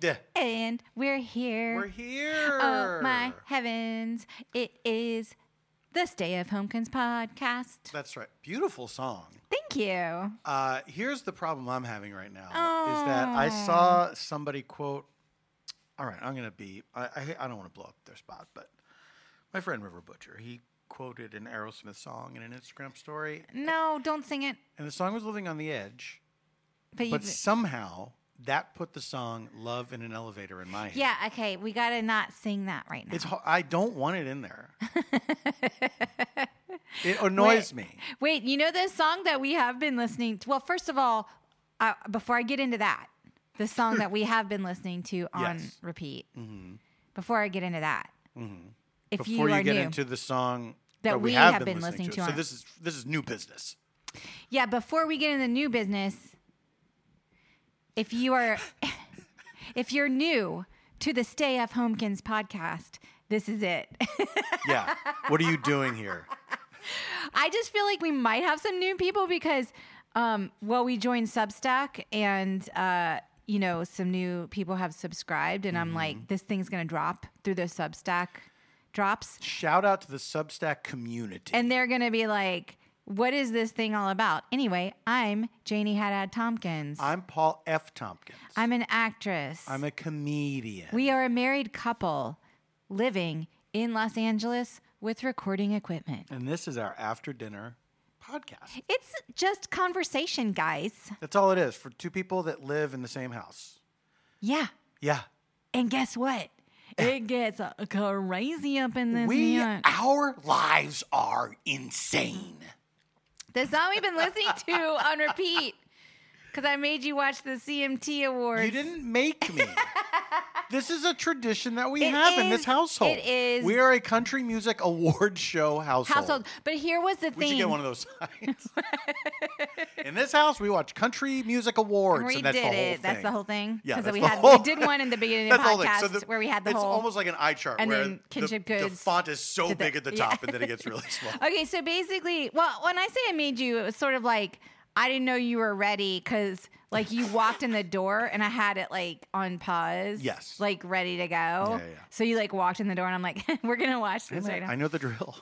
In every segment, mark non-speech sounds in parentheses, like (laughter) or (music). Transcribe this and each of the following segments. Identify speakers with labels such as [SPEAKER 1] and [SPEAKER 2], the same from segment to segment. [SPEAKER 1] Yeah.
[SPEAKER 2] And we're here.
[SPEAKER 1] We're here.
[SPEAKER 2] Oh my heavens. It is the Stay of Homekins podcast.
[SPEAKER 1] That's right. Beautiful song.
[SPEAKER 2] Thank you.
[SPEAKER 1] Uh, here's the problem I'm having right now is that I saw somebody quote, all right, I'm going to be, I, I, I don't want to blow up their spot, but my friend River Butcher, he quoted an Aerosmith song in an Instagram story,
[SPEAKER 2] No, don't sing it.
[SPEAKER 1] and the song was Living on the Edge,
[SPEAKER 2] But, you,
[SPEAKER 1] but somehow that put the song Love in an Elevator in my head.
[SPEAKER 2] yeah, okay. We got to not sing that right now.
[SPEAKER 1] It's, ho- I don't want it in there. it annoys me.
[SPEAKER 2] Wait, you know the song that we have been listening to? Well, first of all, uh, before I get into that, the song that we have been listening to on
[SPEAKER 1] (laughs) Yes. Mm-hmm.
[SPEAKER 2] repeat, before I get into that, if you
[SPEAKER 1] before you,
[SPEAKER 2] are
[SPEAKER 1] get
[SPEAKER 2] new,
[SPEAKER 1] into the song
[SPEAKER 2] That
[SPEAKER 1] that,
[SPEAKER 2] we
[SPEAKER 1] we have,
[SPEAKER 2] have
[SPEAKER 1] been,
[SPEAKER 2] been listening
[SPEAKER 1] listening, to.
[SPEAKER 2] to
[SPEAKER 1] So
[SPEAKER 2] on-
[SPEAKER 1] this is this is new business.
[SPEAKER 2] Yeah, before we get into the new business, if you are (laughs) if you're new to the Stay F Homekins podcast, this is it. (laughs)
[SPEAKER 1] Yeah. what are you doing here?
[SPEAKER 2] I just feel like we might have some new people because um well we joined Substack and uh you know some new people have subscribed and I'm like this thing's going to drop through the Substack drops
[SPEAKER 1] Shout out to the Substack community.
[SPEAKER 2] and they're going to be like what is this thing all about? Anyway, I'm Janie Haddad Tompkins.
[SPEAKER 1] I'm Paul F. Tompkins.
[SPEAKER 2] I'm an actress.
[SPEAKER 1] I'm a comedian.
[SPEAKER 2] We are a married couple living in Los Angeles with recording equipment.
[SPEAKER 1] and this is our after dinner podcast.
[SPEAKER 2] It's just conversation, guys.
[SPEAKER 1] That's all it is for two people that live in the same house.
[SPEAKER 2] Yeah.
[SPEAKER 1] Yeah.
[SPEAKER 2] And guess what?
[SPEAKER 1] (laughs)
[SPEAKER 2] It gets uh, crazy up in this.
[SPEAKER 1] We
[SPEAKER 2] neon.
[SPEAKER 1] our lives are insane.
[SPEAKER 2] the song we've been listening
[SPEAKER 1] (laughs)
[SPEAKER 2] to on repeat because I made you watch the CMT Awards.
[SPEAKER 1] You didn't make
[SPEAKER 2] (laughs)
[SPEAKER 1] me. this is a tradition that we
[SPEAKER 2] It
[SPEAKER 1] have in
[SPEAKER 2] is-
[SPEAKER 1] this household.
[SPEAKER 2] it is-
[SPEAKER 1] We are a country music award show household.
[SPEAKER 2] Household, but here was the
[SPEAKER 1] We
[SPEAKER 2] thing.
[SPEAKER 1] should get one of those
[SPEAKER 2] (laughs)
[SPEAKER 1] signs. in this house, we watch country music awards,
[SPEAKER 2] we
[SPEAKER 1] and that's
[SPEAKER 2] did
[SPEAKER 1] the whole
[SPEAKER 2] it.
[SPEAKER 1] thing.
[SPEAKER 2] That's the whole thing.
[SPEAKER 1] Yeah,
[SPEAKER 2] 'Cause
[SPEAKER 1] that's
[SPEAKER 2] we
[SPEAKER 1] the
[SPEAKER 2] had
[SPEAKER 1] whole-
[SPEAKER 2] we did one in the beginning of
[SPEAKER 1] (laughs) That's
[SPEAKER 2] the
[SPEAKER 1] the whole thing.
[SPEAKER 2] podcast
[SPEAKER 1] So the-
[SPEAKER 2] where we had the
[SPEAKER 1] it's
[SPEAKER 2] whole.
[SPEAKER 1] almost like an eye chart,
[SPEAKER 2] and
[SPEAKER 1] where
[SPEAKER 2] then
[SPEAKER 1] the-
[SPEAKER 2] kinship
[SPEAKER 1] the,
[SPEAKER 2] goods
[SPEAKER 1] font is so
[SPEAKER 2] did the-
[SPEAKER 1] big at
[SPEAKER 2] (laughs)
[SPEAKER 1] the
[SPEAKER 2] yeah.
[SPEAKER 1] top, and then it gets really
[SPEAKER 2] (laughs)
[SPEAKER 1] small.
[SPEAKER 2] Okay, so basically, well, when I say I made you, it was sort of like I didn't know you were ready because like you walked in the door and I had it like on pause.
[SPEAKER 1] Yes.
[SPEAKER 2] Like ready to go.
[SPEAKER 1] yeah, yeah.
[SPEAKER 2] So you like walked in the door and I'm like, (laughs) we're gonna watch this right now.
[SPEAKER 1] I know the drill.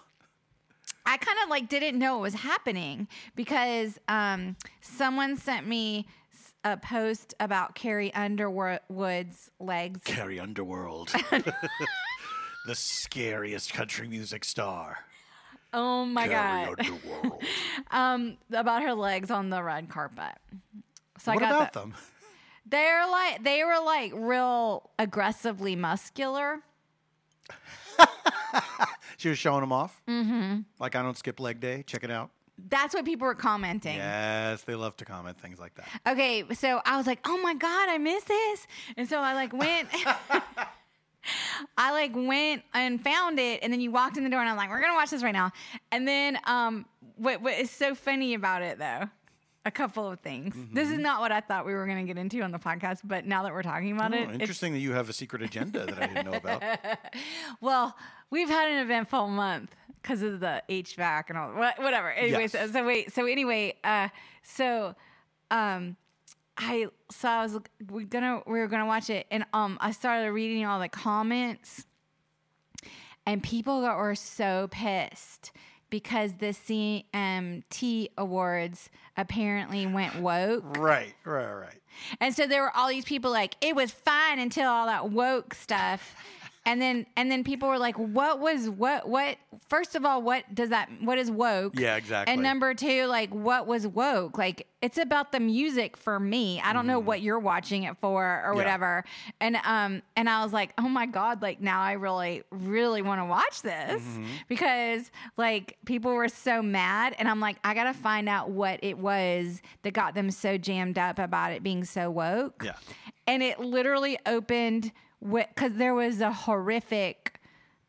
[SPEAKER 2] I kind of like didn't know it was happening because um, someone sent me s- a post about Carrie Underwood's legs.
[SPEAKER 1] Carrie Underworld,
[SPEAKER 2] (laughs)
[SPEAKER 1] (laughs) the scariest country music star.
[SPEAKER 2] Oh my god.
[SPEAKER 1] Carrie
[SPEAKER 2] (laughs)
[SPEAKER 1] Underworld.
[SPEAKER 2] Um, about her legs on the red carpet. So I
[SPEAKER 1] what
[SPEAKER 2] got
[SPEAKER 1] about
[SPEAKER 2] that.
[SPEAKER 1] them?
[SPEAKER 2] They're like they were like real aggressively muscular.
[SPEAKER 1] She was showing them off. Mm-hmm. Like I don't skip leg day. Check it out.
[SPEAKER 2] That's what people were commenting.
[SPEAKER 1] Yes, they love to comment things like that.
[SPEAKER 2] Okay, so I was like, "Oh my god, I miss this!" And so I like went, (laughs) I like went and found it, and then you walked in the door, and I'm like, "We're gonna watch this right now." And then, um, what what is so funny about it though? A couple of things. This is not what I thought we were gonna get into on the podcast, but now that we're talking about
[SPEAKER 1] Oh,
[SPEAKER 2] it, it's
[SPEAKER 1] interesting that you have a secret agenda that I didn't
[SPEAKER 2] (laughs)
[SPEAKER 1] know about.
[SPEAKER 2] Well, we've had an eventful month because of the HVAC and all wha- whatever. Anyway,
[SPEAKER 1] Yes.
[SPEAKER 2] so, so wait, so anyway, uh, so um, I so I was we're gonna we were gonna watch it, and um, I started reading all the comments, and people got, were so pissed because the CMT awards apparently went woke.
[SPEAKER 1] Right, right, right.
[SPEAKER 2] And so there were all these people like, it was fine until all that woke stuff. And then and then people were like, what was what what first of all, what does that what is woke?
[SPEAKER 1] Yeah, exactly.
[SPEAKER 2] And number two, like what was woke? Like it's about the music for me. I don't know
[SPEAKER 1] Mm.
[SPEAKER 2] what you're watching it for or whatever. And um and I was like, oh my god, like now I really really want to watch this because like people were so mad, and I'm like, I gotta find out what it was that got them so jammed up about it being so woke.
[SPEAKER 1] Yeah.
[SPEAKER 2] And it literally opened with because there was a horrific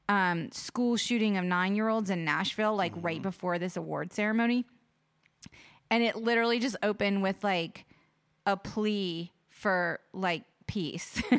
[SPEAKER 2] um, school shooting of nine year olds in Nashville, like
[SPEAKER 1] Mm-hmm.
[SPEAKER 2] right before this award ceremony. And it literally just opened with like a plea for like peace. (laughs)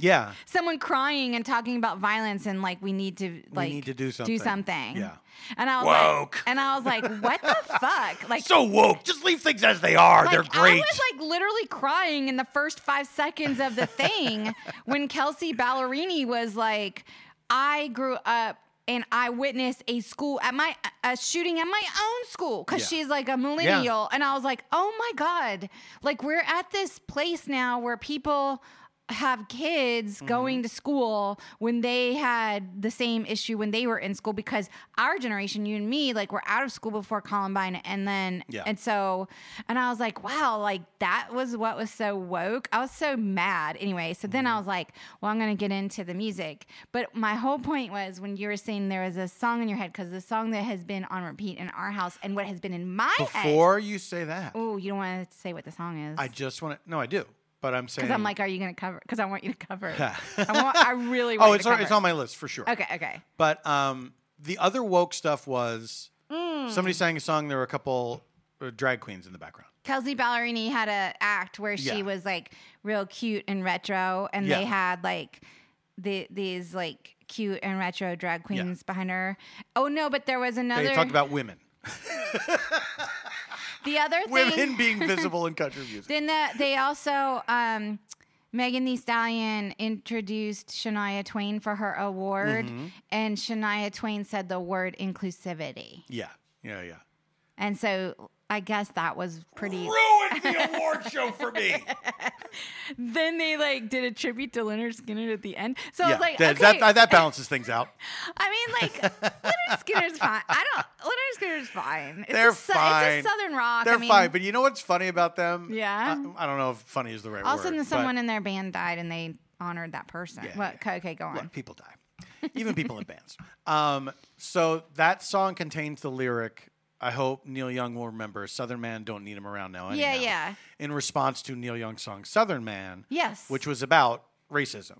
[SPEAKER 1] Yeah.
[SPEAKER 2] someone crying and talking about violence and like we need to like
[SPEAKER 1] need to do something.
[SPEAKER 2] Do something.
[SPEAKER 1] Yeah.
[SPEAKER 2] And I was
[SPEAKER 1] Woke.
[SPEAKER 2] like, and I was like, what
[SPEAKER 1] (laughs)
[SPEAKER 2] the fuck? Like
[SPEAKER 1] So woke. Just leave things as they are.
[SPEAKER 2] like,
[SPEAKER 1] They're
[SPEAKER 2] I
[SPEAKER 1] great.
[SPEAKER 2] was like literally crying in the first five seconds of the
[SPEAKER 1] (laughs)
[SPEAKER 2] thing when Kelsey Ballerini was like, I grew up and I witnessed a school at my a shooting at my own school because
[SPEAKER 1] Yeah.
[SPEAKER 2] she's like a millennial. And I was like, oh my God. Like we're at this place now where people have kids
[SPEAKER 1] Mm-hmm.
[SPEAKER 2] going to school when they had the same issue when they were in school because our generation, you and me, like were out of school before Columbine and then
[SPEAKER 1] Yeah.
[SPEAKER 2] and so and I was like, wow, like that was what was so woke. I was so mad. Anyway, so then I
[SPEAKER 1] Mm-hmm.
[SPEAKER 2] was like, well, I'm gonna get into the music. But my whole point was when you were saying there was a song in your head, because the song that has been on repeat in our house and what has been in my head.
[SPEAKER 1] Before you say that,
[SPEAKER 2] Oh, you don't want to say what the song is.
[SPEAKER 1] I just want to. No, I do. But I'm saying.
[SPEAKER 2] because I'm like, are you gonna cover? Because I want you to cover.
[SPEAKER 1] (laughs)
[SPEAKER 2] it. I want. I really want.
[SPEAKER 1] oh,
[SPEAKER 2] you
[SPEAKER 1] it's
[SPEAKER 2] to
[SPEAKER 1] on,
[SPEAKER 2] cover.
[SPEAKER 1] it's on my list for sure.
[SPEAKER 2] it. Okay. Okay.
[SPEAKER 1] But um, the other woke stuff was
[SPEAKER 2] Hmm.
[SPEAKER 1] somebody sang a song. There were a couple uh, drag queens in the background.
[SPEAKER 2] Kelsey Ballerini had a act where she
[SPEAKER 1] Yeah.
[SPEAKER 2] was like real cute and retro, and
[SPEAKER 1] Yeah.
[SPEAKER 2] they had like the these like cute and retro drag queens behind her. Oh no, but there was another.
[SPEAKER 1] They talked about women,
[SPEAKER 2] the other thing.
[SPEAKER 1] women being visible
[SPEAKER 2] (laughs)
[SPEAKER 1] in country music.
[SPEAKER 2] Then the, they also um, Megan Thee Stallion introduced Shania Twain for her award,
[SPEAKER 1] Mm-hmm.
[SPEAKER 2] and Shania Twain said the word inclusivity,
[SPEAKER 1] Yeah, yeah, yeah.
[SPEAKER 2] and so I guess that was pretty.
[SPEAKER 1] Ruined the award show for me.
[SPEAKER 2] (laughs) Then they like did a tribute to Leonard Skinner at the end, so I
[SPEAKER 1] Yeah,
[SPEAKER 2] was like,
[SPEAKER 1] that,
[SPEAKER 2] okay.
[SPEAKER 1] that, that balances things out.
[SPEAKER 2] I mean, like
[SPEAKER 1] (laughs)
[SPEAKER 2] Leonard Skinner's fine. I don't. Leonard Skinner's fine. It's
[SPEAKER 1] They're
[SPEAKER 2] a, su-
[SPEAKER 1] fine.
[SPEAKER 2] It's a Southern rock. (laughs)
[SPEAKER 1] They're
[SPEAKER 2] I mean,
[SPEAKER 1] fine, but you know what's funny about them?
[SPEAKER 2] Yeah?
[SPEAKER 1] I, I don't know if funny is the right
[SPEAKER 2] all
[SPEAKER 1] word.
[SPEAKER 2] of a sudden,
[SPEAKER 1] but-
[SPEAKER 2] someone in their band died, and they honored that person.
[SPEAKER 1] Yeah,
[SPEAKER 2] what?
[SPEAKER 1] yeah.
[SPEAKER 2] Okay, okay, go on.
[SPEAKER 1] Look, (laughs) people die, even people in bands. (laughs) Um, so that song contains the lyric. I hope Neil Young will remember Southern Man don't need him around now.
[SPEAKER 2] Yeah,
[SPEAKER 1] anyhow,"
[SPEAKER 2] yeah.
[SPEAKER 1] In response to Neil Young's song Southern Man,
[SPEAKER 2] Yes.
[SPEAKER 1] which was about racism.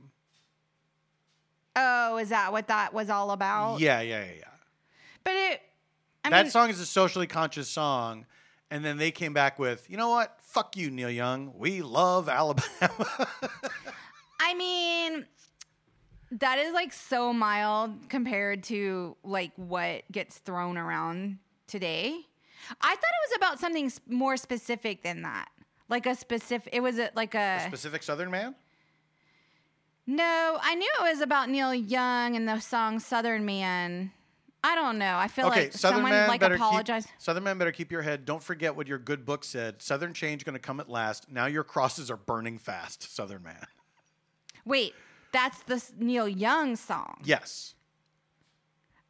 [SPEAKER 2] Oh, is that what that was all about?
[SPEAKER 1] Yeah, yeah, yeah, yeah.
[SPEAKER 2] But it. I
[SPEAKER 1] that
[SPEAKER 2] mean,
[SPEAKER 1] song is a socially conscious song. And then they came back with, you know what? Fuck you, Neil Young. We love Alabama.
[SPEAKER 2] I mean, that is like so mild compared to like what gets thrown around today. I thought it was about something s- more specific than that. Like a specific, it was a, like a,
[SPEAKER 1] (laughs) Specific Southern Man?
[SPEAKER 2] no. I knew it was about Neil Young and the song Southern Man. I don't know. I feel
[SPEAKER 1] Okay,
[SPEAKER 2] like
[SPEAKER 1] Southern
[SPEAKER 2] someone
[SPEAKER 1] man
[SPEAKER 2] like
[SPEAKER 1] better
[SPEAKER 2] apologized.
[SPEAKER 1] Keep, Southern man better keep your head. Don't forget what your good book said. Southern change going to come at last. Now your crosses are burning fast, Southern man.
[SPEAKER 2] Wait, that's the s- Neil Young song.
[SPEAKER 1] Yes,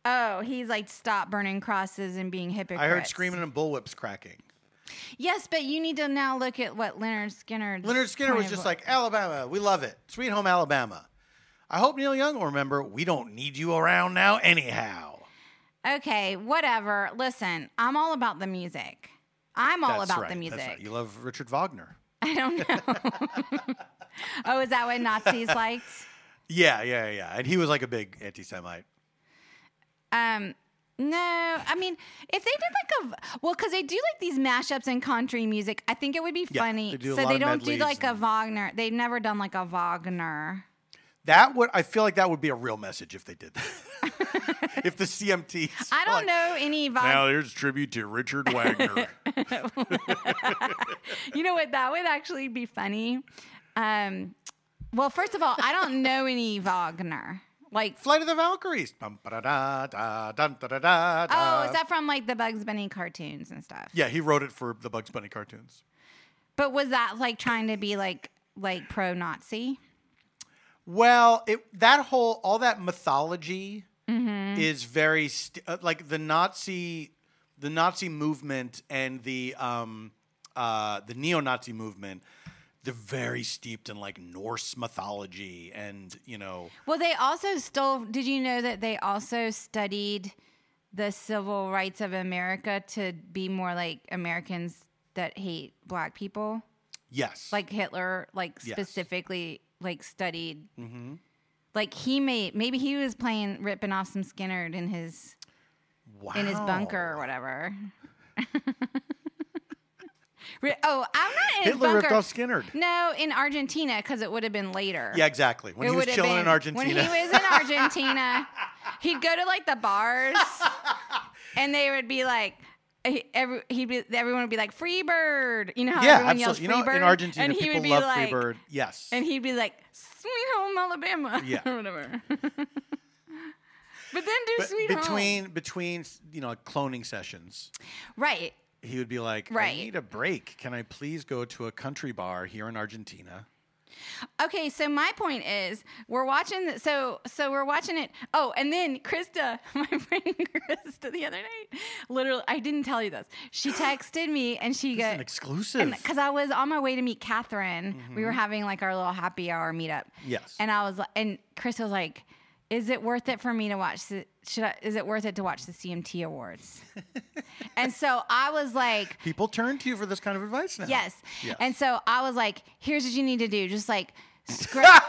[SPEAKER 2] Oh, he's like stop burning crosses and being hypocrites.
[SPEAKER 1] I heard screaming and bullwhips cracking.
[SPEAKER 2] Yes, but you need to now look at what Leonard Skinner.
[SPEAKER 1] Leonard Skinner was just like Alabama. We love it. Sweet home Alabama. I hope Neil Young will remember. We don't need you around now, anyhow.
[SPEAKER 2] okay, whatever. Listen, I'm all about the music. I'm all
[SPEAKER 1] That's
[SPEAKER 2] about
[SPEAKER 1] right,
[SPEAKER 2] the music.
[SPEAKER 1] That's right. You love Richard Wagner.
[SPEAKER 2] I don't know. oh, is that
[SPEAKER 1] (laughs)
[SPEAKER 2] what Nazis liked?
[SPEAKER 1] Yeah, yeah, yeah. And he was like a big anti-Semite.
[SPEAKER 2] Um, no, I mean, if they did like a well, because they do like these mashups in country music. I think it would be
[SPEAKER 1] Yeah,
[SPEAKER 2] funny.
[SPEAKER 1] they do a
[SPEAKER 2] so
[SPEAKER 1] lot
[SPEAKER 2] they
[SPEAKER 1] of
[SPEAKER 2] don't do
[SPEAKER 1] medleys
[SPEAKER 2] like a
[SPEAKER 1] and-
[SPEAKER 2] Wagner. They've never done like a Wagner.
[SPEAKER 1] That would I feel like that would be a real message if they did that. (laughs) if the CMT.
[SPEAKER 2] I don't know any Wagner.
[SPEAKER 1] there's tribute to Richard Wagner.
[SPEAKER 2] (laughs) You know what? That would actually be funny. Um, well, first of all, I don't know any Wagner. Like,
[SPEAKER 1] Flight of the Valkyries. Dum, ba-da-da, da, dum, da-da-da,
[SPEAKER 2] oh,
[SPEAKER 1] da.
[SPEAKER 2] is that from like the Bugs Bunny cartoons and stuff?
[SPEAKER 1] Uh, Yeah, he wrote it for the Bugs Bunny cartoons.
[SPEAKER 2] But was that like trying to be like like pro Nazi?
[SPEAKER 1] Well, it that whole all that mythology
[SPEAKER 2] Mm-hmm.
[SPEAKER 1] is very st- uh, like the Nazi the Nazi movement and the um uh the neo-Nazi movement. They're very steeped in like Norse mythology and, you know,
[SPEAKER 2] Well, they also stole. Did you know that they also studied the civil rights of America to be more like Americans that hate black people?
[SPEAKER 1] yes.
[SPEAKER 2] like Hitler, like
[SPEAKER 1] Yes. Mm-hmm.
[SPEAKER 2] specifically, like studied. Like he made maybe he was playing ripping off some Skinnerd in his in his bunker
[SPEAKER 1] Wow.
[SPEAKER 2] or whatever. (laughs) Re- oh, I'm not in his
[SPEAKER 1] Hitler ripped
[SPEAKER 2] bunker.
[SPEAKER 1] off Skinner.
[SPEAKER 2] No, in Argentina because it would have been later.
[SPEAKER 1] Yeah, exactly. When
[SPEAKER 2] It
[SPEAKER 1] he was
[SPEAKER 2] would've
[SPEAKER 1] chilling
[SPEAKER 2] been-
[SPEAKER 1] in Argentina.
[SPEAKER 2] When he was in Argentina, he'd go to like the bars, and they would be like. he- Every, he'd be, everyone would be like "Free Bird," you know how
[SPEAKER 1] (laughs) yeah,
[SPEAKER 2] everyone
[SPEAKER 1] absolutely. You
[SPEAKER 2] yells
[SPEAKER 1] know,
[SPEAKER 2] "Free Bird,"
[SPEAKER 1] in Argentina,
[SPEAKER 2] and he
[SPEAKER 1] people
[SPEAKER 2] would be
[SPEAKER 1] love
[SPEAKER 2] like,
[SPEAKER 1] Freebird. Yes.
[SPEAKER 2] and he'd be like "Sweet Home Alabama," (laughs)
[SPEAKER 1] Yeah.
[SPEAKER 2] or whatever. but then do
[SPEAKER 1] But
[SPEAKER 2] "Sweet
[SPEAKER 1] between between you know cloning sessions,
[SPEAKER 2] Home," right?
[SPEAKER 1] he would be like,
[SPEAKER 2] Right.
[SPEAKER 1] "I need a break. Can I please go to a country bar here in Argentina?"
[SPEAKER 2] Okay, so my point is we're watching th- so so we're watching it. Oh, and then Krista, (laughs) my friend Krista the other night, literally I didn't tell you this. She texted me and she
[SPEAKER 1] It's an
[SPEAKER 2] goes
[SPEAKER 1] exclusive.
[SPEAKER 2] because I was on my way to meet Catherine. We were having like our little happy hour meetup.
[SPEAKER 1] Mm-hmm. Yes.
[SPEAKER 2] And I was li- and Krista was like, "Is it worth it for me to watch? The, should I, is it worth it to watch the CMT
[SPEAKER 1] (laughs)
[SPEAKER 2] Awards?" and so I was like,
[SPEAKER 1] people turn to you for this kind of advice now.
[SPEAKER 2] Yes.
[SPEAKER 1] Yes.
[SPEAKER 2] And so I was like, here's what you need to do. Just like
[SPEAKER 1] (laughs)
[SPEAKER 2] scrub.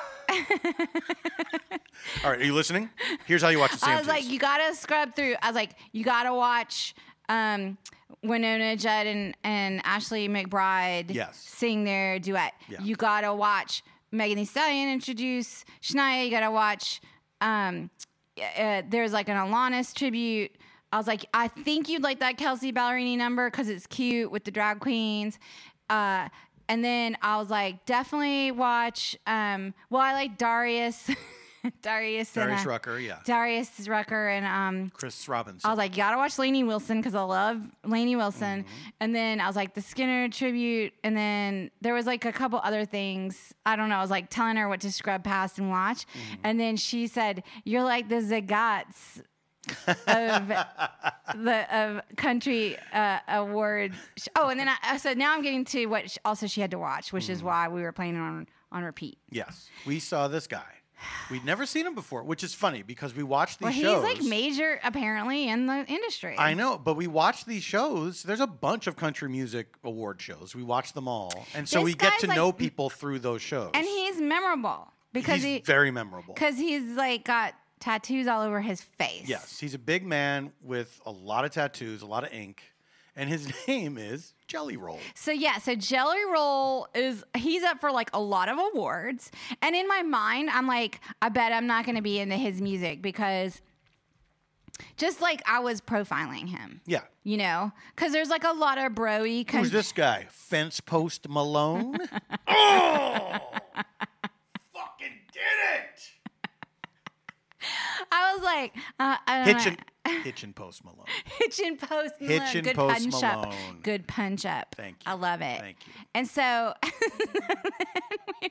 [SPEAKER 1] All right, are you listening? Here's how you watch the
[SPEAKER 2] (laughs) I
[SPEAKER 1] Sam
[SPEAKER 2] was like, you gotta scrub through. I was like, you gotta watch um, Winona Judd and, and Ashley McBride
[SPEAKER 1] Yes.
[SPEAKER 2] sing their duet.
[SPEAKER 1] Yeah.
[SPEAKER 2] You gotta watch Megan Thee Stallion introduce Shania. You gotta watch. Um, uh, there's like an Alanis tribute. I was like, I think you'd like that Kelsey Ballerini number because it's cute with the drag queens. Uh, and then I was like, definitely watch. Um, well, I like Darius. (laughs) Darius, and,
[SPEAKER 1] Darius
[SPEAKER 2] uh,
[SPEAKER 1] Rucker, yeah.
[SPEAKER 2] Darius Rucker and um
[SPEAKER 1] Chris Robinson.
[SPEAKER 2] I was like, you gotta watch Lainey Wilson because I love Lainey Wilson.
[SPEAKER 1] Mm-hmm.
[SPEAKER 2] And then I was like, the Skinner tribute. And then there was like a couple other things. I don't know. I was like telling her what to scrub past and watch.
[SPEAKER 1] Mm-hmm.
[SPEAKER 2] And then she said, You're like the Zagats
[SPEAKER 1] (laughs)
[SPEAKER 2] of the of country uh, award. sh- Oh, and then I so now I'm getting to what sh- also she had to watch, which
[SPEAKER 1] Mm-hmm.
[SPEAKER 2] is why we were playing it on on repeat.
[SPEAKER 1] yes, we saw this guy. We'd never seen him before, which is funny because we watched these
[SPEAKER 2] Well, he's
[SPEAKER 1] shows.
[SPEAKER 2] like major apparently in the industry.
[SPEAKER 1] I know, but we watch these shows. There's a bunch of country music award shows. We watch them all, and so
[SPEAKER 2] This
[SPEAKER 1] we get
[SPEAKER 2] guy's
[SPEAKER 1] to
[SPEAKER 2] like-
[SPEAKER 1] know people through those shows.
[SPEAKER 2] and he's memorable because
[SPEAKER 1] he's
[SPEAKER 2] he
[SPEAKER 1] very memorable.
[SPEAKER 2] because he's like got tattoos all over his face.
[SPEAKER 1] Yes, he's a big man with a lot of tattoos, a lot of ink, and his (laughs) name is Jelly Roll.
[SPEAKER 2] So yeah, so Jelly Roll is he's up for like a lot of awards, and in my mind, I'm like, I bet I'm not going to be into his music because just like I was profiling him.
[SPEAKER 1] Yeah.
[SPEAKER 2] You know, because there's like a lot of broy. Con-
[SPEAKER 1] Who's this guy? Fence Post (laughs) Malone? oh! Fucking did
[SPEAKER 2] I was like, uh, I
[SPEAKER 1] it!
[SPEAKER 2] don't know.
[SPEAKER 1] Hitchin, (laughs) Hitchin Post Malone.
[SPEAKER 2] (laughs) Hitchin Post Malone.
[SPEAKER 1] Hitchin'
[SPEAKER 2] Good
[SPEAKER 1] Post
[SPEAKER 2] punch
[SPEAKER 1] Malone.
[SPEAKER 2] up. Good punch up.
[SPEAKER 1] Thank you.
[SPEAKER 2] I love it.
[SPEAKER 1] Thank you.
[SPEAKER 2] And so, we're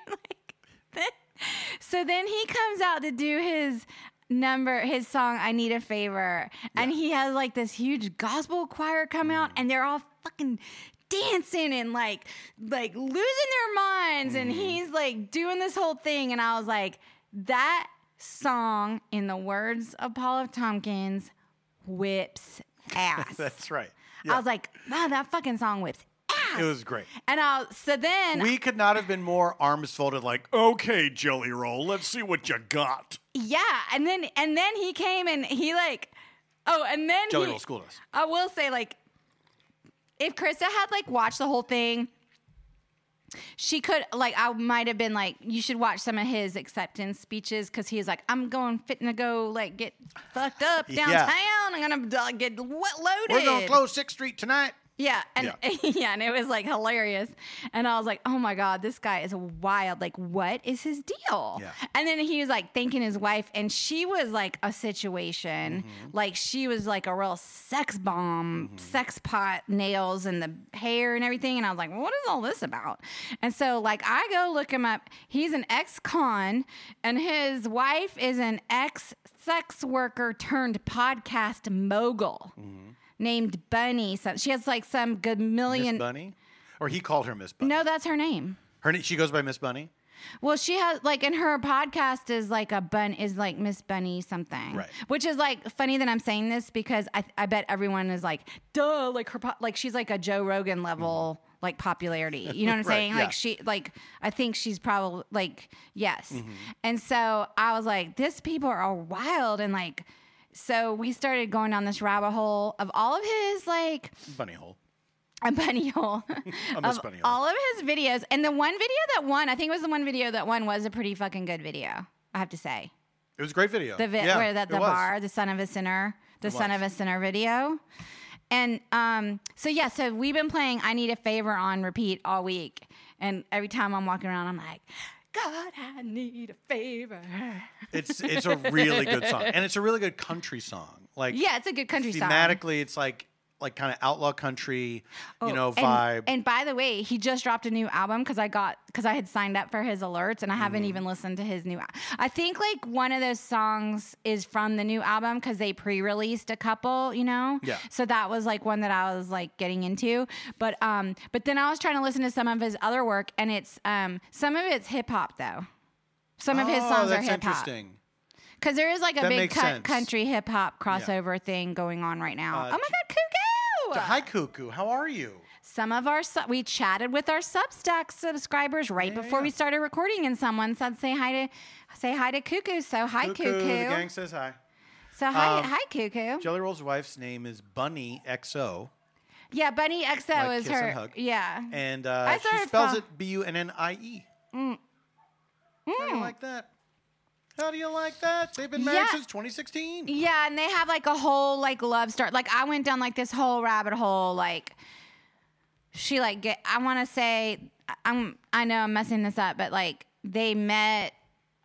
[SPEAKER 2] like, then- so then he comes out to do his number, his song, I Need a Favor. And he has like this huge gospel choir come
[SPEAKER 1] Mm.
[SPEAKER 2] out, and they're all fucking dancing and like like losing their minds
[SPEAKER 1] Mm.
[SPEAKER 2] and he's like doing this whole thing and I was like that song in the words of Paul of Tompkins
[SPEAKER 1] (laughs)
[SPEAKER 2] whips ass.
[SPEAKER 1] That's right.
[SPEAKER 2] I was like, wow, that fucking song whips ass.
[SPEAKER 1] It was great.
[SPEAKER 2] and I was, so then
[SPEAKER 1] We could not have been more arms folded, like, okay, Jelly Roll, let's see what you got.
[SPEAKER 2] yeah, and then and then he came and he like oh and then
[SPEAKER 1] Jelly
[SPEAKER 2] he,
[SPEAKER 1] Roll schooled us.
[SPEAKER 2] I will say like if Krista had like watched the whole thing she could like I might have been like you should watch some of his acceptance speeches because he's like I'm going fitting to go like get fucked up
[SPEAKER 1] (laughs) Yeah.
[SPEAKER 2] downtown I'm gonna uh, get lo- loaded
[SPEAKER 1] We're going to close 6th Street tonight.
[SPEAKER 2] Yeah, and (laughs) yeah. and it was like hilarious. And I was like, "Oh my god, this guy is wild. Like what is his deal?"
[SPEAKER 1] Yeah.
[SPEAKER 2] And then he was like thanking his wife and she was like a situation. Like she was like a real sex bomb, sex pot, nails and the hair and everything and I was like, "What is all this about?" And so like I go look him up. He's an ex-con and his wife is an ex sex worker turned podcast mogul named Bunny. So she has like some good
[SPEAKER 1] Miss
[SPEAKER 2] million.
[SPEAKER 1] Bunny? Or he called her Miss Bunny.
[SPEAKER 2] no, that's her name.
[SPEAKER 1] Her, na- she goes by Miss Bunny?
[SPEAKER 2] Well, she has like in her podcast is like a bun is like Miss Bunny something,
[SPEAKER 1] Right.
[SPEAKER 2] which is like funny that I'm saying this because I I bet everyone is like duh like her po- like she's like a Joe Rogan level like
[SPEAKER 1] (laughs)
[SPEAKER 2] popularity. You know what I'm
[SPEAKER 1] Mm-hmm. Right,
[SPEAKER 2] saying?
[SPEAKER 1] yeah.
[SPEAKER 2] Like she like I think she's probably like yes.
[SPEAKER 1] Mm-hmm.
[SPEAKER 2] And so I was like this people are wild and like so we started going down this rabbit hole of all of his like
[SPEAKER 1] Bunny hole.
[SPEAKER 2] (laughs) a bunny hole
[SPEAKER 1] (laughs) I miss
[SPEAKER 2] of
[SPEAKER 1] bunny hole.
[SPEAKER 2] all of his videos. And the one video that won, I think it was the one video that won, was a pretty fucking good video. I have to say
[SPEAKER 1] It was a great video.
[SPEAKER 2] the vi-
[SPEAKER 1] yeah,
[SPEAKER 2] where that
[SPEAKER 1] it
[SPEAKER 2] the
[SPEAKER 1] was.
[SPEAKER 2] bar, the son of a sinner, the son
[SPEAKER 1] was.
[SPEAKER 2] of a sinner video. And um, so yeah, so we've been playing I Need a Favor on repeat all week. And every time I'm walking around, I'm like, God, I need a favor.
[SPEAKER 1] It's it's a
[SPEAKER 2] (laughs)
[SPEAKER 1] really good song, and it's a really good country song. Like
[SPEAKER 2] Yeah, it's a good country song.
[SPEAKER 1] thematically, it's like like kind of outlaw country,
[SPEAKER 2] Oh,
[SPEAKER 1] you know,
[SPEAKER 2] and-
[SPEAKER 1] vibe.
[SPEAKER 2] And by the way, he just dropped a new album because I got because I had signed up for his alerts and I haven't
[SPEAKER 1] Mm-hmm.
[SPEAKER 2] even listened to his new. al- I think like one of those songs is from the new album because they pre-released a couple, you know.
[SPEAKER 1] Yeah.
[SPEAKER 2] So that was like one that I was like getting into, but um, but then I was trying to listen to some of his other work and it's um, some of it's hip hop though. Some of his
[SPEAKER 1] Oh,
[SPEAKER 2] songs are
[SPEAKER 1] that's
[SPEAKER 2] hip hop
[SPEAKER 1] interesting.
[SPEAKER 2] because there is like a
[SPEAKER 1] That
[SPEAKER 2] big
[SPEAKER 1] makes
[SPEAKER 2] cut
[SPEAKER 1] sense. Uh,
[SPEAKER 2] country hip hop crossover thing going on right now. oh my god, cuckoo!
[SPEAKER 1] Hi, Cuckoo. How are you?
[SPEAKER 2] some of our su- we chatted with our Substack subscribers right before we started recording, and someone said, "Say hi to, say hi to Cuckoo." So hi Cuckoo.
[SPEAKER 1] The gang says hi.
[SPEAKER 2] So hi
[SPEAKER 1] Um,
[SPEAKER 2] hi Cuckoo.
[SPEAKER 1] Jelly Roll's wife's name is Bunny XO,
[SPEAKER 2] yeah, Bunny XO
[SPEAKER 1] Like
[SPEAKER 2] is
[SPEAKER 1] kiss and
[SPEAKER 2] her.
[SPEAKER 1] hug.
[SPEAKER 2] Yeah.
[SPEAKER 1] and uh,
[SPEAKER 2] I saw Mm.
[SPEAKER 1] she
[SPEAKER 2] her
[SPEAKER 1] spells
[SPEAKER 2] fa-
[SPEAKER 1] it B U N N I E. How do you like that? How do you like that? They've been married
[SPEAKER 2] Mm. Yeah.
[SPEAKER 1] since 2016.
[SPEAKER 2] yeah, and they have like a whole like love story. Like I went down like this whole rabbit hole. Like she like get. I want to say I- I'm. I know I'm messing this up, but like they met.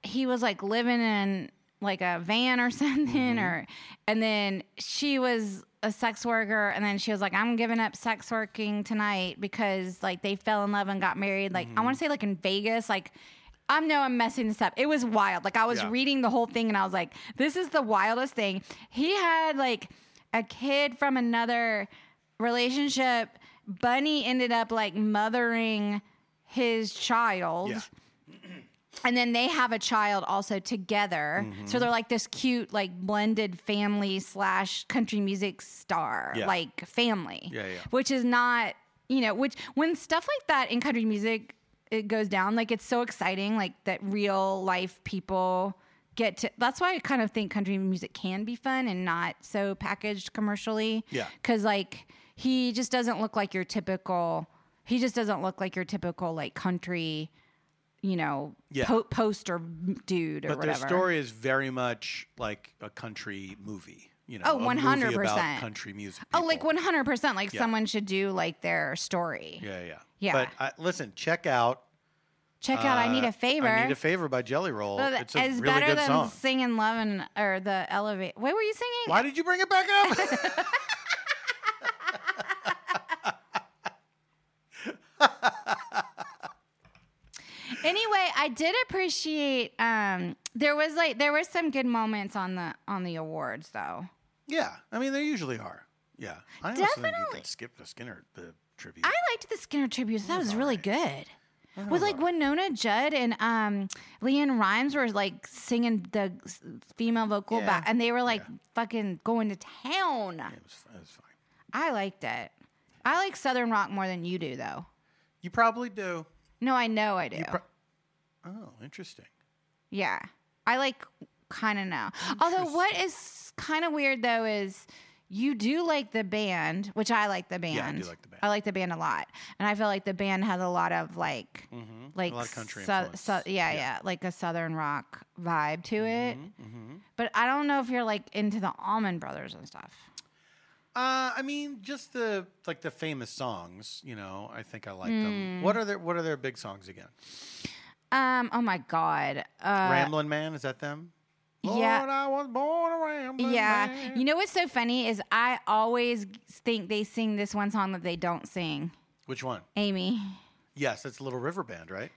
[SPEAKER 2] He was like living in like a van or (laughs) something,
[SPEAKER 1] Mm-hmm.
[SPEAKER 2] or and then she was a sex worker, and then she was like, "I'm giving up sex working tonight because like they fell in love and got married." Like I want
[SPEAKER 1] Mm-hmm.
[SPEAKER 2] to say like in Vegas, like. I know I'm messing this up. It was wild. Like I was
[SPEAKER 1] Yeah.
[SPEAKER 2] reading the whole thing and I was like, this is the wildest thing. He had like a kid from another relationship. Bunny ended up like mothering his child.
[SPEAKER 1] Yeah.
[SPEAKER 2] And then they have a child also together.
[SPEAKER 1] Mm-hmm.
[SPEAKER 2] So they're like this cute, like blended family slash country music star,
[SPEAKER 1] Yeah.
[SPEAKER 2] like family.
[SPEAKER 1] Yeah, yeah.
[SPEAKER 2] Which is not, you know, which when stuff like that in country music it goes down, like it's so exciting, like that real life people get to. That's why I kind of think country music can be fun and not so packaged commercially.
[SPEAKER 1] Yeah.
[SPEAKER 2] Cause like he just doesn't look like your typical, he just doesn't look like your typical like country you know,
[SPEAKER 1] Yeah.
[SPEAKER 2] po- poster dude or
[SPEAKER 1] But
[SPEAKER 2] whatever.
[SPEAKER 1] their story is very much like a country movie. You know,
[SPEAKER 2] Oh,
[SPEAKER 1] a movie
[SPEAKER 2] 100%.
[SPEAKER 1] about country music.
[SPEAKER 2] oh, like
[SPEAKER 1] people.
[SPEAKER 2] 100%. Like someone should do like their story.
[SPEAKER 1] Yeah, yeah,
[SPEAKER 2] Yeah.
[SPEAKER 1] But uh, listen, check out.
[SPEAKER 2] Check out I Need
[SPEAKER 1] uh,
[SPEAKER 2] a Favor.
[SPEAKER 1] I need a favor by Jelly Roll.
[SPEAKER 2] Oh,
[SPEAKER 1] It's a
[SPEAKER 2] it's
[SPEAKER 1] really
[SPEAKER 2] better
[SPEAKER 1] good
[SPEAKER 2] than
[SPEAKER 1] song.
[SPEAKER 2] singing Love and or the Elevate. What were you singing?
[SPEAKER 1] Why did you bring it back
[SPEAKER 2] (laughs)
[SPEAKER 1] up?
[SPEAKER 2] Anyway, I did appreciate um there was like there were some good moments on the on the awards though.
[SPEAKER 1] yeah, I mean they usually are. Yeah, I honestly think you
[SPEAKER 2] Definitely.
[SPEAKER 1] could skip the Skinner the tribute.
[SPEAKER 2] I liked the Skinner tributes. That was really good. With like Winona Judd and um, Leanne Rhymes were like singing the s- female vocal
[SPEAKER 1] Yeah.
[SPEAKER 2] back, and they were like fucking going to town.
[SPEAKER 1] it, was, it was fine.
[SPEAKER 2] I liked it. I like Southern rock more than you do, though.
[SPEAKER 1] You probably do.
[SPEAKER 2] No, I know I do.
[SPEAKER 1] You pro- oh, interesting.
[SPEAKER 2] Yeah. I like kind of know. Although what is kind of weird though is you do like the band, which I like the band.
[SPEAKER 1] Yeah, I do like the band.
[SPEAKER 2] I like the band a lot. And I feel like the band has a lot of
[SPEAKER 1] Mm.
[SPEAKER 2] like like
[SPEAKER 1] lot of country influence. Mm-hmm.
[SPEAKER 2] yeah, yeah, like a southern rock vibe to it. But I don't know if you're like into the Almond Brothers and stuff.
[SPEAKER 1] Uh, I mean, just the like the famous songs. You know, I think I like them.
[SPEAKER 2] Hmm.
[SPEAKER 1] What are their What are their big songs again?
[SPEAKER 2] Um oh my god. Uh
[SPEAKER 1] Ramblin' Man is that them?
[SPEAKER 2] yeah.
[SPEAKER 1] Lord, I was born a ramblin'
[SPEAKER 2] Yeah.
[SPEAKER 1] man.
[SPEAKER 2] You know what's so funny is I always think they sing this one song that they don't sing.
[SPEAKER 1] Which one?
[SPEAKER 2] Amy.
[SPEAKER 1] Yes, that's Little River Band, right?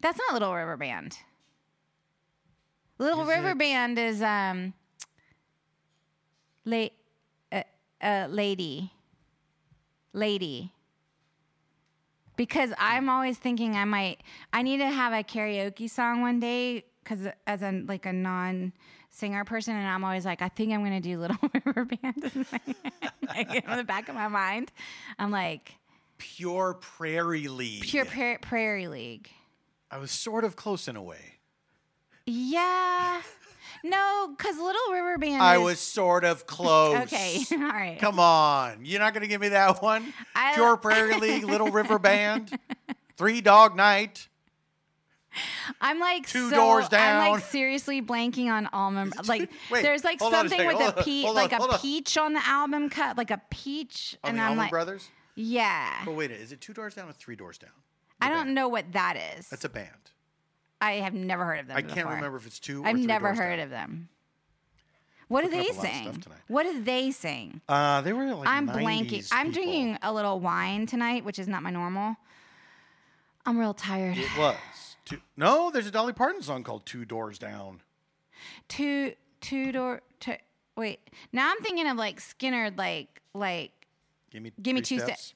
[SPEAKER 2] That's not Little River Band. Little
[SPEAKER 1] Is
[SPEAKER 2] River
[SPEAKER 1] it-
[SPEAKER 2] Band is um la- uh, uh, lady. Lady. Because I'm always thinking I might I need to have a karaoke song one day cuz as a like a non singer person and I'm always like I think I'm going to do Little (laughs) River Band. (laughs) like, in the back of my mind, I'm like
[SPEAKER 1] Pure Prairie League.
[SPEAKER 2] Pure Pra- Prairie League.
[SPEAKER 1] I was sort of close in a way.
[SPEAKER 2] Yeah. No, because Little River Band.
[SPEAKER 1] I
[SPEAKER 2] is-
[SPEAKER 1] was sort of close.
[SPEAKER 2] (laughs) Okay, all right.
[SPEAKER 1] (laughs) Come on. You're not going to give me that one?
[SPEAKER 2] I- (laughs)
[SPEAKER 1] Pure Prairie League, Little River Band, Three Dog Night.
[SPEAKER 2] I'm like
[SPEAKER 1] Two
[SPEAKER 2] so-
[SPEAKER 1] doors
[SPEAKER 2] I'm
[SPEAKER 1] down.
[SPEAKER 2] like seriously blanking on album. Like
[SPEAKER 1] Wait,
[SPEAKER 2] there's like
[SPEAKER 1] hold on a
[SPEAKER 2] something
[SPEAKER 1] second.
[SPEAKER 2] with
[SPEAKER 1] Hold
[SPEAKER 2] a
[SPEAKER 1] on,
[SPEAKER 2] peach,
[SPEAKER 1] hold on,
[SPEAKER 2] like a
[SPEAKER 1] hold on.
[SPEAKER 2] peach on the album cut, like a peach,
[SPEAKER 1] On
[SPEAKER 2] and
[SPEAKER 1] the
[SPEAKER 2] I'm
[SPEAKER 1] Allman
[SPEAKER 2] like,
[SPEAKER 1] Brothers?
[SPEAKER 2] yeah.
[SPEAKER 1] But wait, is it Two Doors Down or Three Doors Down?
[SPEAKER 2] I don't know what that is.
[SPEAKER 1] That's a band.
[SPEAKER 2] I have never heard of them.
[SPEAKER 1] I can't
[SPEAKER 2] before.
[SPEAKER 1] remember if it's two or
[SPEAKER 2] I've
[SPEAKER 1] three
[SPEAKER 2] never
[SPEAKER 1] doors
[SPEAKER 2] heard
[SPEAKER 1] down.
[SPEAKER 2] of them. What do
[SPEAKER 1] Looking
[SPEAKER 2] they
[SPEAKER 1] up a lot of stuff
[SPEAKER 2] sing?
[SPEAKER 1] tonight.
[SPEAKER 2] What do they sing?
[SPEAKER 1] Uh, they were like
[SPEAKER 2] I'm
[SPEAKER 1] 90s
[SPEAKER 2] blanking. I'm
[SPEAKER 1] people.
[SPEAKER 2] drinking a little wine tonight, which is not my normal. I'm real tired.
[SPEAKER 1] It was. Two, no, there's a Dolly Parton song called Two Doors Down.
[SPEAKER 2] two two door. Two, wait, now I'm thinking of like Skinner, like like
[SPEAKER 1] Give me,
[SPEAKER 2] give me
[SPEAKER 1] three
[SPEAKER 2] two
[SPEAKER 1] steps.
[SPEAKER 2] steps.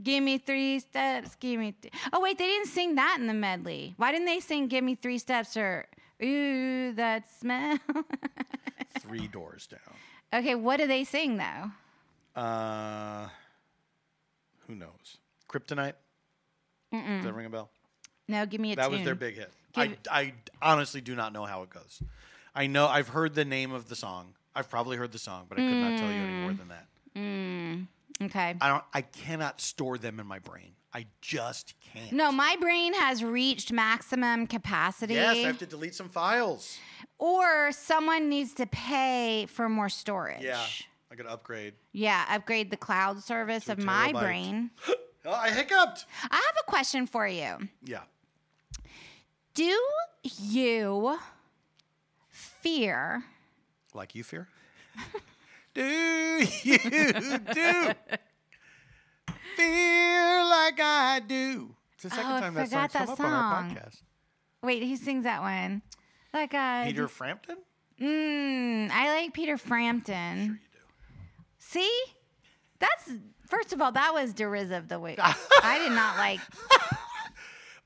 [SPEAKER 2] Give me three steps. Give me. Th- oh wait, they didn't sing that in the medley. Why didn't they sing "Give me three steps" or "Ooh, that smell"? (laughs)
[SPEAKER 1] Three Doors Down.
[SPEAKER 2] okay, what do they sing though?
[SPEAKER 1] Uh, who knows? Kryptonite? Does that ring a bell?
[SPEAKER 2] No, give me a
[SPEAKER 1] That
[SPEAKER 2] tune.
[SPEAKER 1] was their big hit. I,
[SPEAKER 2] Give-
[SPEAKER 1] I honestly do not know how it goes. I know I've heard the name of the song. I've probably heard the song, but I could not tell you any
[SPEAKER 2] Mm.
[SPEAKER 1] more than that.
[SPEAKER 2] Okay.
[SPEAKER 1] I don't. I cannot store them in my brain. I just can't.
[SPEAKER 2] No, my brain has reached maximum capacity.
[SPEAKER 1] Yes, I have to delete some files.
[SPEAKER 2] or someone needs to pay for more storage.
[SPEAKER 1] Yeah, I got to upgrade.
[SPEAKER 2] Yeah, upgrade the cloud service
[SPEAKER 1] To a
[SPEAKER 2] of my
[SPEAKER 1] terabyte.
[SPEAKER 2] brain.
[SPEAKER 1] Oh, I hiccuped.
[SPEAKER 2] I have a question for you.
[SPEAKER 1] Yeah.
[SPEAKER 2] Do you fear
[SPEAKER 1] Like
[SPEAKER 2] (laughs)
[SPEAKER 1] you fear? do you do fear like I do? It's the second
[SPEAKER 2] Oh, I
[SPEAKER 1] time that
[SPEAKER 2] forgot
[SPEAKER 1] song's
[SPEAKER 2] that
[SPEAKER 1] come up on our
[SPEAKER 2] song.
[SPEAKER 1] podcast.
[SPEAKER 2] Wait, who sings that one? That guy.
[SPEAKER 1] Peter Frampton?
[SPEAKER 2] Mm, I like Peter Frampton.
[SPEAKER 1] Sure you do.
[SPEAKER 2] See? That's first of all, that was derisive
[SPEAKER 1] (laughs)
[SPEAKER 2] the way I did not like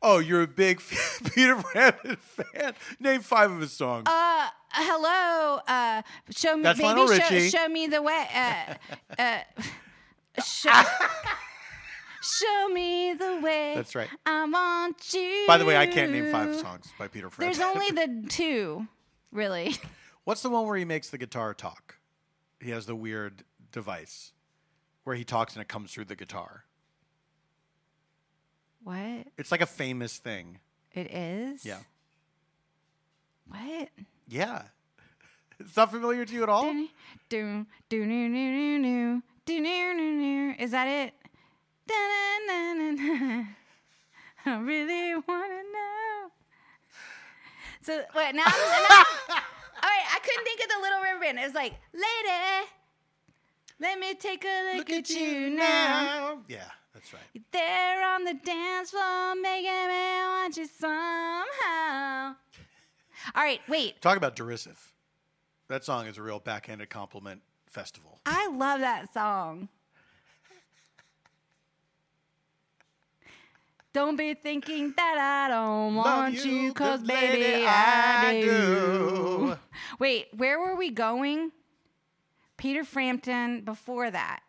[SPEAKER 1] Oh, you're a big (laughs) Peter Frampton fan. Name five of his songs.
[SPEAKER 2] uh, hello, uh, show me,
[SPEAKER 1] That's Lionel
[SPEAKER 2] baby, show,
[SPEAKER 1] Richie.
[SPEAKER 2] show me the way. Uh,
[SPEAKER 1] (laughs)
[SPEAKER 2] uh, show, show me the way.
[SPEAKER 1] That's right.
[SPEAKER 2] I want you.
[SPEAKER 1] by the way, I can't name five songs by Peter
[SPEAKER 2] There's
[SPEAKER 1] Frampton.
[SPEAKER 2] only the two, really.
[SPEAKER 1] What's the one where he makes the guitar talk? He has the weird device where he talks and it comes through the guitar.
[SPEAKER 2] (laughs) What
[SPEAKER 1] It's like a famous thing.
[SPEAKER 2] it is?
[SPEAKER 1] Yeah.
[SPEAKER 2] What?
[SPEAKER 1] Yeah. (laughs) It's not familiar to you at all?
[SPEAKER 2] Do do do do do do do do do. Is that it? Da-na-na-na-na. (laughs) I really wanna know. So wait now. I'm, (laughs) now all right, I couldn't think of the Little River Band. It was like, lady, let me take a look, at, you now.
[SPEAKER 1] Yeah, that's right.
[SPEAKER 2] There on the dance floor, making me want you somehow. All right, wait.
[SPEAKER 1] Talk about derisive. That song is a real backhanded compliment festival.
[SPEAKER 2] I love that song. Don't be thinking that I don't
[SPEAKER 1] Love
[SPEAKER 2] want
[SPEAKER 1] you,
[SPEAKER 2] you, cause
[SPEAKER 1] 'cause
[SPEAKER 2] baby,
[SPEAKER 1] baby,
[SPEAKER 2] I,
[SPEAKER 1] I
[SPEAKER 2] do.
[SPEAKER 1] do.
[SPEAKER 2] Wait, where were we going? Peter Frampton before that.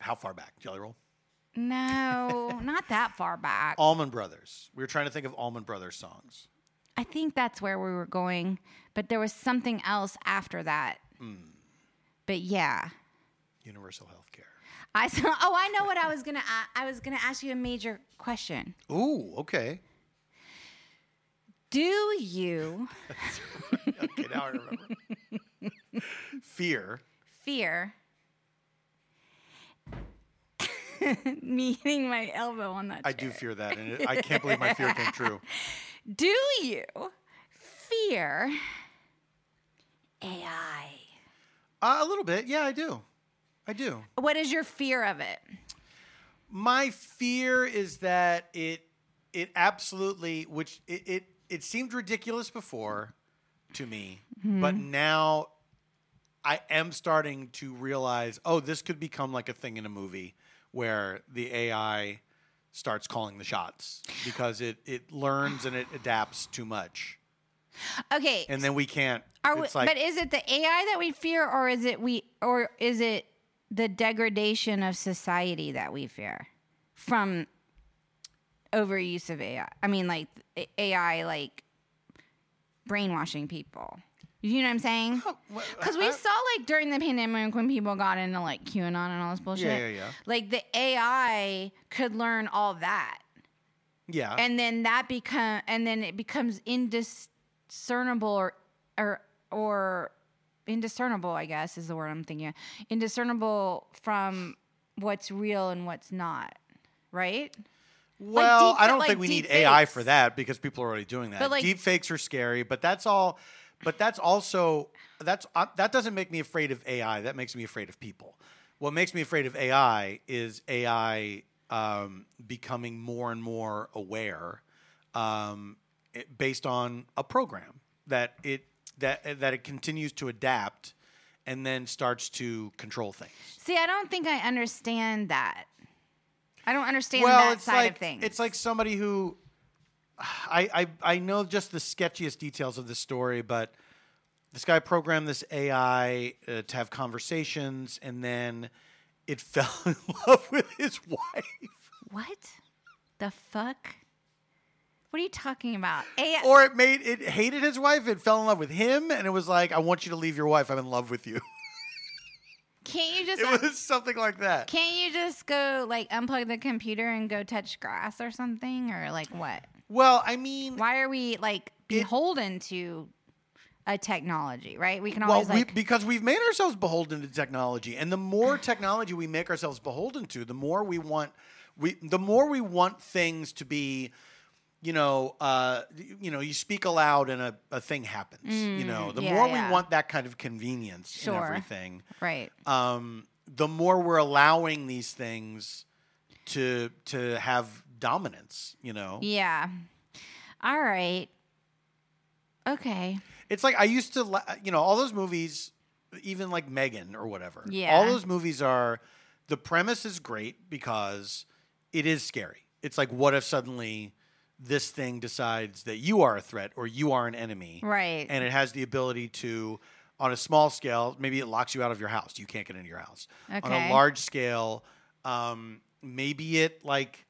[SPEAKER 1] How far back? Jelly Roll?
[SPEAKER 2] No, not that far back.
[SPEAKER 1] Allman Brothers. We were trying to think of Allman Brothers songs.
[SPEAKER 2] I think that's where we were going, but there was something else after that.
[SPEAKER 1] Hmm.
[SPEAKER 2] But yeah.
[SPEAKER 1] Universal Healthcare.
[SPEAKER 2] I (laughs) saw, oh, I know what I was gonna. a- I was gonna ask you a major question.
[SPEAKER 1] Ooh, okay.
[SPEAKER 2] Do you
[SPEAKER 1] Okay, now
[SPEAKER 2] (laughs)
[SPEAKER 1] I remember. Fear.
[SPEAKER 2] fear (laughs) me hitting my elbow on that?
[SPEAKER 1] I do fear that, and it, I can't believe my fear came true.
[SPEAKER 2] Do you fear AI?
[SPEAKER 1] Uh, a little bit, yeah, I do. I do.
[SPEAKER 2] What is your fear of it?
[SPEAKER 1] my fear is that it it absolutely which it it, it seemed ridiculous before to me
[SPEAKER 2] Mm-hmm.
[SPEAKER 1] but now i am starting to realize oh this could become like a thing in a movie where the ai starts calling the shots because it it learns and it adapts too much
[SPEAKER 2] Okay,
[SPEAKER 1] and then we can't
[SPEAKER 2] are we-
[SPEAKER 1] it's like
[SPEAKER 2] but is it the AI that we fear, or is it we, or is it the degradation of society that we fear from overuse of AI? I mean, like AI, like brainwashing people. You know what I'm saying?
[SPEAKER 1] Oh, well,
[SPEAKER 2] Because we
[SPEAKER 1] I-
[SPEAKER 2] saw like during the pandemic when people got into like QAnon and all this bullshit.
[SPEAKER 1] Yeah, yeah, yeah.
[SPEAKER 2] Like the AI could learn all that,
[SPEAKER 1] yeah.
[SPEAKER 2] and then that become and then it becomes indiscernible or or or indiscernible. I guess is the word I'm thinking. Of. Indiscernible from what's real and what's not. Right?
[SPEAKER 1] Well,
[SPEAKER 2] deep
[SPEAKER 1] I
[SPEAKER 2] fa-
[SPEAKER 1] don't
[SPEAKER 2] like
[SPEAKER 1] think we need
[SPEAKER 2] deep
[SPEAKER 1] AI
[SPEAKER 2] fakes.
[SPEAKER 1] for that because people are already doing that.
[SPEAKER 2] But, like-
[SPEAKER 1] deep fakes are scary, but that's all. But that's also that's uh, that doesn't make me afraid of AI. That makes me afraid of people. What makes me afraid of AI is AI um, becoming more and more aware, um, it- based on a program that it that that it continues to adapt, and then starts to control things.
[SPEAKER 2] See, I don't think I understand that. I don't understand that
[SPEAKER 1] it's
[SPEAKER 2] side
[SPEAKER 1] like,
[SPEAKER 2] of things.
[SPEAKER 1] It's like somebody who I, I I know just the sketchiest details of the story, but this guy programmed this AI uh, to have conversations, and then it (laughs) fell in love with his wife,
[SPEAKER 2] What the fuck? What are you talking about? AI,
[SPEAKER 1] or it made it hated his wife. It fell in love with him, and it was like, "I want you to leave your wife. I'm in love with you." (laughs)
[SPEAKER 2] can't you just
[SPEAKER 1] It was something like that.
[SPEAKER 2] can't you just go like unplug the computer and go touch grass or something or like what?
[SPEAKER 1] Well, I mean,
[SPEAKER 2] Why are we like beholden to a technology? Right? We can
[SPEAKER 1] Well,
[SPEAKER 2] always
[SPEAKER 1] we,
[SPEAKER 2] like
[SPEAKER 1] because we've made ourselves beholden to technology, and the more technology we make ourselves beholden to, the more we want we the more we want things to be, you know, uh, you know, you speak aloud and a, a thing happens. you know, the
[SPEAKER 2] Mm, yeah,
[SPEAKER 1] more
[SPEAKER 2] yeah.
[SPEAKER 1] we want that kind of convenience in
[SPEAKER 2] Sure.
[SPEAKER 1] everything,
[SPEAKER 2] right.
[SPEAKER 1] um, the more we're allowing these things to to have dominance. You know,
[SPEAKER 2] Yeah. All right. Okay.
[SPEAKER 1] It's like I used to, la- you know, all those movies, even like Megan or whatever.
[SPEAKER 2] Yeah.
[SPEAKER 1] All those movies are, the premise is great because it is scary. It's like, what if suddenly this thing decides that you are a threat or you are an enemy?
[SPEAKER 2] Right.
[SPEAKER 1] And it has the ability to, on a small scale, maybe it locks you out of your house. You can't get into your house. On a
[SPEAKER 2] Okay.
[SPEAKER 1] large scale, um, maybe it like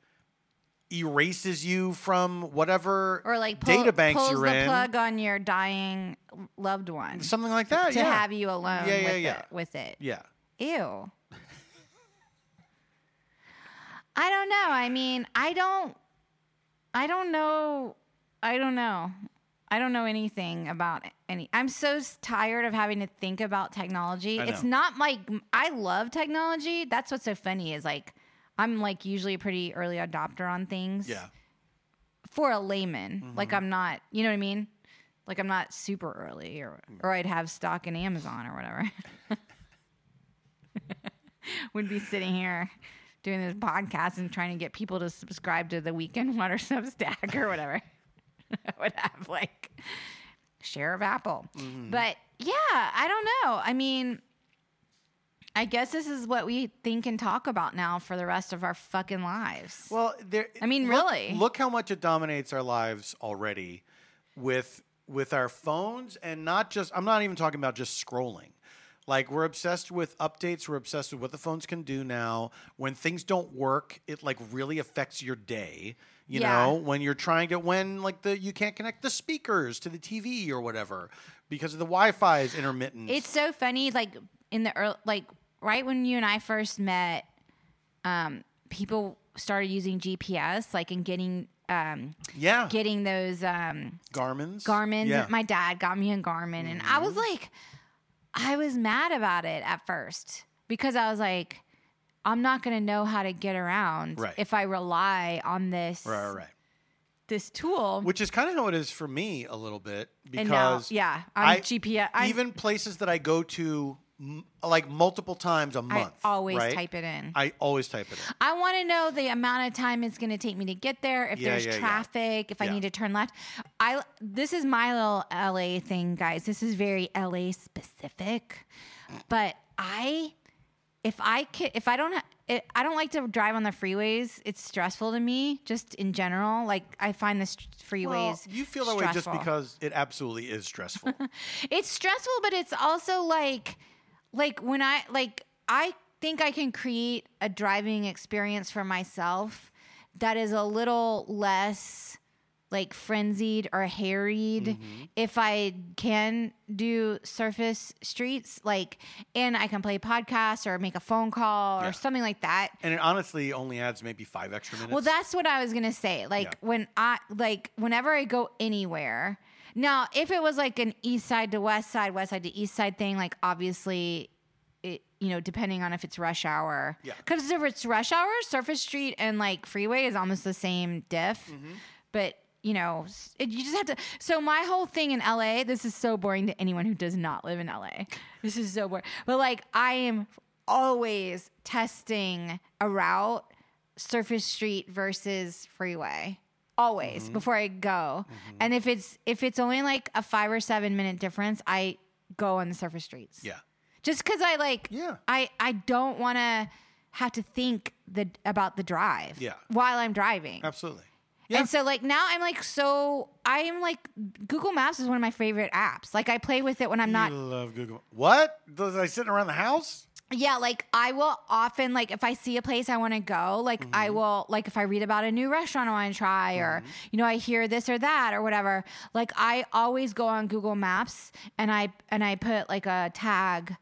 [SPEAKER 1] erases you from whatever
[SPEAKER 2] or like pull,
[SPEAKER 1] data banks
[SPEAKER 2] pulls
[SPEAKER 1] you're
[SPEAKER 2] the
[SPEAKER 1] in.
[SPEAKER 2] plug on your dying loved one
[SPEAKER 1] Something like that.
[SPEAKER 2] to
[SPEAKER 1] yeah.
[SPEAKER 2] have you alone
[SPEAKER 1] Yeah, yeah,
[SPEAKER 2] with,
[SPEAKER 1] yeah.
[SPEAKER 2] It, with it.
[SPEAKER 1] Yeah.
[SPEAKER 2] Ew. I don't know. I mean, I don't I don't know. I don't know. I don't know anything about any. I'm so s- tired of having to think about technology.
[SPEAKER 1] I
[SPEAKER 2] It's
[SPEAKER 1] know.
[SPEAKER 2] not like I love technology. That's what's so funny is like I'm like usually a pretty early adopter on things.
[SPEAKER 1] Yeah.
[SPEAKER 2] for a layman. Like I'm not, you know what I mean? Like I'm not super early or or I'd have stock in Amazon or whatever. (laughs) Would be sitting here doing this podcast and trying to get people to subscribe to the weekend water (laughs) substack or whatever. (laughs) I would have like share of Apple. But yeah, I don't know. I mean, I guess this is what we think and talk about now for the rest of our fucking lives.
[SPEAKER 1] Well, there.
[SPEAKER 2] I mean,
[SPEAKER 1] look-
[SPEAKER 2] really.
[SPEAKER 1] Look how much it dominates our lives already, with with our phones, and not just. I'm not even talking about just scrolling. Like we're obsessed with updates. We're obsessed with what the phones can do now. When things don't work, it like really affects your day. You
[SPEAKER 2] Yeah.
[SPEAKER 1] know, when you're trying to when like the you can't connect the speakers to the TV or whatever because of the Wi-Fi is intermittent.
[SPEAKER 2] It's so funny, like in the early, like right when you and I first met, um, people started using GPS, like and getting um,
[SPEAKER 1] yeah,
[SPEAKER 2] getting those um,
[SPEAKER 1] Garmin's
[SPEAKER 2] Garmin's.
[SPEAKER 1] Yeah. Mm-hmm.
[SPEAKER 2] My dad got me a Garmin, and I was like, I was mad about it at first because I was like, I'm not gonna know how to get around
[SPEAKER 1] Right.
[SPEAKER 2] if I rely on this
[SPEAKER 1] right, right, right.
[SPEAKER 2] this tool.
[SPEAKER 1] Which is kind of how it is for me a little bit because
[SPEAKER 2] and now, yeah, I'm
[SPEAKER 1] I-
[SPEAKER 2] GPS. I'm,
[SPEAKER 1] even places that I go to m- like multiple times a
[SPEAKER 2] I
[SPEAKER 1] month.
[SPEAKER 2] always
[SPEAKER 1] right?
[SPEAKER 2] type it in.
[SPEAKER 1] I always type it. In.
[SPEAKER 2] I want to know the amount of time it's going to take me to get there. If
[SPEAKER 1] Yeah,
[SPEAKER 2] there's
[SPEAKER 1] yeah, yeah.
[SPEAKER 2] traffic, if I
[SPEAKER 1] Yeah.
[SPEAKER 2] need to turn left. I this is my little LA thing, guys. This is very LA specific, but I if I can, if I don't ha- it, I don't like to drive on the freeways. It's stressful to me, just in general. Like I find the st- freeways.
[SPEAKER 1] Well, you feel that way just
[SPEAKER 2] stressful
[SPEAKER 1] because it absolutely is
[SPEAKER 2] (laughs)
[SPEAKER 1] stressful.
[SPEAKER 2] it's stressful but it's also like like when i like i think i can create a driving experience for myself that is a little less like frenzied or harried if I can do surface streets, like, and I can play podcasts or make a phone call or
[SPEAKER 1] Yeah.
[SPEAKER 2] something like that.
[SPEAKER 1] And it honestly only adds maybe five extra minutes.
[SPEAKER 2] Well, that's what I was gonna say. Like
[SPEAKER 1] Yeah.
[SPEAKER 2] when I like whenever I go anywhere. Now, if it was like an east side to west side, west side to east side thing, like obviously, it you know depending on if it's rush hour.
[SPEAKER 1] Yeah.
[SPEAKER 2] Because if it's rush hour, surface street and like freeway is almost the same diff, but. You know, s- it, you just have to. So my whole thing in LA, this is so boring to anyone who does not live in LA. This is so boring. But like, I am always testing a route surface street versus freeway always before i go and if it's if it's only like a five or seven minute difference i go on the surface streets
[SPEAKER 1] yeah.
[SPEAKER 2] just because i like
[SPEAKER 1] Yeah.
[SPEAKER 2] i i don't want to have to think the about the drive
[SPEAKER 1] Yeah.
[SPEAKER 2] while i'm driving
[SPEAKER 1] Absolutely. Yeah.
[SPEAKER 2] and so like now i'm like so i am like google maps is one of my favorite apps like i play with it when i'm not
[SPEAKER 1] you love Google. What? Those I sitting around the house?
[SPEAKER 2] Yeah, like I will often like if I see a place I want to go, like I
[SPEAKER 1] Mm-hmm.
[SPEAKER 2] will like if I read about a new restaurant I want to try or you know I hear this or that or whatever, like I always go on Google Maps and I and I put like a tag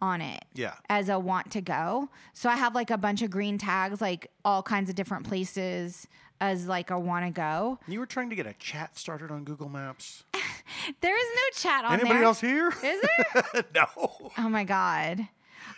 [SPEAKER 2] on it
[SPEAKER 1] Yeah.
[SPEAKER 2] as a want to go. So I have like a bunch of green tags like all kinds of different places as like a want to go.
[SPEAKER 1] You were trying to get a chat started on Google Maps.
[SPEAKER 2] There is no chat on
[SPEAKER 1] Anybody
[SPEAKER 2] there.
[SPEAKER 1] else here?
[SPEAKER 2] Is there?
[SPEAKER 1] (laughs) no.
[SPEAKER 2] oh my god.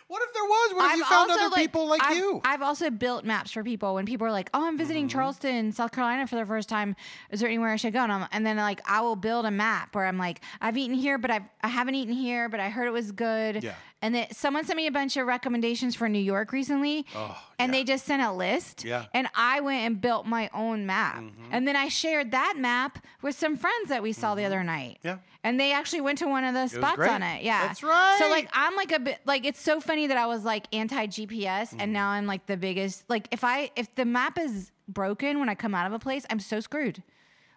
[SPEAKER 1] What if there was? What if you found other people like
[SPEAKER 2] I've,
[SPEAKER 1] you? Mm-hmm.
[SPEAKER 2] I've also built maps for people when people are like, "Oh, I'm visiting Charleston, South Carolina for the first time. Is there anywhere I should go?" And, I'm, and then like I will build a map where I'm like, "I've eaten here, but I've I haven't eaten here, but I heard it was good."
[SPEAKER 1] Yeah.
[SPEAKER 2] And then someone sent me a bunch of recommendations for New York recently,
[SPEAKER 1] Oh,
[SPEAKER 2] and
[SPEAKER 1] yeah.
[SPEAKER 2] they just sent a list.
[SPEAKER 1] Yeah. Mm-hmm.
[SPEAKER 2] And I went and built my own map, and then I shared that map with some friends that we saw the other night.
[SPEAKER 1] Mm-hmm. Yeah.
[SPEAKER 2] And they actually went to one of the
[SPEAKER 1] was
[SPEAKER 2] spots
[SPEAKER 1] great.
[SPEAKER 2] on it. Yeah.
[SPEAKER 1] That's
[SPEAKER 2] So
[SPEAKER 1] right.
[SPEAKER 2] like I'm like a bit like it's so funny that I was like anti GPS
[SPEAKER 1] Mm-hmm.
[SPEAKER 2] and now I'm like the biggest like if I if the map is broken when I come out of a place, I'm so screwed.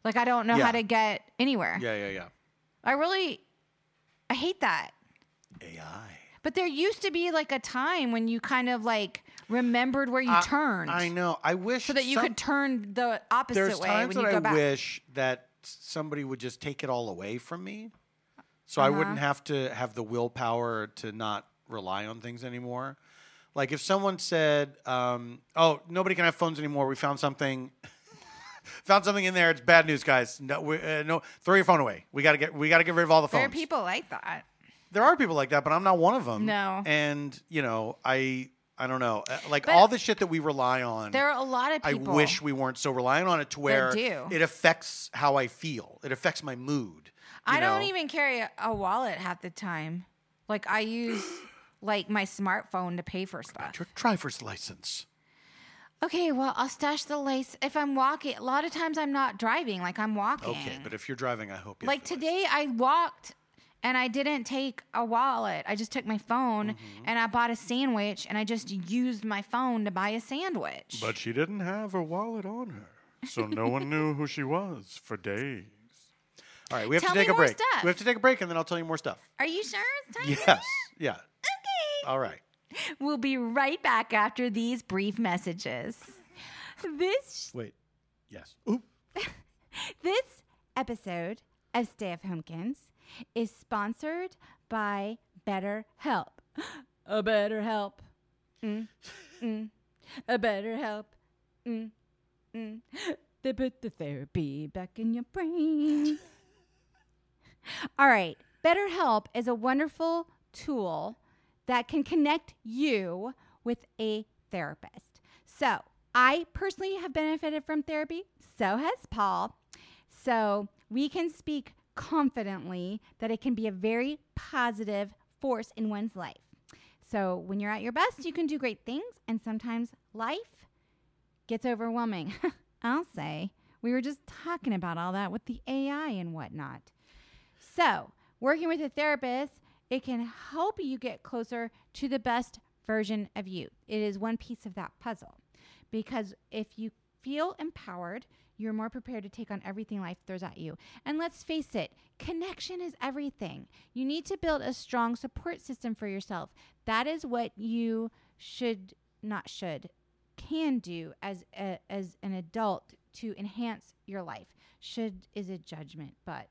[SPEAKER 2] Like I don't know
[SPEAKER 1] Yeah.
[SPEAKER 2] how to get anywhere.
[SPEAKER 1] yeah, yeah, yeah.
[SPEAKER 2] I really I hate that.
[SPEAKER 1] AI.
[SPEAKER 2] But there used to be like a time when you kind of like remembered where you
[SPEAKER 1] I-
[SPEAKER 2] turned
[SPEAKER 1] I know. I wish
[SPEAKER 2] so that you
[SPEAKER 1] some-
[SPEAKER 2] could turn the opposite
[SPEAKER 1] There's
[SPEAKER 2] way
[SPEAKER 1] times
[SPEAKER 2] when you
[SPEAKER 1] that
[SPEAKER 2] go
[SPEAKER 1] I
[SPEAKER 2] back.
[SPEAKER 1] wish that somebody would just take it all away from me, so I wouldn't
[SPEAKER 2] Uh-huh.
[SPEAKER 1] have to have the willpower to not rely on things anymore. Like if someone said, um, "Oh, nobody can have phones anymore. We found something." (laughs) Found something in there. It's bad news, guys. No, we, uh, no, throw your phone away. We gotta get, we gotta get rid of all the phones
[SPEAKER 2] There are people like that.
[SPEAKER 1] there are people like that, but I'm not one of them.
[SPEAKER 2] No.
[SPEAKER 1] And you know, I I don't know, Uh, like all the shit that we rely on.
[SPEAKER 2] There are a lot of
[SPEAKER 1] I
[SPEAKER 2] people.
[SPEAKER 1] wish we weren't so reliant on it to where
[SPEAKER 2] do.
[SPEAKER 1] it affects how I feel. It affects my mood. you
[SPEAKER 2] I don't
[SPEAKER 1] know?
[SPEAKER 2] even carry a, a wallet half the time. Like I
[SPEAKER 1] (gasps)
[SPEAKER 2] use like my smartphone to pay for stuff.
[SPEAKER 1] your driver's license.
[SPEAKER 2] Okay, well I'll stash the lace if I'm walking. A lot of times I'm not driving, like I'm walking.
[SPEAKER 1] Okay, but if you're driving, I hope you
[SPEAKER 2] like
[SPEAKER 1] have the
[SPEAKER 2] today I walked and I didn't take a wallet. I just took my phone
[SPEAKER 1] Mm-hmm.
[SPEAKER 2] and I bought a sandwich and I just used my phone to buy a sandwich.
[SPEAKER 1] license. But she didn't have her wallet on her, so no one knew who she was for days. All right, we have
[SPEAKER 2] Tell
[SPEAKER 1] to take
[SPEAKER 2] me
[SPEAKER 1] a
[SPEAKER 2] more
[SPEAKER 1] break.
[SPEAKER 2] stuff.
[SPEAKER 1] We have to take a break, and then I'll tell you more stuff.
[SPEAKER 2] Are you sure it's time?
[SPEAKER 1] Yes. Yeah. All right.
[SPEAKER 2] We'll be right back after these brief messages. This
[SPEAKER 1] Wait. Yes. Oop.
[SPEAKER 3] This episode of Stay of Homekins is sponsored by BetterHelp. (gasps) A better help. Mm, mm. A better help. Mm, mm. They put the therapy back in your brain. All right. BetterHelp is a wonderful tool that can connect you with a therapist. So, I personally have benefited from therapy, so has Paul. So, we can speak confidently that it can be a very positive force in one's life. So, when you're at your best, you can do great things, and sometimes life gets overwhelming. (laughs) I'll say. We were just talking about all that with the AI and whatnot. So, working with a therapist, it can help you get closer to the best version of you. It is one piece of that puzzle. Because if you feel empowered, you're more prepared to take on everything life throws at you. And let's face it, connection is everything. You need to build a strong support system for yourself. That is what you should not should can do as a, as an adult to enhance your life.
[SPEAKER 2] should is a judgment, but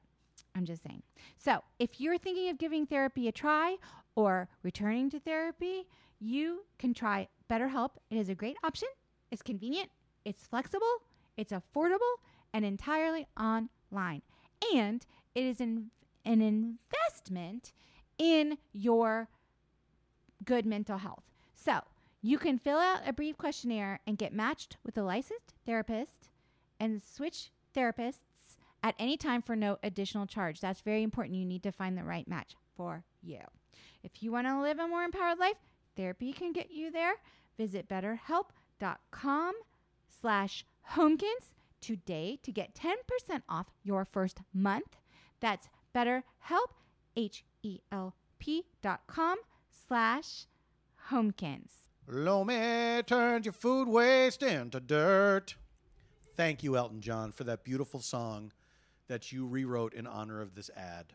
[SPEAKER 2] I'm just saying. So, if you're thinking of giving therapy a try or returning to therapy, you can try BetterHelp. It is a great option. It's convenient, it's flexible, it's affordable, and entirely online. And it is an, an investment in your good mental health. So, you can fill out a brief questionnaire and get matched with a licensed therapist and switch therapists at any time for no additional charge. That's very important. You need to find the right match for you. If you want to live a more empowered life, therapy can get you there. Visit betterhelp.com slash homekins today to get 10% off your first month. That's betterhelp, H-E-L-P dot com slash homekins.
[SPEAKER 1] Lomi turns your food waste into dirt. Thank you, Elton John, for that beautiful song that you rewrote in honor of this ad.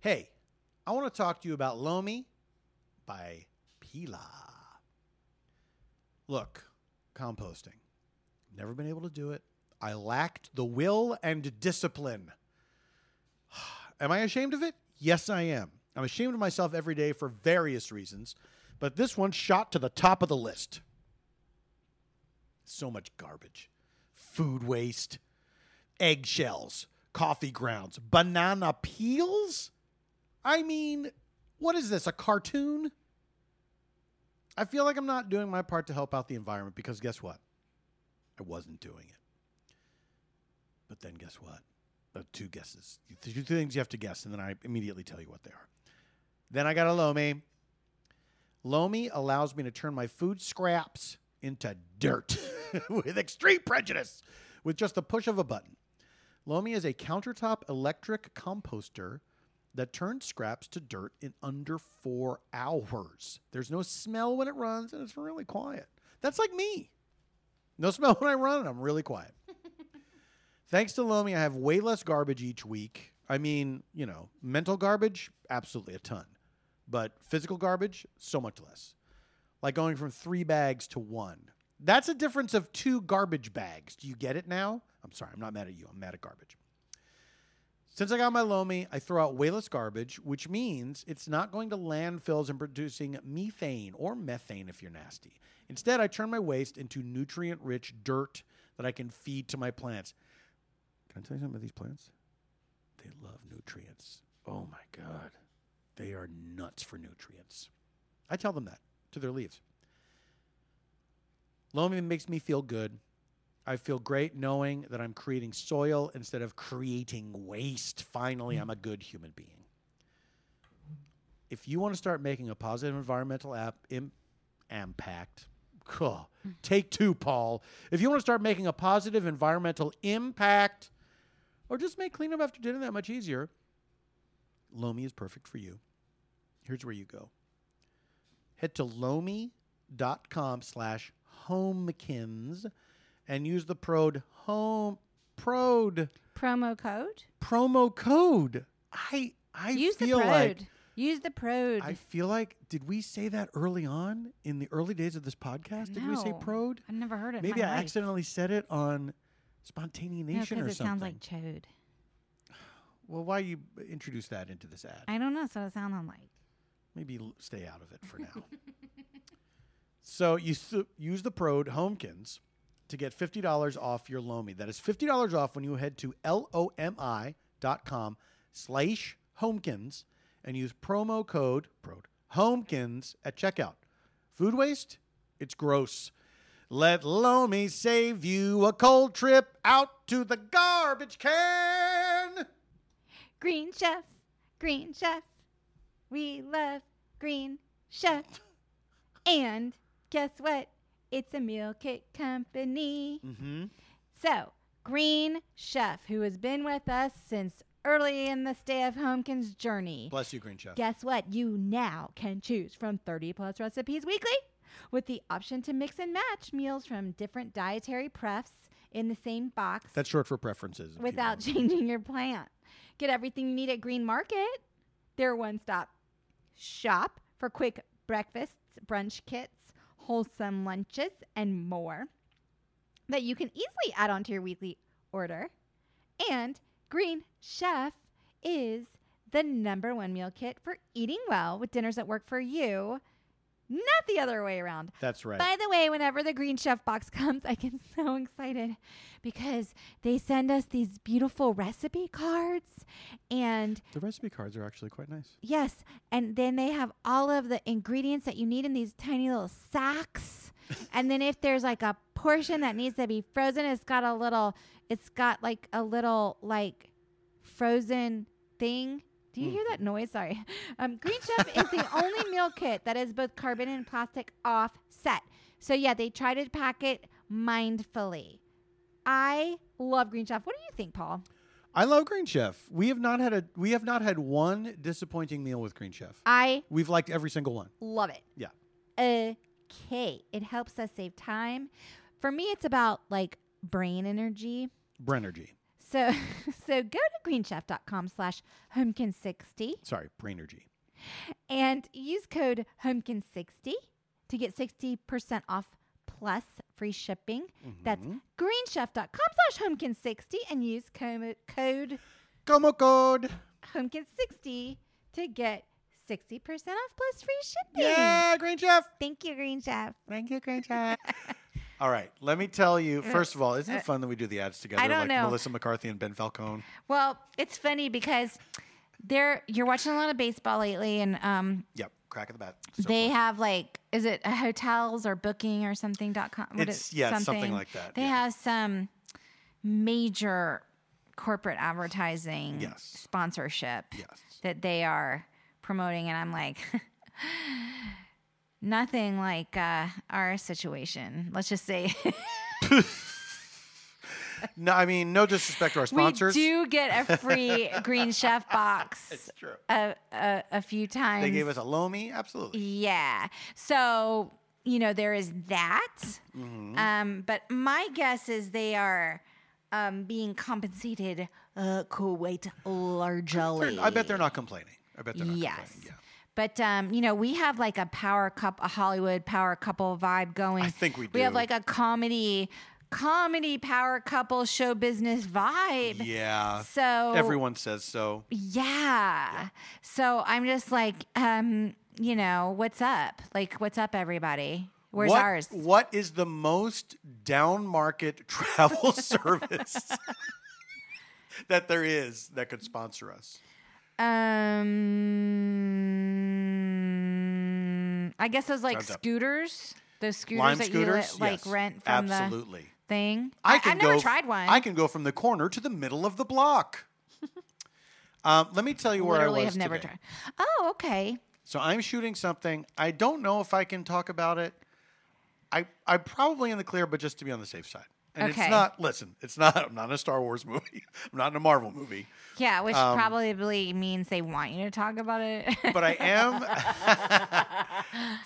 [SPEAKER 1] Hey, I want to talk to you about Lomi by Pila. Look, composting. Never been able to do it. I lacked the will and discipline. am I ashamed of it? Yes, I am. I'm ashamed of myself every day for various reasons, but this one shot to the top of the list. So much garbage food waste, eggshells, coffee grounds, banana peels. I mean, what is this, a cartoon? I feel like I'm not doing my part to help out the environment because guess what? I wasn't doing it. But then guess what? Uh, two guesses. Th- Two things you have to guess, and then I immediately tell you what they are. Then I got a Lomi. Lomi allows me to turn my food scraps into dirt (laughs) with extreme prejudice with just the push of a button. Lomi is a countertop electric composter that turns scraps to dirt in under four hours. There's no smell when it runs, and it's really quiet. That's like me. No (laughs) smell when I run, and I'm really quiet. Thanks to Lomi, I have way less garbage each week. I mean, you know, mental garbage, absolutely a ton. But physical garbage, so much less. Like going from three bags to one. That's a difference of two garbage bags. Do you get it now? I'm sorry, I'm not mad at you. I'm mad at garbage. Since I got my Lomi, I throw out way less garbage, which means it's not going to landfills and producing methane or methane if you're nasty. Instead, I turn my waste into nutrient rich dirt that I can feed to my plants. Can I tell you something about these plants? They love nutrients. Oh my God. They are nuts for nutrients. I tell them that to their leaves. Loamy makes me feel good. I feel great knowing that I'm creating soil instead of creating waste. Finally, I'm a good human being. If you want to start making a positive environmental app, im- impact, Cool. Take two, Paul. If you want to start making a positive environmental impact or just make cleanup after dinner that much easier, Lomi is perfect for you. Here's where you go. Head to lomi.com slash homekins and use the prod home prod
[SPEAKER 2] Promo code?
[SPEAKER 1] promo code. I I
[SPEAKER 2] Use the
[SPEAKER 1] feel
[SPEAKER 2] prode.
[SPEAKER 1] like
[SPEAKER 2] Use the prode.
[SPEAKER 1] I feel like did we say that early on in the early days of this podcast? Did we say
[SPEAKER 4] No.
[SPEAKER 1] prode?
[SPEAKER 4] I've never heard it. in
[SPEAKER 1] Maybe
[SPEAKER 4] my
[SPEAKER 1] I
[SPEAKER 4] life.
[SPEAKER 1] accidentally said it on Spontaneous
[SPEAKER 2] no,
[SPEAKER 1] Nation
[SPEAKER 2] because
[SPEAKER 1] or
[SPEAKER 2] it
[SPEAKER 1] something.
[SPEAKER 2] sounds like chode.
[SPEAKER 1] well, why you introduce that into this ad?
[SPEAKER 4] I don't know. So it sounded like.
[SPEAKER 1] Maybe l- stay out of it for now. (laughs) so you su- use the prode Homekins to get fifty dollars off your Lomi. That is fifty dollars off when you head to l o m i dot com slash Homekins and use promo code prode Homekins at checkout. Food waste? It's gross. Let Lomi save you a cold trip out to the garbage can.
[SPEAKER 2] Green Chef, Green Chef. We love Green Chef. And guess what? It's a meal kit company.
[SPEAKER 1] Mm-hmm.
[SPEAKER 2] So, Green Chef, who has been with us since early in the Stay of Homekins journey.
[SPEAKER 1] Bless you, Green Chef.
[SPEAKER 2] Guess what? You now can choose from 30 plus recipes weekly with the option to mix and match meals from different dietary prefs in the same box
[SPEAKER 1] That's short for preferences. if you
[SPEAKER 2] without
[SPEAKER 1] will.
[SPEAKER 2] changing your plan. Get everything you need at Green Market. Their one stop shop for quick breakfasts, brunch kits, wholesome lunches, and more that you can easily add onto your weekly order.
[SPEAKER 3] And Green Chef is the number one meal kit for eating well with dinners that work for you, not the other way around.
[SPEAKER 1] That's right.
[SPEAKER 3] By the way, whenever the Green Chef box (laughs) comes, I get so excited because they send us these beautiful recipe cards and
[SPEAKER 1] the recipe cards are actually quite nice.
[SPEAKER 3] Yes. And then they have all of the ingredients that you need in these tiny little sacks. and then if there's like a portion that needs to be frozen, it's got a little, it's got like a little like frozen thing. Do you hear that noise? Sorry. Um, Green Chef is the only meal kit that is both carbon and plastic offset. So yeah, they try to pack it mindfully. I love Green Chef. What do you think, Paul?
[SPEAKER 1] I love Green Chef. We have not had a we have not had one disappointing meal with Green Chef.
[SPEAKER 3] I
[SPEAKER 1] We've liked every single one.
[SPEAKER 3] love it.
[SPEAKER 1] Yeah.
[SPEAKER 3] okay. It helps us save time. For me, it's about like brain energy.
[SPEAKER 1] Brenergy.
[SPEAKER 3] So (laughs) so go to greenchef.com slash homkin60
[SPEAKER 1] Sorry, Brainergy.
[SPEAKER 3] and use code homkin60 to get 60% off plus free shipping. That's greenchef.com slash homkin60 and use com- code
[SPEAKER 1] Como code.
[SPEAKER 3] homkin60 to get 60% off plus free shipping.
[SPEAKER 1] Yeah, Green
[SPEAKER 2] (laughs)
[SPEAKER 1] Chef.
[SPEAKER 3] Thank you, Green Chef.
[SPEAKER 1] Thank you, Green Chef. All right, let me tell you. First of all, isn't it fun that we do the ads together,
[SPEAKER 2] Uh, I don't
[SPEAKER 1] like
[SPEAKER 2] know.
[SPEAKER 1] Melissa McCarthy and Ben Falcone?
[SPEAKER 2] Well, it's funny because they're you're watching a lot of baseball lately, and um,
[SPEAKER 1] Yep, crack of the bat. So
[SPEAKER 2] they
[SPEAKER 1] fun.
[SPEAKER 2] have like is it a hotels or booking or something dot com? what
[SPEAKER 1] It's-
[SPEAKER 2] is-
[SPEAKER 1] yeah, it's something like that,
[SPEAKER 2] They
[SPEAKER 1] yeah.
[SPEAKER 2] have some major corporate advertising
[SPEAKER 1] Yes.
[SPEAKER 2] sponsorship
[SPEAKER 1] Yes.
[SPEAKER 2] that they are promoting, and I'm like. (laughs) Nothing like uh, our situation. Let's just say (laughs)
[SPEAKER 1] no, I mean, no disrespect to our sponsors.
[SPEAKER 2] we do get a
[SPEAKER 1] (laughs)
[SPEAKER 2] free Green Chef box
[SPEAKER 1] True.
[SPEAKER 2] a, a, a few times.
[SPEAKER 1] They gave us a Lomi, absolutely.
[SPEAKER 2] Yeah. So, you know, there is that.
[SPEAKER 1] Mm-hmm.
[SPEAKER 2] Um, but my guess is they are um, being compensated uh, quite largely.
[SPEAKER 1] I bet they're not complaining. I bet they're not
[SPEAKER 2] Yes.
[SPEAKER 1] complaining. Yeah.
[SPEAKER 2] But um, you know, we have like a power cup, a Hollywood power couple vibe going.
[SPEAKER 1] I think we
[SPEAKER 2] We have
[SPEAKER 1] do.
[SPEAKER 2] like a comedy, comedy power couple show business vibe.
[SPEAKER 1] Yeah.
[SPEAKER 2] So
[SPEAKER 1] Everyone says so.
[SPEAKER 2] yeah. So I'm just like, um, you know, what's up? Like, what's up, everybody? Where's
[SPEAKER 1] what,
[SPEAKER 2] ours?
[SPEAKER 1] What is the most down
[SPEAKER 2] (laughs)
[SPEAKER 1] market (laughs) travel service that there is that could sponsor us?
[SPEAKER 2] Um, I guess those like
[SPEAKER 1] Time's up.
[SPEAKER 2] scooters, those scooters
[SPEAKER 1] Lime
[SPEAKER 2] that
[SPEAKER 1] scooters?
[SPEAKER 2] you li- like
[SPEAKER 1] Yes.
[SPEAKER 2] rent from the
[SPEAKER 1] Absolutely.
[SPEAKER 2] thing.
[SPEAKER 1] I can
[SPEAKER 2] have
[SPEAKER 1] go,
[SPEAKER 2] never tried one.
[SPEAKER 1] I can go from the corner to the middle of
[SPEAKER 2] (laughs)
[SPEAKER 1] the block. um, let me tell you where
[SPEAKER 2] literally
[SPEAKER 1] I was
[SPEAKER 2] have never
[SPEAKER 1] today.
[SPEAKER 2] tried. Oh, okay.
[SPEAKER 1] So I'm shooting something. I don't know if I can talk about it. I I'm probably in the clear, but just to be on the safe side. And
[SPEAKER 2] Okay.
[SPEAKER 1] it's not. Listen, it's not. I'm not in a Star Wars movie. (laughs) I'm not in a Marvel movie.
[SPEAKER 2] Yeah, which
[SPEAKER 1] Um,
[SPEAKER 2] probably means they want you to talk about it. (laughs)
[SPEAKER 1] But I am.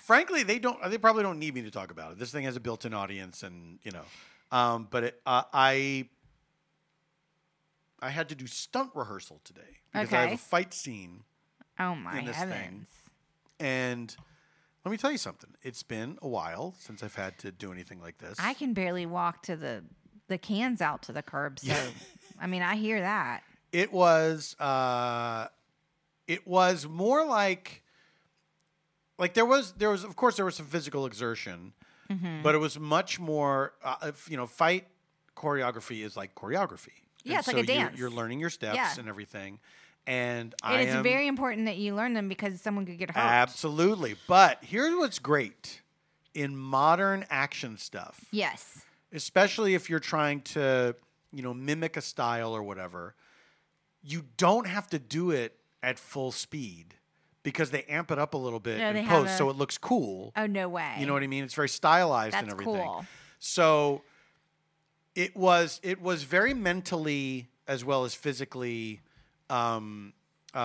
[SPEAKER 1] frankly, they don't. They probably don't need me to talk about it. This thing has a built-in audience, and you know. Um, but it, uh, I I had to do stunt rehearsal today because I have
[SPEAKER 2] Okay.
[SPEAKER 1] a fight scene.
[SPEAKER 2] oh my
[SPEAKER 1] in this thing.
[SPEAKER 2] heavens!
[SPEAKER 1] And let me tell you something. It's been a while since I've had to do anything like this.
[SPEAKER 2] I can barely walk to the the cans out to the curb. So, I mean, I hear that.
[SPEAKER 1] It was uh, it was more like like there was there was of course there was some physical exertion,
[SPEAKER 2] Mm-hmm.
[SPEAKER 1] but it was much more uh, if, you know fight choreography is like choreography.
[SPEAKER 2] Yeah,
[SPEAKER 1] And
[SPEAKER 2] it's like
[SPEAKER 1] so
[SPEAKER 2] a
[SPEAKER 1] you're-
[SPEAKER 2] dance.
[SPEAKER 1] You're, learning your steps
[SPEAKER 2] Yeah.
[SPEAKER 1] and everything, and I
[SPEAKER 2] And it's
[SPEAKER 1] am
[SPEAKER 2] very important that you learn them because someone could get hurt.
[SPEAKER 1] absolutely. But here's what's great in modern action stuff.
[SPEAKER 2] yes.
[SPEAKER 1] especially if you're trying to, you know, mimic a style or whatever, you don't have to do it at full speed because they amp it up a little bit
[SPEAKER 2] Yeah, they
[SPEAKER 1] in
[SPEAKER 2] have
[SPEAKER 1] post
[SPEAKER 2] a-
[SPEAKER 1] so it looks cool.
[SPEAKER 2] Oh no way.
[SPEAKER 1] You know what I mean? It's very stylized and
[SPEAKER 2] That's
[SPEAKER 1] everything.
[SPEAKER 2] cool.
[SPEAKER 1] So it was it was very mentally as well as physically um, uh,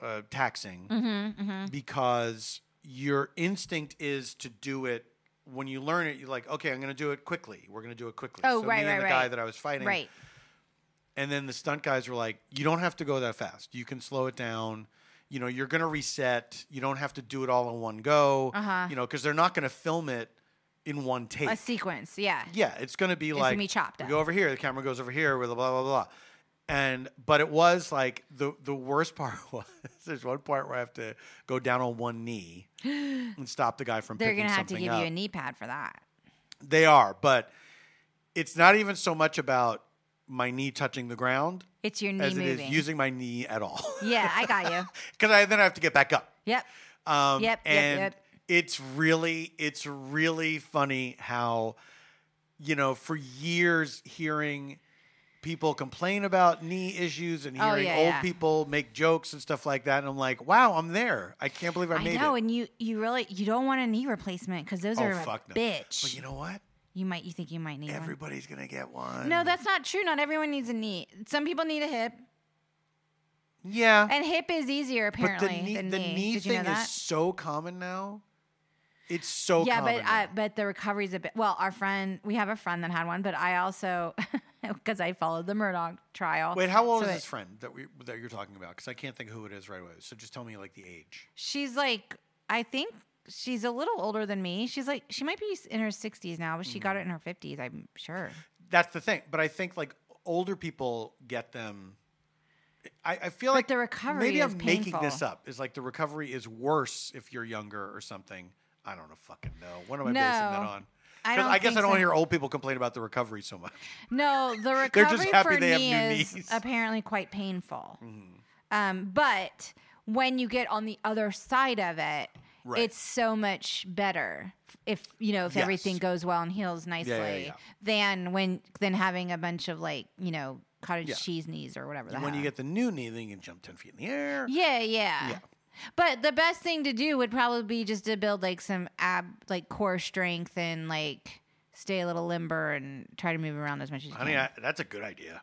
[SPEAKER 1] uh, taxing
[SPEAKER 2] Mm-hmm,
[SPEAKER 1] because your instinct is to do it when you learn it. You're like, okay, I'm going to do it quickly. We're going to do it quickly.
[SPEAKER 2] Oh,
[SPEAKER 1] so
[SPEAKER 2] right,
[SPEAKER 1] me and
[SPEAKER 2] right,
[SPEAKER 1] the guy
[SPEAKER 2] right.
[SPEAKER 1] that I was fighting,
[SPEAKER 2] Right.
[SPEAKER 1] and then the stunt guys were like, "You don't have to go that fast. You can slow it down. You know, you're gonna reset. You don't have to do it all in one go.
[SPEAKER 2] Uh-huh.
[SPEAKER 1] You know, because they're not gonna film it in one take.
[SPEAKER 2] A sequence. Yeah.
[SPEAKER 1] yeah, it's gonna be
[SPEAKER 2] gonna
[SPEAKER 1] like
[SPEAKER 2] be chopped
[SPEAKER 1] we
[SPEAKER 2] up.
[SPEAKER 1] go over here. The camera goes over here. With blah blah blah. And but it was like the the worst (laughs) part was there's one part where I have to go down on
[SPEAKER 2] (gasps)
[SPEAKER 1] one knee and stop the guy from
[SPEAKER 2] They're
[SPEAKER 1] picking
[SPEAKER 2] gonna have to
[SPEAKER 1] something
[SPEAKER 2] give
[SPEAKER 1] up.
[SPEAKER 2] you a knee pad for that.
[SPEAKER 1] They are, but it's not even so much about my knee touching the ground
[SPEAKER 2] It's your knee
[SPEAKER 1] as
[SPEAKER 2] moving.
[SPEAKER 1] it is using my knee at all.
[SPEAKER 2] (laughs)
[SPEAKER 1] (laughs)
[SPEAKER 2] yeah, I got you.
[SPEAKER 1] Because I then I have to get back up.
[SPEAKER 2] Yep.
[SPEAKER 1] Um,
[SPEAKER 2] Yep, yep,
[SPEAKER 1] and
[SPEAKER 2] yep.
[SPEAKER 1] it's really, it's really funny how, you know, for years hearing people complain about knee issues and
[SPEAKER 2] Oh,
[SPEAKER 1] hearing
[SPEAKER 2] yeah,
[SPEAKER 1] old
[SPEAKER 2] yeah.
[SPEAKER 1] people make jokes and stuff like that, and I'm like, wow, I'm there. I can't believe I,
[SPEAKER 2] I
[SPEAKER 1] made
[SPEAKER 2] know,
[SPEAKER 1] it.
[SPEAKER 2] and you you really you don't want a knee replacement because those
[SPEAKER 1] Oh,
[SPEAKER 2] are a
[SPEAKER 1] fuck no.
[SPEAKER 2] bitch.
[SPEAKER 1] But
[SPEAKER 2] you,
[SPEAKER 1] you
[SPEAKER 2] (laughs)
[SPEAKER 1] know what?
[SPEAKER 2] might you think you might need one.
[SPEAKER 1] Everybody's gonna get one.
[SPEAKER 2] No, that's not true. Not everyone needs a knee. Some people need a hip,
[SPEAKER 1] yeah.
[SPEAKER 2] and hip is easier
[SPEAKER 1] but
[SPEAKER 2] apparently
[SPEAKER 1] the knee,
[SPEAKER 2] than
[SPEAKER 1] the
[SPEAKER 2] knee.
[SPEAKER 1] knee
[SPEAKER 2] Did you
[SPEAKER 1] thing
[SPEAKER 2] know that?
[SPEAKER 1] is so common now. It's so
[SPEAKER 2] yeah,
[SPEAKER 1] common.
[SPEAKER 2] but uh,
[SPEAKER 1] now.
[SPEAKER 2] but the recovery's a bit. Well, our friend, we have a friend that had one, but I also (laughs) because I followed the Murdoch trial.
[SPEAKER 1] Wait, how old
[SPEAKER 2] so
[SPEAKER 1] is
[SPEAKER 2] it-
[SPEAKER 1] this friend that we that you're talking about? Because I can't think of who it is right away. So just tell me like the age.
[SPEAKER 2] She's like, I think she's a little older than me. She's like, she might be in her sixties now, but she
[SPEAKER 1] Mm.
[SPEAKER 2] got it in her fifties. I'm sure.
[SPEAKER 1] That's the thing. But I think like older people get them. I, I feel
[SPEAKER 2] But
[SPEAKER 1] like
[SPEAKER 2] the recovery
[SPEAKER 1] Maybe
[SPEAKER 2] is
[SPEAKER 1] I'm making this
[SPEAKER 2] painful.
[SPEAKER 1] up. Is like the recovery is worse if you're younger or something. I don't know, fucking know. What am I
[SPEAKER 2] No.
[SPEAKER 1] basing that on?
[SPEAKER 2] I
[SPEAKER 1] 'Cause
[SPEAKER 2] don't
[SPEAKER 1] I guess
[SPEAKER 2] think
[SPEAKER 1] I don't
[SPEAKER 2] so.
[SPEAKER 1] want to hear old people complain about the recovery so much.
[SPEAKER 2] No, the
[SPEAKER 1] (laughs) They're
[SPEAKER 2] recovery
[SPEAKER 1] just happy
[SPEAKER 2] for
[SPEAKER 1] they have
[SPEAKER 2] knee
[SPEAKER 1] new
[SPEAKER 2] is
[SPEAKER 1] knees. Mm-hmm.
[SPEAKER 2] apparently quite painful. Um, but when you get on the other side of it,
[SPEAKER 1] Right.
[SPEAKER 2] it's so much better if you know if
[SPEAKER 1] Yes.
[SPEAKER 2] everything goes well and heals nicely
[SPEAKER 1] yeah.
[SPEAKER 2] than when than having a bunch of like you know cottage
[SPEAKER 1] Yeah.
[SPEAKER 2] cheese knees or whatever. The
[SPEAKER 1] when you
[SPEAKER 2] hell.
[SPEAKER 1] get the new knee, then you can jump ten feet in the air.
[SPEAKER 2] yeah, yeah,
[SPEAKER 1] Yeah.
[SPEAKER 2] But the best thing to do would probably be just to build like some ab like core strength and like stay a little limber and try to move around as much as you
[SPEAKER 1] I mean,
[SPEAKER 2] can.
[SPEAKER 1] I, that's a good idea.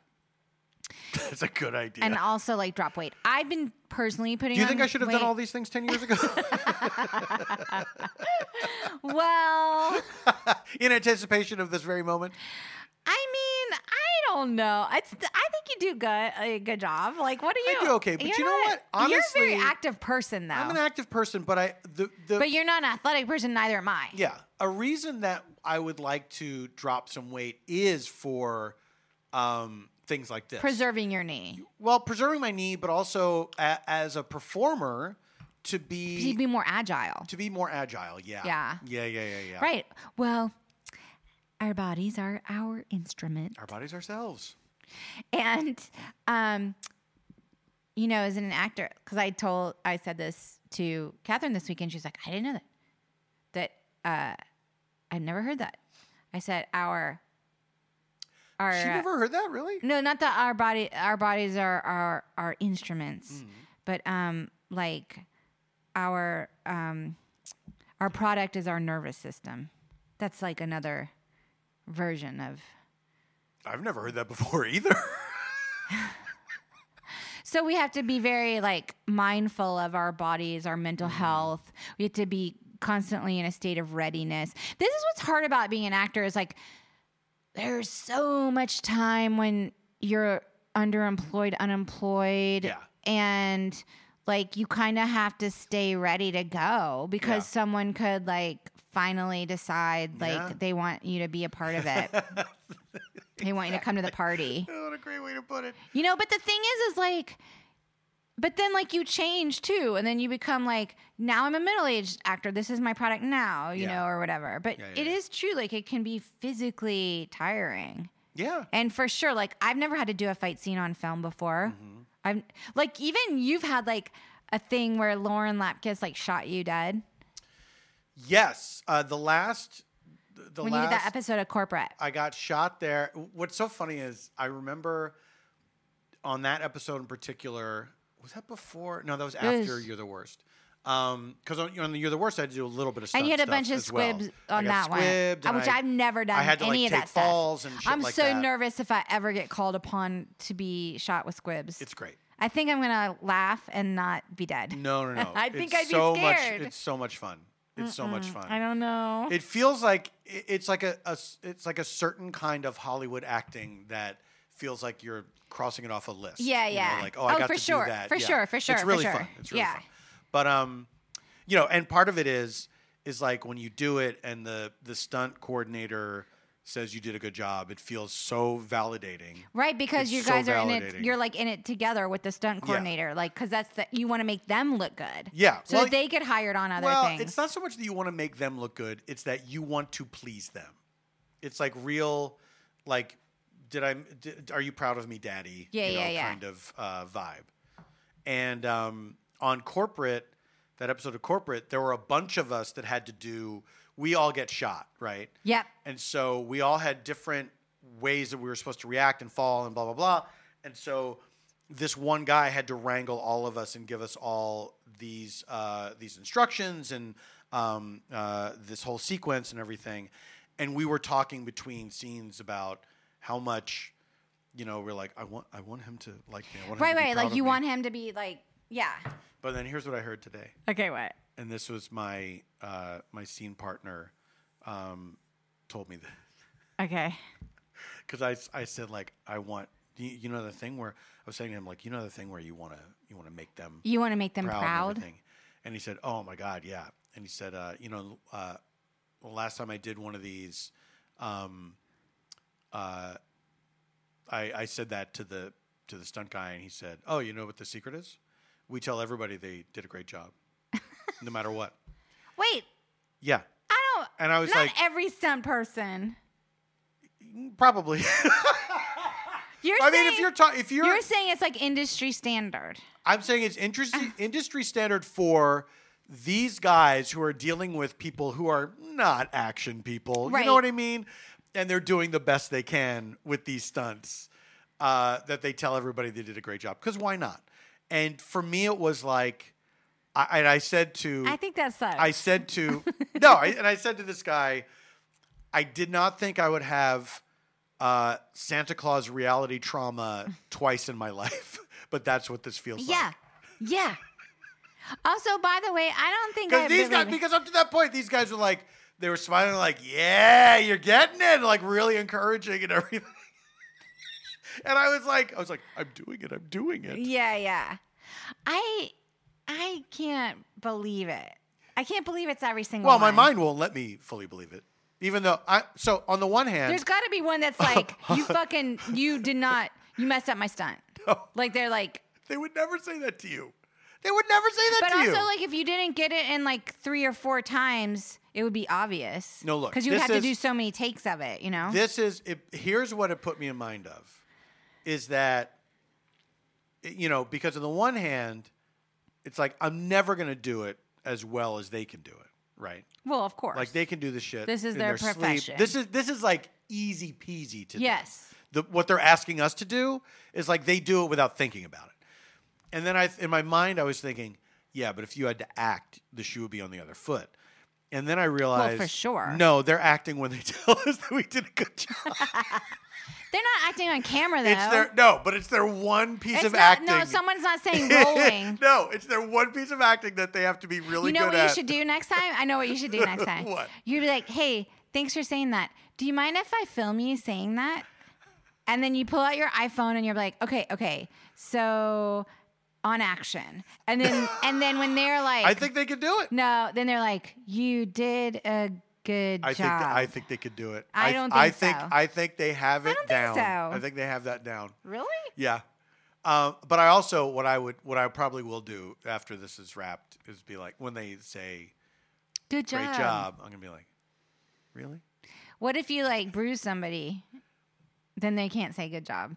[SPEAKER 1] (laughs) That's a good idea.
[SPEAKER 2] and also like drop weight. I've been personally putting.
[SPEAKER 1] Do you
[SPEAKER 2] on
[SPEAKER 1] think I should have done
[SPEAKER 2] weight-
[SPEAKER 1] all these things 10 years
[SPEAKER 2] (laughs)
[SPEAKER 1] ago? (laughs)
[SPEAKER 2] Well,
[SPEAKER 1] In anticipation of this very moment?
[SPEAKER 2] I mean, I don't know. It's I think you do good a good job. Like, what are you?
[SPEAKER 1] do okay, but
[SPEAKER 2] you're
[SPEAKER 1] you know
[SPEAKER 2] not-
[SPEAKER 1] what?
[SPEAKER 2] you're a very
[SPEAKER 1] Honestly,
[SPEAKER 2] active person, though.
[SPEAKER 1] I'm an active person, but I the the
[SPEAKER 2] but you're not an athletic person. Neither am I.
[SPEAKER 1] yeah, a reason that I would like to drop some weight is for um things like this.
[SPEAKER 2] Preserving your knee.
[SPEAKER 1] well, preserving my knee, but also a, as a performer to be
[SPEAKER 2] You'd be more agile.
[SPEAKER 1] to be more agile, yeah.
[SPEAKER 2] Yeah.
[SPEAKER 1] Yeah, yeah, yeah, yeah.
[SPEAKER 2] Right. Well, our bodies are our instrument.
[SPEAKER 1] Our bodies ourselves.
[SPEAKER 2] and um you know as an actor because i told i said this to catherine this weekend she's like i didn't know that that uh i've never heard that i said our our uh,
[SPEAKER 1] She never heard that, really?
[SPEAKER 2] no not that our body our bodies are our our instruments
[SPEAKER 1] Mm.
[SPEAKER 2] but um like our um our product is our nervous system that's like another version of
[SPEAKER 1] I've never heard that
[SPEAKER 2] (laughs)
[SPEAKER 1] before (laughs) either.
[SPEAKER 2] So we have to be very like mindful of our bodies, our mental
[SPEAKER 1] Mm-hmm.
[SPEAKER 2] health. We have to be constantly in a state of readiness. This is what's hard about being an actor is like there's so much time when you're underemployed, unemployed,
[SPEAKER 1] Yeah.
[SPEAKER 2] and like you kind of have to stay ready to go because
[SPEAKER 1] Yeah.
[SPEAKER 2] someone could like finally decide like
[SPEAKER 1] Yeah.
[SPEAKER 2] they want you to be a part of
[SPEAKER 1] (laughs)
[SPEAKER 2] it. They want you to come to the party.
[SPEAKER 1] what a great way to put it.
[SPEAKER 2] You know, but the thing is, is like, but then like you change too, and then you become like, now I'm a middle aged actor. This is my product now, you
[SPEAKER 1] Yeah.
[SPEAKER 2] know, or whatever. But it
[SPEAKER 1] Yeah,
[SPEAKER 2] is
[SPEAKER 1] yeah, yeah.
[SPEAKER 2] true. Like it can be physically tiring,
[SPEAKER 1] Yeah.
[SPEAKER 2] and for sure, like I've never had to do a fight scene on film before.
[SPEAKER 1] Mm-hmm.
[SPEAKER 2] I'm like even you've had like a thing where Lauren Lapkus like shot you dead
[SPEAKER 1] Yes, uh, the last, the
[SPEAKER 2] when
[SPEAKER 1] last, Oh,
[SPEAKER 2] you did that episode of Corporate.
[SPEAKER 1] I got shot there. What's so funny is I remember on that episode in particular. Was that before? No, that was after
[SPEAKER 2] was-
[SPEAKER 1] You're the Worst. Because on, on the You're the Worst, I had to do a little bit of stuff.
[SPEAKER 2] and you had a bunch of
[SPEAKER 1] as well.
[SPEAKER 2] squibs
[SPEAKER 1] I
[SPEAKER 2] on
[SPEAKER 1] got
[SPEAKER 2] that
[SPEAKER 1] squibbed
[SPEAKER 2] one,
[SPEAKER 1] and
[SPEAKER 2] uh, which I, have never done
[SPEAKER 1] I had to,
[SPEAKER 2] any of
[SPEAKER 1] like, take
[SPEAKER 2] that stuff.
[SPEAKER 1] falls and shit
[SPEAKER 2] I'm
[SPEAKER 1] like
[SPEAKER 2] so
[SPEAKER 1] that.
[SPEAKER 2] nervous if I ever get called upon to be shot with squibs.
[SPEAKER 1] It's great.
[SPEAKER 2] I think I'm gonna laugh and not be dead.
[SPEAKER 1] No, no, no.
[SPEAKER 2] (laughs) I think
[SPEAKER 1] it's
[SPEAKER 2] I'd be
[SPEAKER 1] so
[SPEAKER 2] scared.
[SPEAKER 1] Much, it's so much fun. It's so much fun.
[SPEAKER 2] I don't know.
[SPEAKER 1] It feels like it- it's like a, a s- it's like a certain kind of Hollywood acting that feels like you're crossing it off a list.
[SPEAKER 2] Yeah,
[SPEAKER 1] You know,
[SPEAKER 2] yeah.
[SPEAKER 1] like oh, I
[SPEAKER 2] Oh,
[SPEAKER 1] got
[SPEAKER 2] for
[SPEAKER 1] to
[SPEAKER 2] sure,
[SPEAKER 1] do that.
[SPEAKER 2] for
[SPEAKER 1] Yeah.
[SPEAKER 2] sure, for sure,
[SPEAKER 1] It's
[SPEAKER 2] for
[SPEAKER 1] really
[SPEAKER 2] sure.
[SPEAKER 1] fun. It's really
[SPEAKER 2] Yeah.
[SPEAKER 1] fun. But um, you know, and part of it is is like when you do it and the the stunt coordinator says you did a good job. It feels so validating.
[SPEAKER 2] Right, because
[SPEAKER 1] It's
[SPEAKER 2] you
[SPEAKER 1] so
[SPEAKER 2] guys are in it.
[SPEAKER 1] validating.
[SPEAKER 2] You're like in it together with the stunt coordinator, like because that's the you want to make them look good.
[SPEAKER 1] Yeah,
[SPEAKER 2] so
[SPEAKER 1] well-
[SPEAKER 2] that they get hired on other
[SPEAKER 1] well,
[SPEAKER 2] things.
[SPEAKER 1] it's not so much that you want to make them look good; it's that you want to please them. It's like real, like, did I? Did, are you proud of me, Daddy?
[SPEAKER 2] Yeah,
[SPEAKER 1] you know,
[SPEAKER 2] yeah, yeah.
[SPEAKER 1] Kind of uh, vibe. And um, on corporate, that episode of corporate, there were a bunch of us that had to do. We all get shot, right?
[SPEAKER 2] Yep.
[SPEAKER 1] And so we all had different ways that we were supposed to react and fall and blah blah blah. And so this one guy had to wrangle all of us and give us all these uh, these instructions and um, uh, this whole sequence and everything. And we were talking between scenes about how much, you know, we're like, I want I want him to like me. I want
[SPEAKER 2] right,
[SPEAKER 1] him to be
[SPEAKER 2] right.
[SPEAKER 1] proud
[SPEAKER 2] Like
[SPEAKER 1] of
[SPEAKER 2] you
[SPEAKER 1] me.
[SPEAKER 2] want him to be like, yeah.
[SPEAKER 1] But then here's what I heard today
[SPEAKER 2] Okay, what?
[SPEAKER 1] and this was my uh, my scene partner um, told me that
[SPEAKER 2] Okay.
[SPEAKER 1] because I, s- I said like I want you, you know the thing where I was saying to him like you know the thing where you want to you want to make them
[SPEAKER 2] You want to make them
[SPEAKER 1] proud,
[SPEAKER 2] proud.
[SPEAKER 1] And, everything. and he said oh my god yeah and he said uh, you know uh, the last time I did one of these um, uh, I I said that to the to the stunt guy and he said oh you know what the secret is we tell everybody they did a great job no
[SPEAKER 2] (laughs)
[SPEAKER 1] matter what
[SPEAKER 2] Wait,
[SPEAKER 1] yeah
[SPEAKER 2] I don't.
[SPEAKER 1] and I was
[SPEAKER 2] not
[SPEAKER 1] like
[SPEAKER 2] every stunt person.
[SPEAKER 1] Probably. (laughs)
[SPEAKER 2] You're
[SPEAKER 1] I
[SPEAKER 2] saying,
[SPEAKER 1] mean, if you're talking, if you're,
[SPEAKER 2] you're saying it's like industry standard.
[SPEAKER 1] I'm saying it's
[SPEAKER 2] Ah.
[SPEAKER 1] industry industry standard for these guys who are dealing with people who are not action people. You
[SPEAKER 2] Right.
[SPEAKER 1] know what I mean? And they're doing the best they can with these stunts. Uh, that they tell everybody they did a great job because why not? And for me, it was like, I, and I said to,
[SPEAKER 2] I think that sucks.
[SPEAKER 1] I
[SPEAKER 2] (laughs)
[SPEAKER 1] said to no, I, and I said to this guy, I did not think I would have uh, Santa Claus reality
[SPEAKER 2] (laughs)
[SPEAKER 1] trauma twice in my life, but that's what this feels
[SPEAKER 2] yeah,
[SPEAKER 1] like.
[SPEAKER 2] yeah. Also, by the way, I don't think I
[SPEAKER 1] because these guys,
[SPEAKER 2] believe-
[SPEAKER 1] because up to that point, these guys were like, they were smiling, like, yeah, you're getting it, like really encouraging and everything. (laughs) and I was like, I was like, I'm doing it, I'm doing it.
[SPEAKER 2] Yeah, yeah. I I can't believe it. I can't believe it's every single.
[SPEAKER 1] Well, my
[SPEAKER 2] one.
[SPEAKER 1] mind won't let me fully believe it, even though I. So on the one hand,
[SPEAKER 2] There's got to be one that's
[SPEAKER 1] (laughs)
[SPEAKER 2] like you fucking you did not you messed up my stunt. Like they're like,
[SPEAKER 1] They would never say that to you. They would never say that
[SPEAKER 2] but
[SPEAKER 1] to
[SPEAKER 2] also
[SPEAKER 1] you.
[SPEAKER 2] like if you didn't get it in like three or four times, it would be obvious.
[SPEAKER 1] No, look,
[SPEAKER 2] because you would
[SPEAKER 1] this
[SPEAKER 2] have to do
[SPEAKER 1] is-
[SPEAKER 2] so many takes of it. You know.
[SPEAKER 1] this is it, here's what it put me in mind of is that you know because on the one hand it's like I'm never going to do it as well as they can do it, right?
[SPEAKER 2] well, of course.
[SPEAKER 1] Like they can do the shit.
[SPEAKER 2] This is
[SPEAKER 1] in
[SPEAKER 2] their
[SPEAKER 1] sleep.
[SPEAKER 2] profession.
[SPEAKER 1] This is this is like easy peasy to do.
[SPEAKER 2] Yes.
[SPEAKER 1] The, what they're asking us to do is like they do it without thinking about it. And then I, in my mind, I was thinking, yeah, but if you had to act, the shoe would be on the other foot. And then I realized,
[SPEAKER 2] sure.
[SPEAKER 1] no, they're acting when they (laughs) tell us that we did a good job.
[SPEAKER 2] they're not acting on camera though.
[SPEAKER 1] It's their no, but it's their one piece
[SPEAKER 2] It's
[SPEAKER 1] of
[SPEAKER 2] not,
[SPEAKER 1] acting.
[SPEAKER 2] No, someone's not
[SPEAKER 1] (laughs)
[SPEAKER 2] saying rolling.
[SPEAKER 1] no, it's their one piece of acting that they have to be really
[SPEAKER 2] You know
[SPEAKER 1] good
[SPEAKER 2] what
[SPEAKER 1] at.
[SPEAKER 2] you should do
[SPEAKER 1] (laughs)
[SPEAKER 2] next time? I know what you should do next time.
[SPEAKER 1] What?
[SPEAKER 2] You'd be like, hey, thanks for saying that. Do you mind if I film you saying that? And then you pull out your iPhone and you're like, okay, okay. So on action. And
[SPEAKER 1] (laughs)
[SPEAKER 2] then and then when they're like
[SPEAKER 1] I think they could do it.
[SPEAKER 2] No, then they're like, You did a good
[SPEAKER 1] I
[SPEAKER 2] job.
[SPEAKER 1] think I think they could do it.
[SPEAKER 2] I
[SPEAKER 1] th-
[SPEAKER 2] don't
[SPEAKER 1] I
[SPEAKER 2] think
[SPEAKER 1] think
[SPEAKER 2] so.
[SPEAKER 1] I think they have it
[SPEAKER 2] don't think
[SPEAKER 1] down.
[SPEAKER 2] so.
[SPEAKER 1] I think they have that down.
[SPEAKER 2] Really?
[SPEAKER 1] Yeah. Um, but I also what I would what I probably will do after this is wrapped is be like when they say
[SPEAKER 2] Good job.
[SPEAKER 1] great job, I'm gonna be like, really?
[SPEAKER 2] What if you like bruise somebody? Then they can't say good job.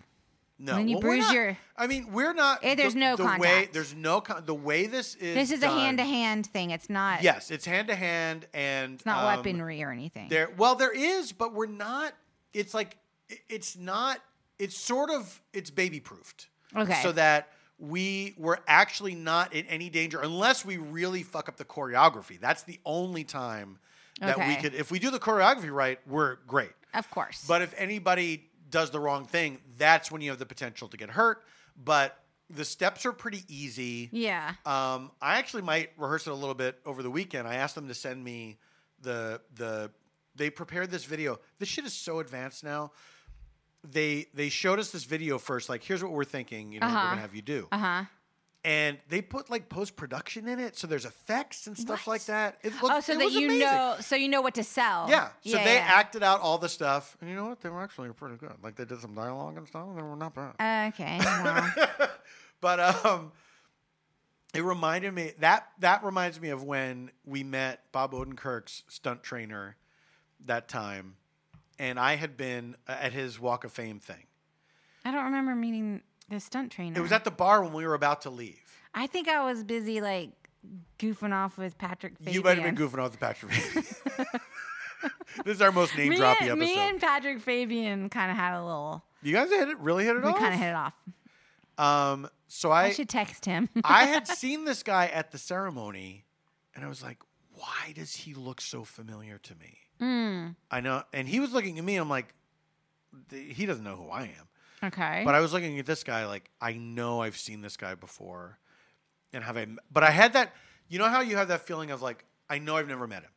[SPEAKER 1] No.
[SPEAKER 2] When you
[SPEAKER 1] Well, we're
[SPEAKER 2] bruise
[SPEAKER 1] not-
[SPEAKER 2] your-
[SPEAKER 1] I mean, we're not.
[SPEAKER 2] Eh, there's
[SPEAKER 1] the,
[SPEAKER 2] no
[SPEAKER 1] the Way,
[SPEAKER 2] contact.
[SPEAKER 1] there's no con- the way this is.
[SPEAKER 2] This is a
[SPEAKER 1] done-
[SPEAKER 2] hand to hand thing. It's not
[SPEAKER 1] Yes, it's hand to hand and
[SPEAKER 2] it's not
[SPEAKER 1] um,
[SPEAKER 2] weaponry or anything.
[SPEAKER 1] There, well, there is, but we're not. It's like i- it's not. It's sort of it's baby proofed.
[SPEAKER 2] Okay.
[SPEAKER 1] So that we we're actually not in any danger unless we really fuck up the choreography. That's the only time that we
[SPEAKER 2] Okay.
[SPEAKER 1] could. If we do the choreography right, we're great.
[SPEAKER 2] Of course.
[SPEAKER 1] But if anybody does the wrong thing, that's when you have the potential to get hurt. But the steps are pretty easy.
[SPEAKER 2] yeah.
[SPEAKER 1] Um, I actually might rehearse it a little bit over the weekend. I asked them to send me the the they prepared this video. This shit is so advanced now. They they showed us this video first, like here's what we're thinking, you know, what we're gonna have you do. Uh-huh. and they put like post production in it, so there's effects and stuff like that. It looked,
[SPEAKER 2] Oh, so
[SPEAKER 1] it
[SPEAKER 2] that
[SPEAKER 1] was
[SPEAKER 2] you
[SPEAKER 1] amazing.
[SPEAKER 2] know, so you know what to sell.
[SPEAKER 1] Yeah. So
[SPEAKER 2] yeah,
[SPEAKER 1] they
[SPEAKER 2] yeah.
[SPEAKER 1] acted out all the stuff. And you know what? They were actually pretty good. Like they did some dialogue and stuff, and they were not bad.
[SPEAKER 2] Uh,
[SPEAKER 1] (laughs)
[SPEAKER 2] Okay. well,
[SPEAKER 1] but um, it reminded me that that reminds me of when we met Bob Odenkirk's stunt trainer that time, and I had been uh, at his Walk of Fame thing.
[SPEAKER 2] I don't remember meeting the stunt trainer.
[SPEAKER 1] It was at the bar when we were about to leave.
[SPEAKER 2] I think I was busy like goofing off with Patrick. Fabian.
[SPEAKER 1] You might have been goofing off the Patrick.
[SPEAKER 2] (laughs)
[SPEAKER 1] this is our most name
[SPEAKER 2] Me
[SPEAKER 1] droppy
[SPEAKER 2] and,
[SPEAKER 1] episode.
[SPEAKER 2] me and Patrick Fabian kind of had a little.
[SPEAKER 1] you guys hit it really hit it
[SPEAKER 2] We
[SPEAKER 1] off.
[SPEAKER 2] kind of hit it off.
[SPEAKER 1] Um, so
[SPEAKER 2] I,
[SPEAKER 1] I
[SPEAKER 2] should text
[SPEAKER 1] (laughs)
[SPEAKER 2] him. (laughs)
[SPEAKER 1] I had seen this guy at the ceremony, and I was like, "Why does he look so familiar to me?"
[SPEAKER 2] Mm.
[SPEAKER 1] I know, and he was looking at me. I'm like, "Th- "He doesn't know who I am."
[SPEAKER 2] okay.
[SPEAKER 1] But I was looking at this guy like, "I know I've seen this guy before," and have I? m- But I had that. You know how you have that feeling of like, "I know I've never met him."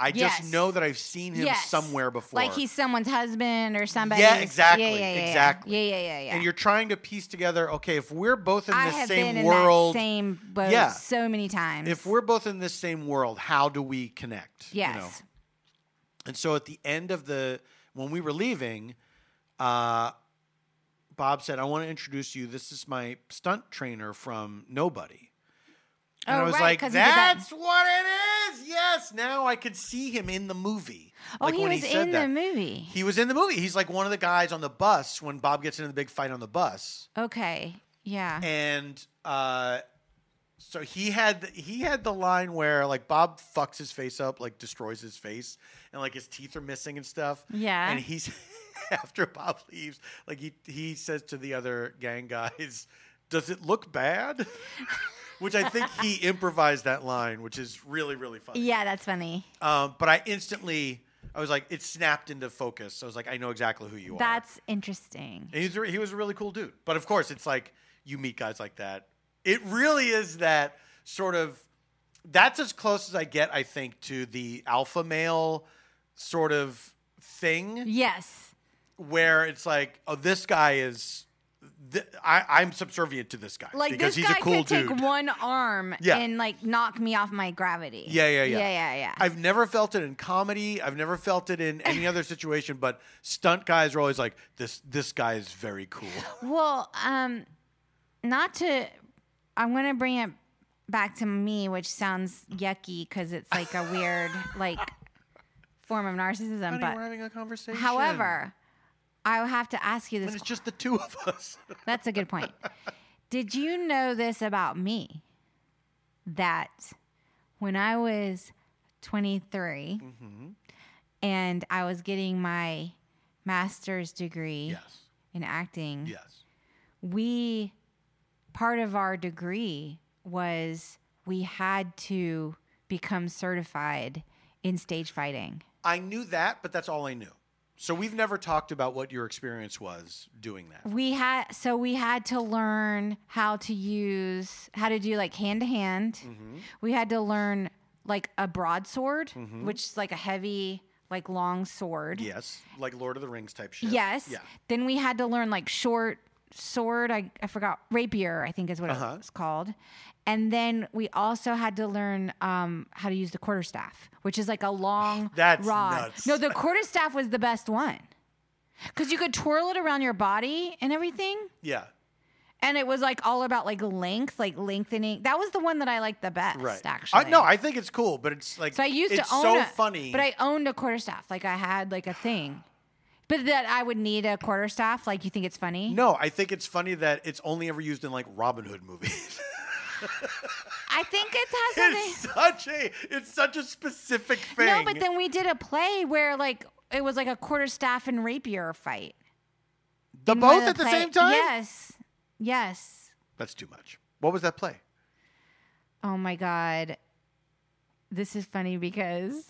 [SPEAKER 1] I
[SPEAKER 2] Yes.
[SPEAKER 1] just know that I've seen him
[SPEAKER 2] Yes.
[SPEAKER 1] somewhere before.
[SPEAKER 2] Like he's someone's husband or somebody.
[SPEAKER 1] exactly,
[SPEAKER 2] Yeah, yeah, yeah, yeah.
[SPEAKER 1] exactly.
[SPEAKER 2] Yeah, yeah, yeah, yeah.
[SPEAKER 1] and you're trying to piece together. Okay, if we're both in
[SPEAKER 2] I
[SPEAKER 1] the
[SPEAKER 2] have
[SPEAKER 1] same
[SPEAKER 2] been
[SPEAKER 1] world,
[SPEAKER 2] in that same boat
[SPEAKER 1] Yeah.
[SPEAKER 2] so many times.
[SPEAKER 1] if we're both in this same world, how do we connect? you
[SPEAKER 2] yes,
[SPEAKER 1] know? And so at the end of the when we were leaving, uh, Bob said, "I want to introduce you. This is my stunt trainer from Nobody." And
[SPEAKER 2] Oh,
[SPEAKER 1] I was
[SPEAKER 2] right,
[SPEAKER 1] like,
[SPEAKER 2] 'cause he did that-
[SPEAKER 1] "That's what it is. Yes, now I could see him in the movie."
[SPEAKER 2] oh,
[SPEAKER 1] like
[SPEAKER 2] he
[SPEAKER 1] when
[SPEAKER 2] was
[SPEAKER 1] he said
[SPEAKER 2] in
[SPEAKER 1] that.
[SPEAKER 2] the movie.
[SPEAKER 1] He was in the movie. He's like one of the guys on the bus when Bob gets into the big fight on the bus.
[SPEAKER 2] Okay, yeah.
[SPEAKER 1] and uh, so he had he had the line where like Bob fucks his face up, like destroys his face, and like his teeth are missing and stuff.
[SPEAKER 2] Yeah.
[SPEAKER 1] and he's (laughs) after Bob leaves, like he he says to the other gang guys, "Does it look bad?" (laughs) which I think
[SPEAKER 2] (laughs)
[SPEAKER 1] he improvised that line, which is really really funny.
[SPEAKER 2] yeah, that's funny.
[SPEAKER 1] Um, but I instantly I was like, it snapped into focus. I was like, I know exactly who you are.
[SPEAKER 2] That's interesting.
[SPEAKER 1] And he's a- he was a really cool dude. But of course, it's like you meet guys like that. It really is that sort of. That's as close as I get, I think, to the alpha male sort of thing
[SPEAKER 2] Yes.
[SPEAKER 1] where it's like, oh, this guy is. Th- I, I'm subservient to this guy
[SPEAKER 2] Like
[SPEAKER 1] because
[SPEAKER 2] this
[SPEAKER 1] he's
[SPEAKER 2] guy
[SPEAKER 1] a cool
[SPEAKER 2] could
[SPEAKER 1] dude.
[SPEAKER 2] take one arm
[SPEAKER 1] Yeah.
[SPEAKER 2] and like knock me off my gravity.
[SPEAKER 1] Yeah, yeah, yeah.
[SPEAKER 2] Yeah, yeah, yeah.
[SPEAKER 1] I've never felt it in comedy. I've never felt it in any other situation. But stunt guys are always like, this. This guy is very cool.
[SPEAKER 2] Well, um, not to. I'm gonna bring it back to me, which sounds yucky because it's like a
[SPEAKER 1] (laughs)
[SPEAKER 2] weird like form of narcissism.
[SPEAKER 1] Honey, we're
[SPEAKER 2] But
[SPEAKER 1] having a conversation.
[SPEAKER 2] however, I have to ask you
[SPEAKER 1] and
[SPEAKER 2] this.
[SPEAKER 1] it's just the two of us.
[SPEAKER 2] That's a good point. Did you know this about me? That when I was 23 and I was getting my master's degree
[SPEAKER 1] Yes.
[SPEAKER 2] in acting,
[SPEAKER 1] Yes.
[SPEAKER 2] we part of our degree was we had to become certified in stage fighting.
[SPEAKER 1] I knew that, but that's all I knew. So we've never talked about what your experience was doing that.
[SPEAKER 2] We had so we had to learn how to use how to do like hand to hand.
[SPEAKER 1] Mm-hmm.
[SPEAKER 2] We had to learn like a broadsword,
[SPEAKER 1] Mm-hmm.
[SPEAKER 2] which is like a heavy like long sword.
[SPEAKER 1] Yes. Like Lord of the Rings type shit.
[SPEAKER 2] Yes.
[SPEAKER 1] Yeah.
[SPEAKER 2] Then we had to learn like short sword. I, I forgot rapier. I think is what
[SPEAKER 1] Uh-huh.
[SPEAKER 2] it's called. And then we also had to learn um, how to use the quarterstaff, which is like a long
[SPEAKER 1] (sighs) That's
[SPEAKER 2] rod.
[SPEAKER 1] nuts.
[SPEAKER 2] No, the quarterstaff was the best one because you could twirl it around your body and everything.
[SPEAKER 1] Yeah.
[SPEAKER 2] And it was like all about like length, like lengthening. That was the one that I liked the best,
[SPEAKER 1] Right.
[SPEAKER 2] actually.
[SPEAKER 1] I, no, I think it's cool, but it's like
[SPEAKER 2] So I used
[SPEAKER 1] it's
[SPEAKER 2] to own
[SPEAKER 1] so
[SPEAKER 2] a,
[SPEAKER 1] funny.
[SPEAKER 2] but I owned a quarterstaff. Like I had like a
[SPEAKER 1] (sighs)
[SPEAKER 2] thing, but that I would need a quarterstaff. Like you think it's funny?
[SPEAKER 1] no, I think it's funny that it's only ever used in like Robin Hood movies. (laughs)
[SPEAKER 2] I think it has something.
[SPEAKER 1] it's such a it's such a specific thing.
[SPEAKER 2] No, but then we did a play where like it was like a quarterstaff and rapier fight.
[SPEAKER 1] the
[SPEAKER 2] In one of
[SPEAKER 1] both at the
[SPEAKER 2] play-
[SPEAKER 1] same time?
[SPEAKER 2] Yes, yes.
[SPEAKER 1] That's too much. What was that play?
[SPEAKER 2] Oh my god, this is funny because.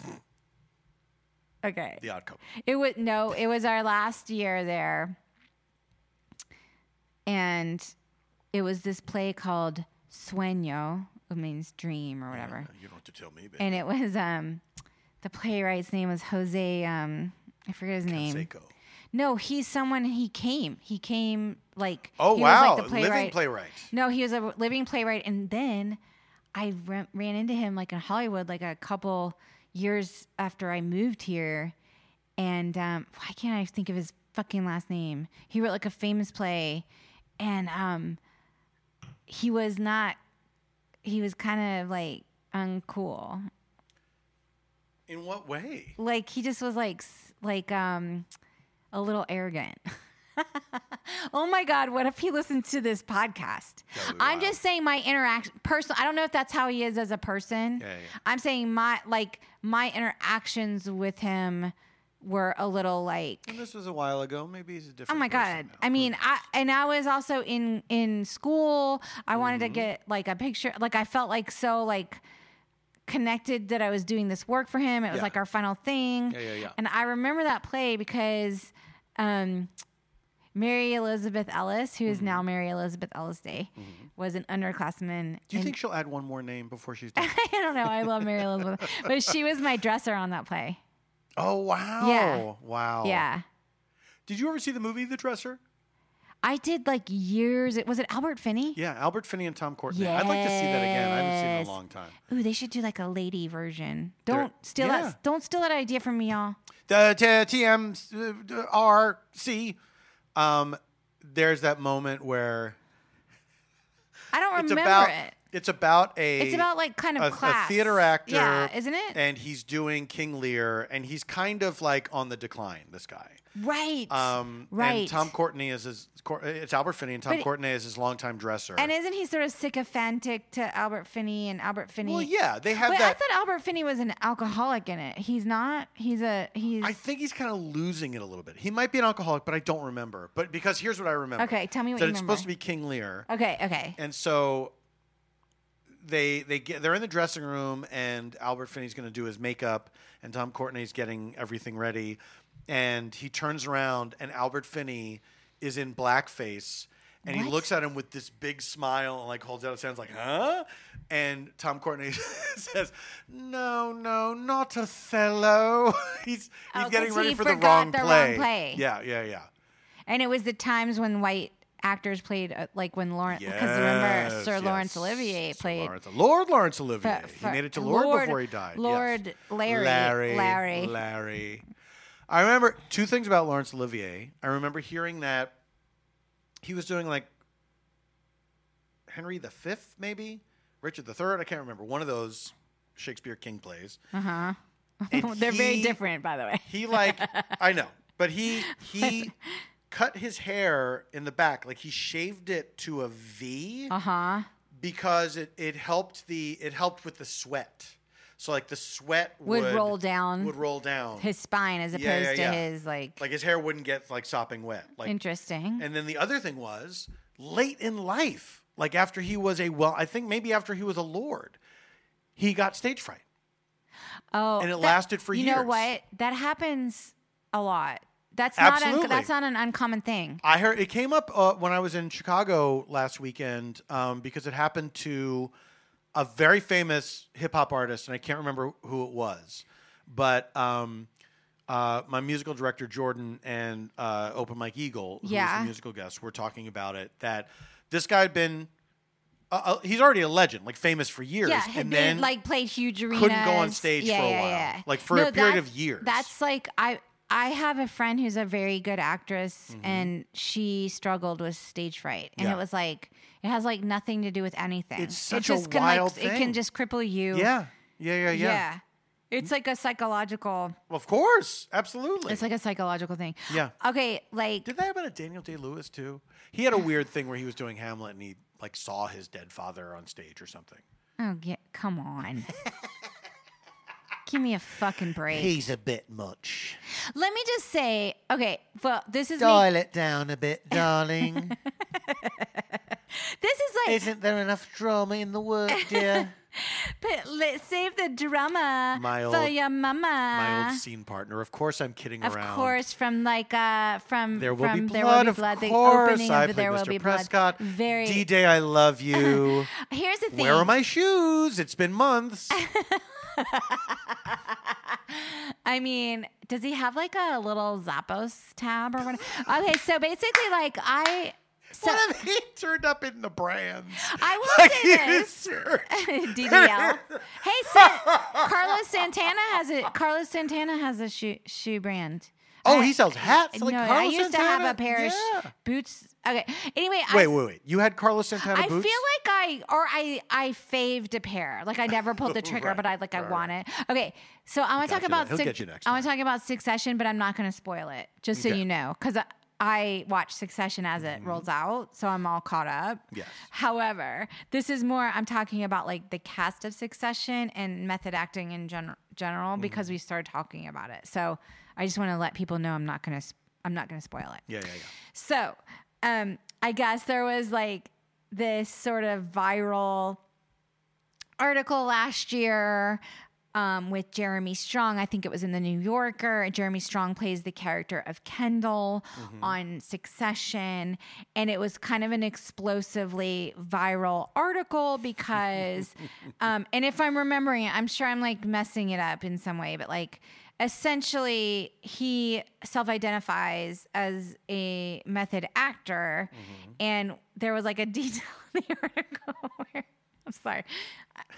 [SPEAKER 2] Okay.
[SPEAKER 1] The Odd Couple.
[SPEAKER 2] It was no, it was our last year there. And it was this play called Sueño, it means dream or whatever.
[SPEAKER 1] You don't have to tell me, baby.
[SPEAKER 2] And it was um the playwright's name was Jose um I forget his name.
[SPEAKER 1] Seiko.
[SPEAKER 2] No, he's someone he came. He came like
[SPEAKER 1] Oh
[SPEAKER 2] he
[SPEAKER 1] wow,
[SPEAKER 2] was like the
[SPEAKER 1] living
[SPEAKER 2] playwright.
[SPEAKER 1] playwright.
[SPEAKER 2] No, he was a living playwright, and then I ran, ran into him like in Hollywood, like a couple years after I moved here. And um, why can't I think of his fucking last name? He wrote like a famous play, and um, he was not. He was kind of like uncool.
[SPEAKER 1] In what way?
[SPEAKER 2] Like he just was like s- like um, a little arrogant. (laughs) oh my god what if he listens to this podcast
[SPEAKER 1] That would be
[SPEAKER 2] i'm
[SPEAKER 1] wild.
[SPEAKER 2] just saying my interaction person i don't know if that's how he is as a person
[SPEAKER 1] Yeah, yeah, yeah.
[SPEAKER 2] i'm saying my like my interactions with him were a little like
[SPEAKER 1] And this was a while ago. Maybe he's a different.
[SPEAKER 2] oh my god
[SPEAKER 1] person now.
[SPEAKER 2] i mean i and i was also in in school i wanted
[SPEAKER 1] Mm-hmm.
[SPEAKER 2] to get like a picture like i felt like so like connected that i was doing this work for him it was
[SPEAKER 1] Yeah.
[SPEAKER 2] like our final thing
[SPEAKER 1] Yeah, yeah, yeah.
[SPEAKER 2] and i remember that play because um mary elizabeth ellis who is
[SPEAKER 1] Mm-hmm.
[SPEAKER 2] now mary elizabeth ellis day was an underclassman
[SPEAKER 1] Do you
[SPEAKER 2] and-
[SPEAKER 1] think she'll add one more name before she's done?
[SPEAKER 2] (laughs) i don't know i love mary elizabeth but she was my dresser on that
[SPEAKER 1] (laughs)
[SPEAKER 2] play
[SPEAKER 1] oh wow.
[SPEAKER 2] Yeah.
[SPEAKER 1] Oh, Wow.
[SPEAKER 2] yeah
[SPEAKER 1] Did you ever see the movie The Dresser?
[SPEAKER 2] i did like years it was it albert finney
[SPEAKER 1] Yeah, Albert Finney and Tom Courtney. I'd like to see that again. I haven't seen it in
[SPEAKER 2] Yes.
[SPEAKER 1] a long time.
[SPEAKER 2] Ooh, they should do like a lady version.
[SPEAKER 1] They're-
[SPEAKER 2] Don't steal
[SPEAKER 1] yeah.
[SPEAKER 2] that. Don't steal that idea from me, y'all.
[SPEAKER 1] the t- TMRC. Um, there's that moment where
[SPEAKER 2] I don't
[SPEAKER 1] it's
[SPEAKER 2] remember
[SPEAKER 1] about
[SPEAKER 2] it.
[SPEAKER 1] it's about a
[SPEAKER 2] It's about like kind of
[SPEAKER 1] a, a
[SPEAKER 2] class.
[SPEAKER 1] theater actor,
[SPEAKER 2] yeah, isn't it?
[SPEAKER 1] And he's doing King Lear, and he's kind of like on the decline. This guy,
[SPEAKER 2] right.
[SPEAKER 1] um,
[SPEAKER 2] right.
[SPEAKER 1] And Tom Courtney is his. Cour- It's Albert Finney, and Tom
[SPEAKER 2] But-
[SPEAKER 1] Courtney is his longtime dresser.
[SPEAKER 2] and isn't he sort of sycophantic to Albert Finney and Albert Finney?
[SPEAKER 1] well, yeah, they have
[SPEAKER 2] Wait,
[SPEAKER 1] that.
[SPEAKER 2] I thought Albert Finney was an alcoholic in it. He's not. He's a. He's.
[SPEAKER 1] I think he's kind of losing it a little bit. He might be an alcoholic, but I don't remember. But because here's what I remember.
[SPEAKER 2] Okay, tell me what
[SPEAKER 1] that
[SPEAKER 2] you
[SPEAKER 1] it's
[SPEAKER 2] remember.
[SPEAKER 1] supposed to be King Lear.
[SPEAKER 2] okay. Okay.
[SPEAKER 1] And so they they get they're in the dressing room and Albert Finney's going to do his makeup and Tom Courtney's getting everything ready and he turns around and Albert Finney is in blackface and he
[SPEAKER 2] What?
[SPEAKER 1] looks at him with this big smile and like holds out his hands like huh and Tom Courtney (laughs) says no no not Othello (laughs) he's he's
[SPEAKER 2] Oh, 'cause
[SPEAKER 1] getting ready
[SPEAKER 2] he
[SPEAKER 1] for the
[SPEAKER 2] forgot
[SPEAKER 1] wrong,
[SPEAKER 2] the wrong
[SPEAKER 1] play.
[SPEAKER 2] play.
[SPEAKER 1] yeah yeah yeah
[SPEAKER 2] And it was the times when white actors played, uh, like when Lawrence, because remember
[SPEAKER 1] Yes,
[SPEAKER 2] Sir Lawrence
[SPEAKER 1] yes.
[SPEAKER 2] Olivier
[SPEAKER 1] Sir
[SPEAKER 2] played
[SPEAKER 1] Lawrence- Lord Lawrence Olivier.
[SPEAKER 2] Fa-
[SPEAKER 1] he
[SPEAKER 2] fa-
[SPEAKER 1] made it to Lord,
[SPEAKER 2] Lord-
[SPEAKER 1] before he died. yes.
[SPEAKER 2] Lord Larry-
[SPEAKER 1] Larry.
[SPEAKER 2] Larry.
[SPEAKER 1] Larry. I remember two things about Lawrence Olivier. I remember hearing that he was doing like Henry V, maybe Richard III. I can't remember one of those Shakespeare king plays. Uh huh.
[SPEAKER 2] (laughs) uh-huh. They're very different, by the way. (laughs)
[SPEAKER 1] He like I know, but he he cut his hair in the back like he shaved it to a V
[SPEAKER 2] Uh huh.
[SPEAKER 1] because it, it helped the it helped with the sweat. So like the sweat would,
[SPEAKER 2] Would roll down.
[SPEAKER 1] Would roll down.
[SPEAKER 2] His spine, as opposed
[SPEAKER 1] Yeah, yeah, yeah.
[SPEAKER 2] to his like.
[SPEAKER 1] like his hair wouldn't get like sopping wet. Like
[SPEAKER 2] interesting.
[SPEAKER 1] and then the other thing was late in life, like after he was a well, I think maybe after he was a lord, he got stage fright.
[SPEAKER 2] Oh,
[SPEAKER 1] and it lasted for
[SPEAKER 2] you know
[SPEAKER 1] years.
[SPEAKER 2] what? That happens a lot. That's not
[SPEAKER 1] Absolutely.
[SPEAKER 2] un- that's not an uncommon thing.
[SPEAKER 1] I heard it came up uh, when I was in Chicago last weekend um, because it happened to a very famous hip hop artist, and I can't remember who it was, but um, uh, my musical director Jordan and uh, Open Mike Eagle, who was
[SPEAKER 2] Yeah.
[SPEAKER 1] the musical guest, were talking about it. That this guy had been. Uh, uh, he's already a legend, like famous for years,
[SPEAKER 2] Yeah, had
[SPEAKER 1] and
[SPEAKER 2] been,
[SPEAKER 1] then
[SPEAKER 2] like played huge arenas.
[SPEAKER 1] couldn't go on stage for a while. Like, for a period
[SPEAKER 2] that's-
[SPEAKER 1] of years.
[SPEAKER 2] That's like I I have a friend who's a very good actress, and she struggled with stage fright, and
[SPEAKER 1] Mm-hmm. Yeah.
[SPEAKER 2] it was like it has like nothing to do with anything.
[SPEAKER 1] It's
[SPEAKER 2] It
[SPEAKER 1] such a
[SPEAKER 2] just can, like,
[SPEAKER 1] wild
[SPEAKER 2] It
[SPEAKER 1] thing.
[SPEAKER 2] can just cripple you.
[SPEAKER 1] yeah, yeah, yeah, yeah,
[SPEAKER 2] yeah. It's like a psychological.
[SPEAKER 1] Of course, absolutely.
[SPEAKER 2] It's like a psychological thing.
[SPEAKER 1] Yeah.
[SPEAKER 2] Okay, like
[SPEAKER 1] Did that happen to Daniel Day Lewis too? He had a weird thing where he was doing Hamlet and he like saw his dead father on stage or something.
[SPEAKER 2] oh, get, come on. Give me a fucking break.
[SPEAKER 1] He's a bit much.
[SPEAKER 2] Let me just say, okay, well, this is me.
[SPEAKER 1] Dial it down a bit,
[SPEAKER 2] (laughs)
[SPEAKER 1] darling.
[SPEAKER 2] This is like,
[SPEAKER 1] Isn't there enough drama in the work, dear?
[SPEAKER 2] but let's save the drama
[SPEAKER 1] My
[SPEAKER 2] for
[SPEAKER 1] old-
[SPEAKER 2] your mama.
[SPEAKER 1] (laughs) My old scene partner. Of course, I'm kidding
[SPEAKER 2] Uh-huh. of
[SPEAKER 1] around.
[SPEAKER 2] course, from like uh, from
[SPEAKER 1] There will
[SPEAKER 2] from
[SPEAKER 1] be blood.
[SPEAKER 2] there will be
[SPEAKER 1] of
[SPEAKER 2] blood. The
[SPEAKER 1] course,
[SPEAKER 2] opening
[SPEAKER 1] I
[SPEAKER 2] of
[SPEAKER 1] played
[SPEAKER 2] there
[SPEAKER 1] Mr.
[SPEAKER 2] will be
[SPEAKER 1] Prescott.
[SPEAKER 2] blood. Very.
[SPEAKER 1] D-Day, I
[SPEAKER 2] (laughs)
[SPEAKER 1] love you.
[SPEAKER 2] Here's the thing. (laughs)
[SPEAKER 1] Where are my shoes? It's been months.
[SPEAKER 2] I mean, does he have like a little Zappos tab or what? Okay, so basically, like I. So
[SPEAKER 1] what if he turned up in the brands?
[SPEAKER 2] I will
[SPEAKER 1] (laughs) Like
[SPEAKER 2] say
[SPEAKER 1] he
[SPEAKER 2] this.
[SPEAKER 1] is sure.
[SPEAKER 2] (laughs)
[SPEAKER 1] (laughs)
[SPEAKER 2] DDL. hey, Sa- Carlos Santana has a Carlos Santana has a shoe shoe brand.
[SPEAKER 1] Oh,
[SPEAKER 2] I-
[SPEAKER 1] he sells hats.
[SPEAKER 2] No,
[SPEAKER 1] Like
[SPEAKER 2] I
[SPEAKER 1] Carlos
[SPEAKER 2] used to
[SPEAKER 1] Santana?
[SPEAKER 2] have a pair of
[SPEAKER 1] Yeah.
[SPEAKER 2] sh- boots. Okay. Anyway, I
[SPEAKER 1] Wait, wait, wait. You had Carlos Santana
[SPEAKER 2] I feel
[SPEAKER 1] boots?
[SPEAKER 2] like I or I I faved a pair. Like I never pulled
[SPEAKER 1] (laughs)
[SPEAKER 2] the trigger,
[SPEAKER 1] Right,
[SPEAKER 2] but I like I
[SPEAKER 1] right,
[SPEAKER 2] want it. Okay, so I want to
[SPEAKER 1] got
[SPEAKER 2] talk
[SPEAKER 1] you
[SPEAKER 2] about
[SPEAKER 1] that. He'll
[SPEAKER 2] Suc-
[SPEAKER 1] get you next
[SPEAKER 2] I want to talk about Succession, but I'm not going to spoil it, just so
[SPEAKER 1] Okay. Mm-hmm.
[SPEAKER 2] you know, because I, I watch Succession as it rolls out, so I'm all caught up.
[SPEAKER 1] Yes.
[SPEAKER 2] However, this is more I'm talking about like the cast of Succession and method acting in gen- general because
[SPEAKER 1] Mm-hmm.
[SPEAKER 2] we started talking about it. So I just want to let people know I'm not going to I'm not going to spoil it.
[SPEAKER 1] yeah, yeah, yeah.
[SPEAKER 2] So, um, I guess there was like this sort of viral article last year um, with Jeremy Strong. I think it was in the New Yorker. and Jeremy Strong plays the character of Kendall on Succession. And it was kind of an explosively viral article because, um, and if I'm remembering it, I'm sure I'm like messing it up in some way, but like essentially he self identifies as a method actor. And there was like a (laughs) detail in the article where. I'm sorry.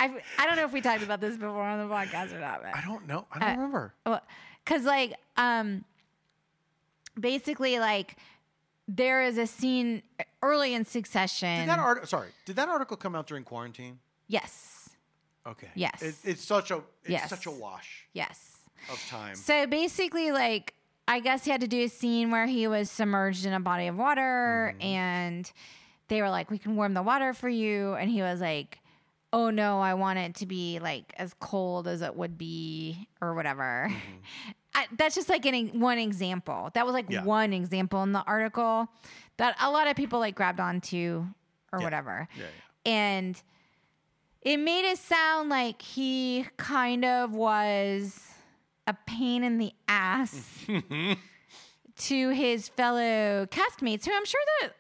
[SPEAKER 2] I I don't know if we talked about this before on the podcast or not,
[SPEAKER 1] I
[SPEAKER 2] but
[SPEAKER 1] don't know. I
[SPEAKER 2] Uh,
[SPEAKER 1] don't remember.
[SPEAKER 2] because like um, basically like there is a scene early in Succession.
[SPEAKER 1] Did that art- sorry. Did that article come out during quarantine?
[SPEAKER 2] yes,
[SPEAKER 1] Okay.
[SPEAKER 2] Yes.
[SPEAKER 1] It, it's such a it's
[SPEAKER 2] Yes.
[SPEAKER 1] such a wash
[SPEAKER 2] yes.
[SPEAKER 1] of time.
[SPEAKER 2] So basically, like, I guess he had to do a scene where he was submerged in a body of water
[SPEAKER 1] Mm-hmm.
[SPEAKER 2] and they were like, we can warm the water for you. And he was like, oh no, I want it to be like as cold as it would be or whatever. (laughs) I, that's just like an, e- one example. That was like
[SPEAKER 1] Mm-hmm. Yeah.
[SPEAKER 2] one example in the article that a lot of people like grabbed onto or whatever.
[SPEAKER 1] yeah, yeah.
[SPEAKER 2] And it made it sound like he kind of was a pain in the
[SPEAKER 1] (laughs)
[SPEAKER 2] ass to his fellow castmates who I'm sure that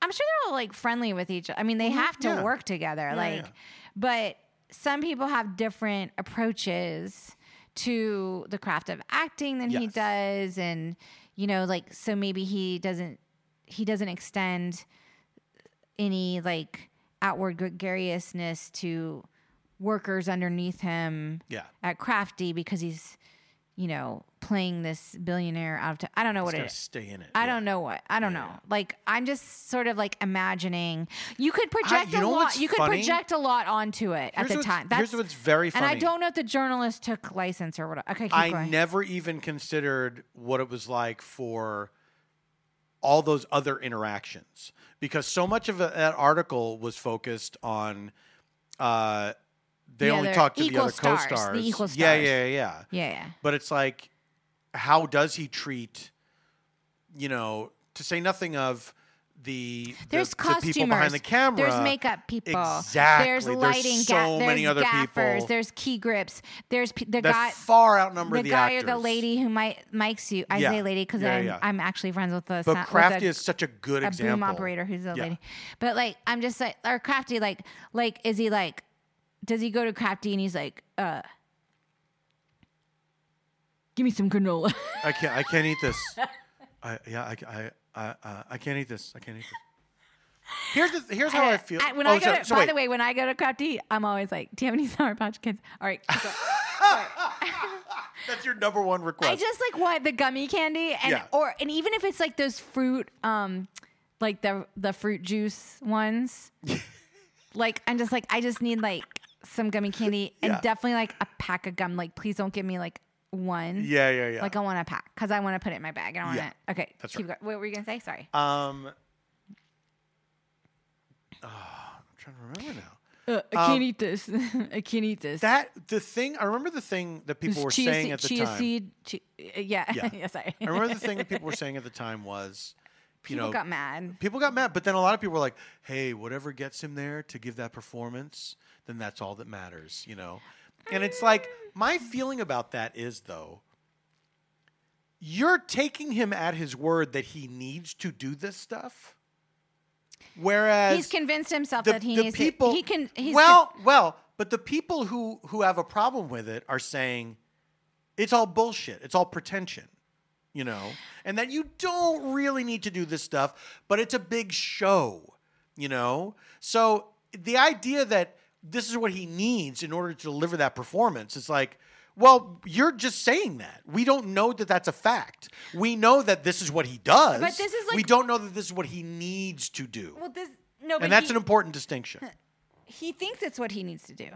[SPEAKER 2] I'm sure they're all like friendly with each other. I mean, they have to
[SPEAKER 1] Mm-hmm. Yeah.
[SPEAKER 2] work together like
[SPEAKER 1] yeah.
[SPEAKER 2] but some people have different approaches to the craft of acting than he
[SPEAKER 1] Yes.
[SPEAKER 2] does and you know like so maybe he doesn't he doesn't extend any like outward gregariousness to workers underneath him
[SPEAKER 1] Yeah.
[SPEAKER 2] at Crafty because he's, you know, playing this billionaire out of t- I don't know what it
[SPEAKER 1] Gotta
[SPEAKER 2] is.
[SPEAKER 1] stay in it.
[SPEAKER 2] I
[SPEAKER 1] yeah.
[SPEAKER 2] don't know what. I don't know. Like I'm just sort of like imagining. You could project
[SPEAKER 1] you
[SPEAKER 2] a
[SPEAKER 1] know
[SPEAKER 2] lot.
[SPEAKER 1] what's
[SPEAKER 2] You could
[SPEAKER 1] funny?
[SPEAKER 2] project a lot onto it at
[SPEAKER 1] Here's
[SPEAKER 2] the
[SPEAKER 1] what's-
[SPEAKER 2] time.
[SPEAKER 1] here's what's very
[SPEAKER 2] And I
[SPEAKER 1] funny.
[SPEAKER 2] don't know if the journalist took license or whatever. Okay, keep
[SPEAKER 1] I
[SPEAKER 2] going.
[SPEAKER 1] never even considered what it was like for all those other interactions because so much of that article was focused on uh, they
[SPEAKER 2] The
[SPEAKER 1] only
[SPEAKER 2] other
[SPEAKER 1] talked to the
[SPEAKER 2] equal
[SPEAKER 1] other
[SPEAKER 2] stars, the
[SPEAKER 1] co-stars.
[SPEAKER 2] equal
[SPEAKER 1] Yeah,
[SPEAKER 2] stars.
[SPEAKER 1] yeah, yeah.
[SPEAKER 2] yeah, yeah.
[SPEAKER 1] But it's like, how does he treat, you know, to say nothing of the the-
[SPEAKER 2] There's
[SPEAKER 1] the, people
[SPEAKER 2] costumers.
[SPEAKER 1] behind the camera.
[SPEAKER 2] There's makeup people.
[SPEAKER 1] Exactly.
[SPEAKER 2] There's
[SPEAKER 1] There's
[SPEAKER 2] lighting.
[SPEAKER 1] so
[SPEAKER 2] ga-
[SPEAKER 1] many
[SPEAKER 2] there's
[SPEAKER 1] other
[SPEAKER 2] gaffers.
[SPEAKER 1] people
[SPEAKER 2] There's key grips. There's pe- the
[SPEAKER 1] that
[SPEAKER 2] guy.
[SPEAKER 1] far outnumber
[SPEAKER 2] the,
[SPEAKER 1] the,
[SPEAKER 2] guy
[SPEAKER 1] actors.
[SPEAKER 2] or the lady who might mics you. I
[SPEAKER 1] Yeah.
[SPEAKER 2] say lady because
[SPEAKER 1] Yeah,
[SPEAKER 2] I'm,
[SPEAKER 1] yeah.
[SPEAKER 2] I'm actually friends with the.
[SPEAKER 1] But
[SPEAKER 2] sound- with
[SPEAKER 1] Crafty
[SPEAKER 2] the-
[SPEAKER 1] is such a good
[SPEAKER 2] a
[SPEAKER 1] example.
[SPEAKER 2] boom operator who's a
[SPEAKER 1] Yeah.
[SPEAKER 2] lady. But like, I'm just like, or crafty, like, like, is he like, does he go to crafty and he's like, uh, give me some granola.
[SPEAKER 1] I can't. I can't eat
[SPEAKER 2] (laughs)
[SPEAKER 1] this. I, yeah. I. I. I, uh, I can't eat this. I can't eat this. Here's the,
[SPEAKER 2] (laughs)
[SPEAKER 1] here's how I feel.
[SPEAKER 2] I- when
[SPEAKER 1] oh,
[SPEAKER 2] I go
[SPEAKER 1] so,
[SPEAKER 2] to,
[SPEAKER 1] so
[SPEAKER 2] by
[SPEAKER 1] wait.
[SPEAKER 2] the way, when I go to crafty, I'm always like, do you have any Sour Patch Kids? All
[SPEAKER 1] (laughs)
[SPEAKER 2] right. keep going.
[SPEAKER 1] that's your number one request.
[SPEAKER 2] I just like what the gummy candy and
[SPEAKER 1] Yeah.
[SPEAKER 2] or and even if it's like those fruit um like the the fruit juice
[SPEAKER 1] (laughs)
[SPEAKER 2] ones. like I'm just like I just need like some gummy candy and
[SPEAKER 1] Yeah.
[SPEAKER 2] definitely like a pack of gum. Like please don't give me like one.
[SPEAKER 1] yeah, yeah, yeah.
[SPEAKER 2] Like I want a pack because I want to put it in my bag. I don't
[SPEAKER 1] Yeah.
[SPEAKER 2] want to. Okay,
[SPEAKER 1] That's
[SPEAKER 2] keep going. What were you gonna say? Sorry.
[SPEAKER 1] um. oh, I'm trying to remember now.
[SPEAKER 2] Uh, I can't eat this. (laughs) I can't eat this.
[SPEAKER 1] um, That the thing I remember the thing that people were saying at the time.
[SPEAKER 2] seed. uh, yeah.
[SPEAKER 1] Yeah.
[SPEAKER 2] (laughs) yeah. Sorry.
[SPEAKER 1] I remember the thing
[SPEAKER 2] (laughs)
[SPEAKER 1] that people were saying at the time was, you
[SPEAKER 2] People
[SPEAKER 1] know,
[SPEAKER 2] got mad.
[SPEAKER 1] people got mad, but then a lot of people were like, "Hey, whatever gets him there to give that performance, then that's all that matters," you know. And it's like my feeling about that is though, you're taking him at his word that he needs to do this stuff. Whereas
[SPEAKER 2] He's convinced himself
[SPEAKER 1] the,
[SPEAKER 2] that he
[SPEAKER 1] the
[SPEAKER 2] needs to-
[SPEAKER 1] people
[SPEAKER 2] he can. He's
[SPEAKER 1] well, well, but the people who who have a problem with it are saying It's all bullshit. It's all pretension, you know? And that you don't really need to do this stuff, but it's a big show, you know? So the idea that this is what he needs in order to deliver that performance, it's like, well, you're just saying that. We don't know that that's a fact. We know that this is what he does.
[SPEAKER 2] But this is like-
[SPEAKER 1] we don't know that this is what he needs to do.
[SPEAKER 2] Well, this no, but
[SPEAKER 1] and that's
[SPEAKER 2] he,
[SPEAKER 1] an important distinction.
[SPEAKER 2] he thinks it's what he needs to do.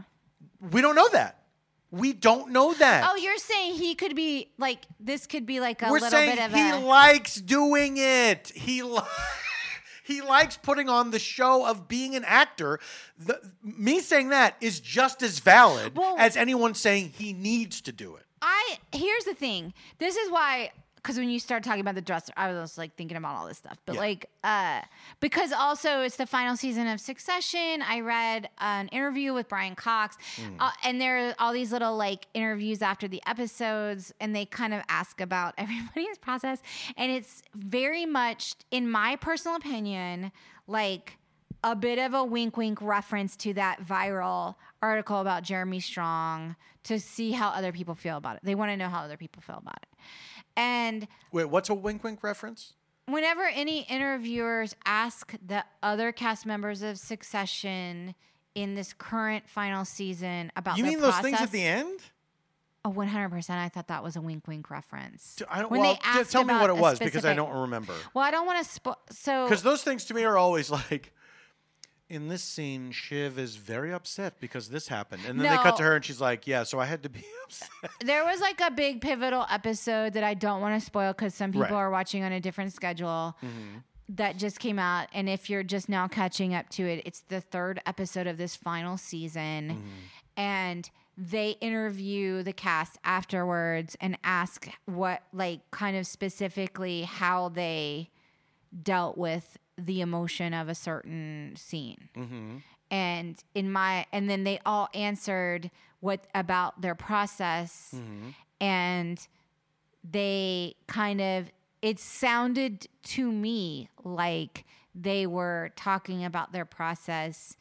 [SPEAKER 1] We don't know that. We don't know that.
[SPEAKER 2] Oh, you're saying he could be like this could be like a
[SPEAKER 1] We're
[SPEAKER 2] little
[SPEAKER 1] saying
[SPEAKER 2] bit of
[SPEAKER 1] he
[SPEAKER 2] a
[SPEAKER 1] likes doing it. He li- (laughs) he likes putting on the show of being an actor. The, me saying that is just as valid
[SPEAKER 2] Well-
[SPEAKER 1] as anyone saying he needs to do it.
[SPEAKER 2] I here's the thing. This is why because when you start talking about the dresser, I was like thinking about all this stuff. But
[SPEAKER 1] Yeah.
[SPEAKER 2] like uh because also it's the final season of Succession. I read an interview with Brian Cox uh, and there are all these little like interviews after the episodes and they kind of ask about (laughs) everybody's process and it's very much in my personal opinion like a bit of a wink wink reference to that viral article about Jeremy Strong to see how other people feel about it. They want to know how other people feel about it. And
[SPEAKER 1] Wait, what's a wink wink reference?
[SPEAKER 2] whenever any interviewers ask the other cast members of Succession in this current final season about
[SPEAKER 1] You
[SPEAKER 2] their
[SPEAKER 1] mean
[SPEAKER 2] process,
[SPEAKER 1] those things at the end?
[SPEAKER 2] Oh, 100%. I thought that was a wink wink reference.
[SPEAKER 1] D- I don't,
[SPEAKER 2] When
[SPEAKER 1] well,
[SPEAKER 2] they
[SPEAKER 1] t-
[SPEAKER 2] asked
[SPEAKER 1] tell me what
[SPEAKER 2] about
[SPEAKER 1] it
[SPEAKER 2] a
[SPEAKER 1] was because I
[SPEAKER 2] specific-
[SPEAKER 1] don't remember.
[SPEAKER 2] Well, I don't want to spoil. So
[SPEAKER 1] Because those things to me are always (laughs) like, in this scene, Shiv is very upset because this happened, and then they cut to
[SPEAKER 2] No.
[SPEAKER 1] her and she's like, "Yeah, so I had to be (laughs) upset."
[SPEAKER 2] There was like a big pivotal episode that I don't want to spoil because some people
[SPEAKER 1] Right.
[SPEAKER 2] are watching on a different schedule that just came out. And if you're just now catching up to it, it's the third episode of this final season. And they interview the cast afterwards and ask what, like, kind of specifically how they dealt with the emotion of a certain scene and in my and then they all answered what about their process
[SPEAKER 1] Mm-hmm.
[SPEAKER 2] and they kind of it sounded to me like they were talking about their process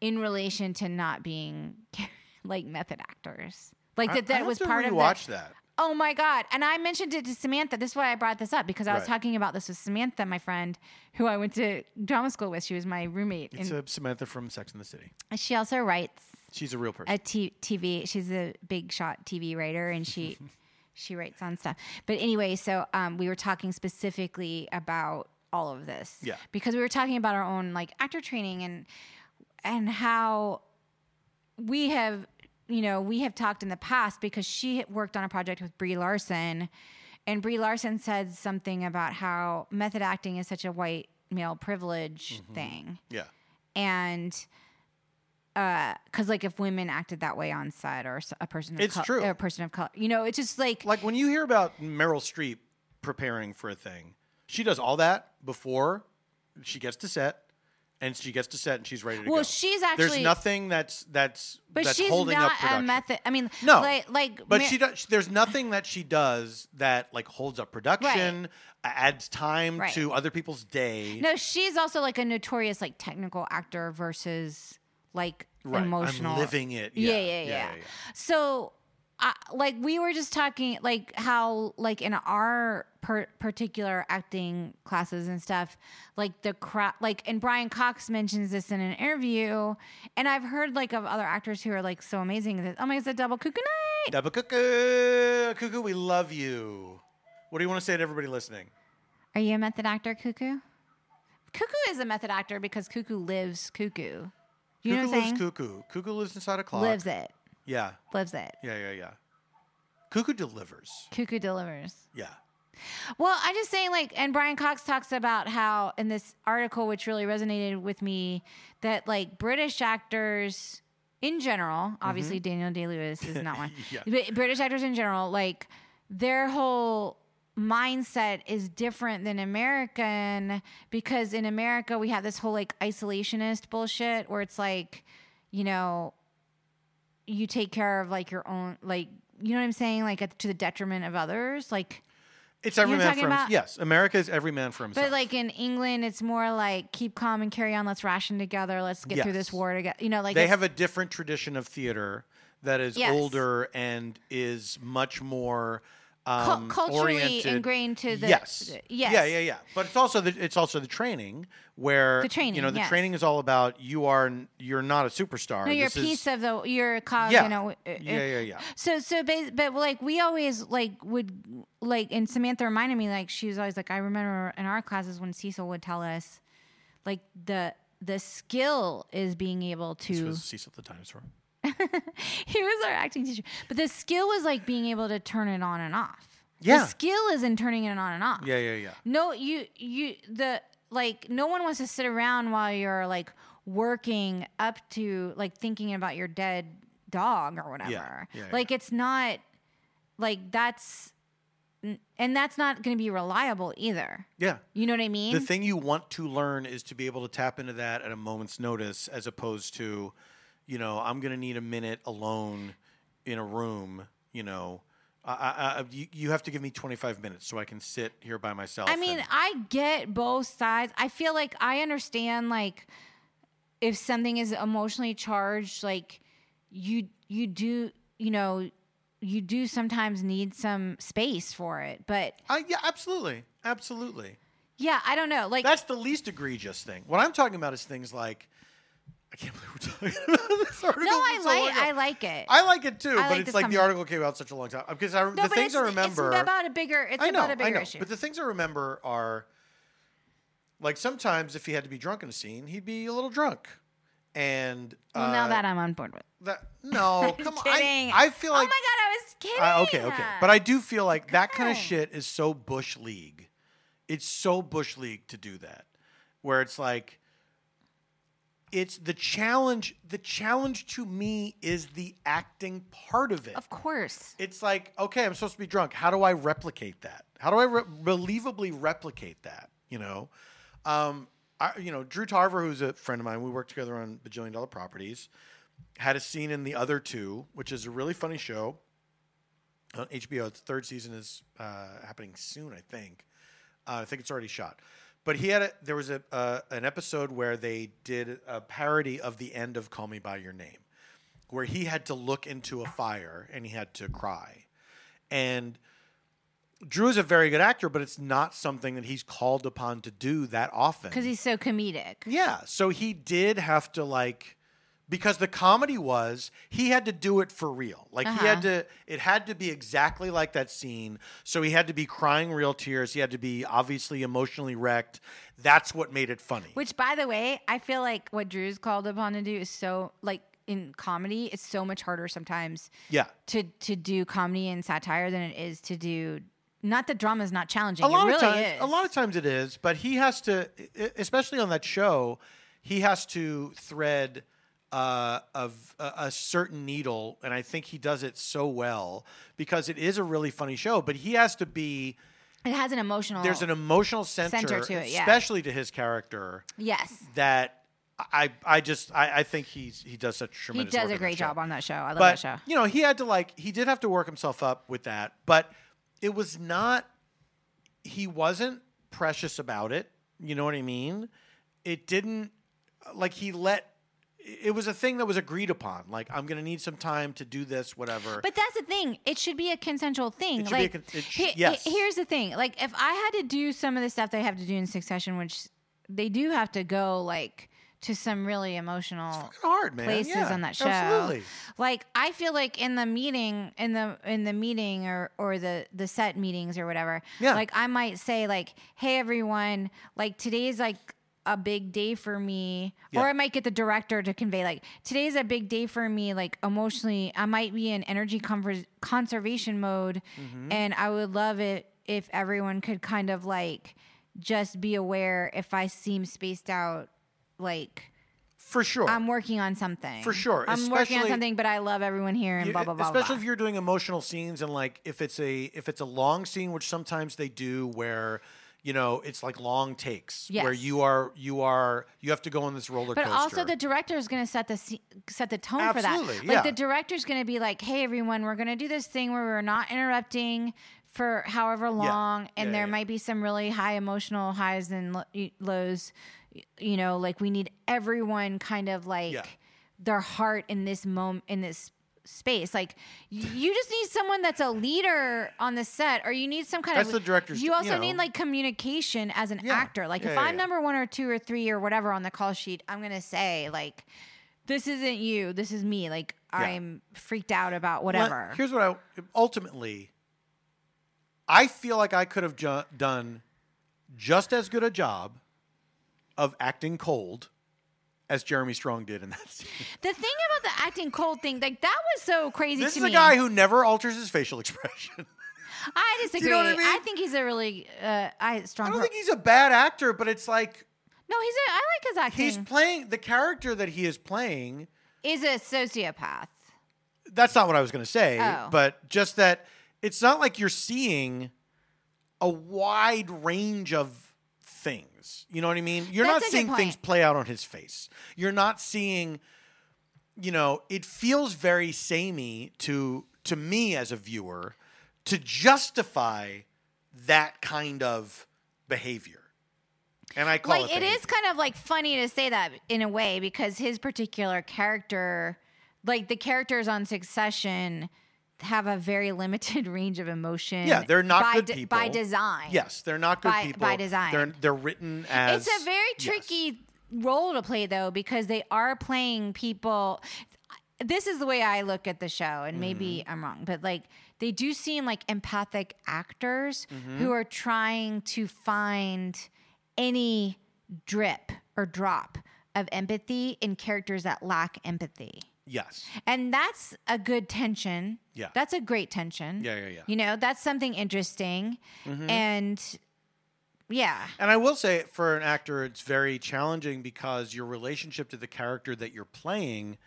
[SPEAKER 2] in relation to not being (laughs) like method actors like that that was part of
[SPEAKER 1] watch
[SPEAKER 2] the,
[SPEAKER 1] that.
[SPEAKER 2] Oh my God. And I mentioned it to Samantha. This is why I brought this up because I was
[SPEAKER 1] Right.
[SPEAKER 2] talking about this with Samantha, my friend, who I went to drama school with. She was my roommate.
[SPEAKER 1] It's
[SPEAKER 2] And
[SPEAKER 1] a Samantha from Sex and the City.
[SPEAKER 2] she also writes
[SPEAKER 1] She's a real person.
[SPEAKER 2] a t- TV. She's a big shot TV writer, and she she writes on stuff. But anyway, so um, we were talking specifically about all of this,
[SPEAKER 1] Yeah.
[SPEAKER 2] because we were talking about our own like actor training and and how we have you know we have talked in the past because she worked on a project with Brie Larson, and Brie Larson said something about how method acting is such a white male privilege thing
[SPEAKER 1] yeah.
[SPEAKER 2] and because like if women acted that way on set or s- a person of
[SPEAKER 1] It's
[SPEAKER 2] col-
[SPEAKER 1] true.
[SPEAKER 2] a person of color you know it's just like,
[SPEAKER 1] Like when you hear about Meryl Streep preparing for a thing, she does all that before she gets to set, and she gets to set and she's ready to go.
[SPEAKER 2] well she's actually
[SPEAKER 1] There's nothing that's that's
[SPEAKER 2] but
[SPEAKER 1] that's
[SPEAKER 2] she's
[SPEAKER 1] holding
[SPEAKER 2] not
[SPEAKER 1] up production.
[SPEAKER 2] a method i mean
[SPEAKER 1] No,
[SPEAKER 2] like, like
[SPEAKER 1] but
[SPEAKER 2] Mar-
[SPEAKER 1] she does. There's nothing that she does that like holds up production, adds time
[SPEAKER 2] Right.
[SPEAKER 1] to other people's day.
[SPEAKER 2] no she's also like a notorious like technical actor versus like
[SPEAKER 1] Right.
[SPEAKER 2] emotional
[SPEAKER 1] I'm living it.
[SPEAKER 2] yeah yeah yeah, so I, like we were just talking like how like in our per- particular acting classes and stuff like the crowd like and brian cox mentions this in an interview and i've heard like of other actors who are like so amazing that oh my god it's a double cuckoo night
[SPEAKER 1] Double cuckoo, cuckoo, we love you. What do you want to say to everybody listening?
[SPEAKER 2] are you a method actor cuckoo cuckoo is a method actor because cuckoo lives cuckoo you know
[SPEAKER 1] cuckoo
[SPEAKER 2] what i'm saying
[SPEAKER 1] lives cuckoo. Cuckoo lives inside a clock.
[SPEAKER 2] lives it
[SPEAKER 1] Yeah,
[SPEAKER 2] lives it
[SPEAKER 1] yeah, yeah, yeah. Cuckoo delivers.
[SPEAKER 2] cuckoo delivers
[SPEAKER 1] Yeah.
[SPEAKER 2] Well, I'm just saying, like, and Brian Cox talks about how in this article, which really resonated with me, that like British actors in general, obviously Daniel Day Lewis is not one,
[SPEAKER 1] Yeah.
[SPEAKER 2] but British actors in general, like, their whole mindset is different than American because in America, we have this whole like isolationist bullshit where it's like, you know, you take care of like your own, like, you know what I'm saying? Like, at, to the detriment of others. Like,
[SPEAKER 1] It's every man
[SPEAKER 2] talking
[SPEAKER 1] for himself.
[SPEAKER 2] about-
[SPEAKER 1] Yes, America is every man for himself.
[SPEAKER 2] but like in England, it's more like keep calm and carry on. Let's ration together. Let's get through this
[SPEAKER 1] Yes.
[SPEAKER 2] war together. You know, like
[SPEAKER 1] they
[SPEAKER 2] it's-
[SPEAKER 1] have a different tradition of theater that is
[SPEAKER 2] Yes.
[SPEAKER 1] older and is much more um,
[SPEAKER 2] culturally
[SPEAKER 1] oriented.
[SPEAKER 2] ingrained to the-
[SPEAKER 1] yes.
[SPEAKER 2] the- yes.
[SPEAKER 1] yeah, yeah, yeah. But it's also the it's also the training where
[SPEAKER 2] The training,
[SPEAKER 1] you know the
[SPEAKER 2] yes.
[SPEAKER 1] training is all about you are n- you're not a superstar.
[SPEAKER 2] No, you're a
[SPEAKER 1] This
[SPEAKER 2] piece
[SPEAKER 1] is,
[SPEAKER 2] of the you're a cog
[SPEAKER 1] yeah,
[SPEAKER 2] you know. uh, uh,
[SPEAKER 1] yeah, yeah, yeah.
[SPEAKER 2] So so bas- but like we always like would like and Samantha reminded me like she was always like I remember in our classes when Cecil would tell us like the the skill is being able
[SPEAKER 1] This
[SPEAKER 2] to
[SPEAKER 1] was Cecil the dinosaur.
[SPEAKER 2] (laughs) he was our acting teacher but the skill was like being able to turn it on and off
[SPEAKER 1] Yeah.
[SPEAKER 2] the skill is in turning it on and off
[SPEAKER 1] Yeah, yeah, yeah.
[SPEAKER 2] no you you the like no one wants to sit around while you're like working up to like thinking about your dead dog or whatever
[SPEAKER 1] yeah,
[SPEAKER 2] like it's not like that's n- and that's not going to be reliable either
[SPEAKER 1] Yeah.
[SPEAKER 2] you know what i mean
[SPEAKER 1] The thing you want to learn is to be able to tap into that at a moment's notice as opposed to, you know, I'm going to need a minute alone in a room, you know. I, I, I, you, you have to give me 25 minutes so I can sit here by myself.
[SPEAKER 2] I mean,
[SPEAKER 1] and-
[SPEAKER 2] I get both sides. I feel like I understand like if something is emotionally charged, like you you do, you know, you do sometimes need some space for it. But
[SPEAKER 1] I, yeah, absolutely. Absolutely.
[SPEAKER 2] yeah, I don't know. Like
[SPEAKER 1] That's the least egregious thing. What I'm talking about is things like, I can't believe we're talking (laughs) about this article.
[SPEAKER 2] no, I
[SPEAKER 1] from so long
[SPEAKER 2] like
[SPEAKER 1] ago.
[SPEAKER 2] I like it.
[SPEAKER 1] I like it too,
[SPEAKER 2] I
[SPEAKER 1] but
[SPEAKER 2] like
[SPEAKER 1] it's
[SPEAKER 2] this
[SPEAKER 1] like the
[SPEAKER 2] conversation.
[SPEAKER 1] article came out such a long time because I,
[SPEAKER 2] no,
[SPEAKER 1] the
[SPEAKER 2] but
[SPEAKER 1] things I
[SPEAKER 2] it's-
[SPEAKER 1] remember.
[SPEAKER 2] It's about a bigger. It's
[SPEAKER 1] I know,
[SPEAKER 2] about a bigger
[SPEAKER 1] I know.
[SPEAKER 2] issue.
[SPEAKER 1] But the things I remember are like sometimes if he had to be drunk in a scene, he'd be a little drunk. And uh,
[SPEAKER 2] well, now that I'm on board with.
[SPEAKER 1] that
[SPEAKER 2] (laughs)
[SPEAKER 1] no, come on, I,
[SPEAKER 2] Kidding.
[SPEAKER 1] I feel like
[SPEAKER 2] oh my god, I was kidding.
[SPEAKER 1] I- okay, okay, but I do feel like that kind of
[SPEAKER 2] God.
[SPEAKER 1] shit is so bush league. It's so bush league to do that, where it's like. It's the challenge. The challenge to me is the acting part of it
[SPEAKER 2] of course.
[SPEAKER 1] it's like okay i'm supposed to be drunk how do i replicate that how do i re- believably replicate that you know um I, you know drew tarver who's a friend of mine we worked together on bajillion dollar properties had a scene in the other two which is a really funny show on hbo its third season is uh, happening soon i think uh, i think it's already shot but he had a there was a uh, an episode where they did a parody of the end of call me by your name where he had to look into a fire and he had to cry. And Drew is a very good actor, but it's not something that he's called upon to do that often.
[SPEAKER 2] Because he's so comedic.
[SPEAKER 1] yeah, so he did have to like because the comedy was he had to do it for real. Like he had
[SPEAKER 2] Uh-huh.
[SPEAKER 1] to it had to be exactly like that scene. So he had to be crying real tears. He had to be obviously emotionally wrecked. That's what made it funny.
[SPEAKER 2] Which, by the way, I feel like what Drew's called upon to do is so like in comedy, it's so much harder sometimes
[SPEAKER 1] yeah.
[SPEAKER 2] to to do comedy and satire than it is to do. Not that drama is not challenging.
[SPEAKER 1] a lot
[SPEAKER 2] it really
[SPEAKER 1] of times,
[SPEAKER 2] is.
[SPEAKER 1] a lot of times it is, but he has to, e- especially on that show, he has to thread uh, of a, a certain needle, and I think he does it so well because it is a really funny show. But he has to be
[SPEAKER 2] it has an emotional.
[SPEAKER 1] there's an emotional center,
[SPEAKER 2] Oh. Center to it, yeah.
[SPEAKER 1] especially to his character
[SPEAKER 2] yes.
[SPEAKER 1] that I I just I, I think he's he does such
[SPEAKER 2] He
[SPEAKER 1] tremendous.
[SPEAKER 2] does
[SPEAKER 1] work
[SPEAKER 2] a
[SPEAKER 1] on
[SPEAKER 2] great
[SPEAKER 1] that show
[SPEAKER 2] job on that show. I love that
[SPEAKER 1] but
[SPEAKER 2] show.
[SPEAKER 1] you know he had to like he did have to work himself up with that but it was not he wasn't precious about it you know what i mean it didn't like he let it was a thing that was agreed upon like i'm gonna need some time to do this whatever
[SPEAKER 2] But that's the thing. It should be a consensual thing.
[SPEAKER 1] should be a
[SPEAKER 2] like,
[SPEAKER 1] con- it sh-
[SPEAKER 2] he- he-
[SPEAKER 1] yes.
[SPEAKER 2] here's the thing. Like, if I had to do some of the stuff they have to do in Succession, which they do have to go like to some really emotional
[SPEAKER 1] Fucking hard man
[SPEAKER 2] places
[SPEAKER 1] Yeah,
[SPEAKER 2] on that show.
[SPEAKER 1] absolutely
[SPEAKER 2] Like I feel like in the meeting, in the in the meeting or or the the set meetings or whatever.
[SPEAKER 1] Yeah.
[SPEAKER 2] Like I might say like, hey everyone, like today's like a big day for me or
[SPEAKER 1] Yeah.
[SPEAKER 2] i might get the director to convey like today's a big day for me like emotionally i might be in energy conver- conservation mode
[SPEAKER 1] Mm-hmm.
[SPEAKER 2] and i would love it if everyone could kind of like just be aware if i seem spaced out like
[SPEAKER 1] for sure
[SPEAKER 2] I'm working on something.
[SPEAKER 1] For sure,
[SPEAKER 2] I'm working on
[SPEAKER 1] especially-
[SPEAKER 2] something, but I love everyone here and
[SPEAKER 1] Yeah,
[SPEAKER 2] blah blah blah.
[SPEAKER 1] E, Especially
[SPEAKER 2] blah.
[SPEAKER 1] if you're doing emotional scenes and like if it's a if it's a long scene, which sometimes they do, where you know it's like long takes, where
[SPEAKER 2] Yes.
[SPEAKER 1] you are you are you have to go on this roller
[SPEAKER 2] but
[SPEAKER 1] coaster.
[SPEAKER 2] also the director is going to set the se- set the tone for that.
[SPEAKER 1] Absolutely,
[SPEAKER 2] Like
[SPEAKER 1] yeah.
[SPEAKER 2] the director's going to be like, "Hey everyone, we're going to do this thing where we're not interrupting for however long and
[SPEAKER 1] Yeah,
[SPEAKER 2] there
[SPEAKER 1] yeah.
[SPEAKER 2] might be some really high emotional highs and lo- y- lows. Y- You know, like we need everyone kind of like
[SPEAKER 1] Yeah.
[SPEAKER 2] their heart in this moment in this space. Like y- you just need someone that's a leader on the set, or you need some kind
[SPEAKER 1] That's
[SPEAKER 2] of
[SPEAKER 1] the director's-
[SPEAKER 2] You
[SPEAKER 1] you
[SPEAKER 2] also
[SPEAKER 1] know.
[SPEAKER 2] need like communication as an
[SPEAKER 1] Yeah.
[SPEAKER 2] actor. Like
[SPEAKER 1] Yeah,
[SPEAKER 2] if
[SPEAKER 1] yeah,
[SPEAKER 2] I'm
[SPEAKER 1] yeah.
[SPEAKER 2] number one or two or three or whatever on the call sheet, I'm gonna say like, "This isn't you. This is me." Like I'm freaked out about
[SPEAKER 1] Well,
[SPEAKER 2] whatever.
[SPEAKER 1] here's what I ultimately. I feel like I could have ju- done just as good a job of acting cold as Jeremy Strong did in that scene.
[SPEAKER 2] the thing about the acting cold thing, like that was so crazy
[SPEAKER 1] This
[SPEAKER 2] to
[SPEAKER 1] is
[SPEAKER 2] me.
[SPEAKER 1] a guy who never alters his facial (laughs) expression.
[SPEAKER 2] I disagree.
[SPEAKER 1] you know what I mean?
[SPEAKER 2] I think he's a really uh, I strong.
[SPEAKER 1] I
[SPEAKER 2] per-
[SPEAKER 1] don't think he's a bad actor, but it's like
[SPEAKER 2] no, he's. A, I like his acting.
[SPEAKER 1] he's playing the character that he is playing.
[SPEAKER 2] is a sociopath.
[SPEAKER 1] That's not what I was going to say,
[SPEAKER 2] Oh.
[SPEAKER 1] but just that it's not like you're seeing a wide range of things. You know what I mean? You're
[SPEAKER 2] That's a
[SPEAKER 1] not
[SPEAKER 2] good
[SPEAKER 1] seeing things
[SPEAKER 2] point.
[SPEAKER 1] play out on his face. You're not seeing you know, it feels very samey to to me as a viewer to justify that kind of behavior. And I call
[SPEAKER 2] like
[SPEAKER 1] it
[SPEAKER 2] it
[SPEAKER 1] behavior.
[SPEAKER 2] is kind of like funny to say that in a way because his particular character like the characters on succession have a very (laughs) limited range of emotion
[SPEAKER 1] Yeah, they're not
[SPEAKER 2] by
[SPEAKER 1] good
[SPEAKER 2] de-
[SPEAKER 1] people
[SPEAKER 2] by design
[SPEAKER 1] Yes, they're not good
[SPEAKER 2] By-
[SPEAKER 1] people
[SPEAKER 2] by design.
[SPEAKER 1] They're they're written as
[SPEAKER 2] it's a very
[SPEAKER 1] yes.
[SPEAKER 2] tricky role to play though because they are playing people this is the way i look at the show and maybe
[SPEAKER 1] Mm-hmm.
[SPEAKER 2] i'm wrong but like they do seem like empathic actors
[SPEAKER 1] Mm-hmm.
[SPEAKER 2] who are trying to find any drip or drop of empathy in characters that lack empathy
[SPEAKER 1] Yes.
[SPEAKER 2] and that's a good tension.
[SPEAKER 1] Yeah.
[SPEAKER 2] That's a great tension.
[SPEAKER 1] Yeah, yeah, yeah. Mm-hmm.
[SPEAKER 2] You know, that's something interesting. And yeah.
[SPEAKER 1] And I will say, for an actor, it's very challenging because your relationship to the character that you're playing,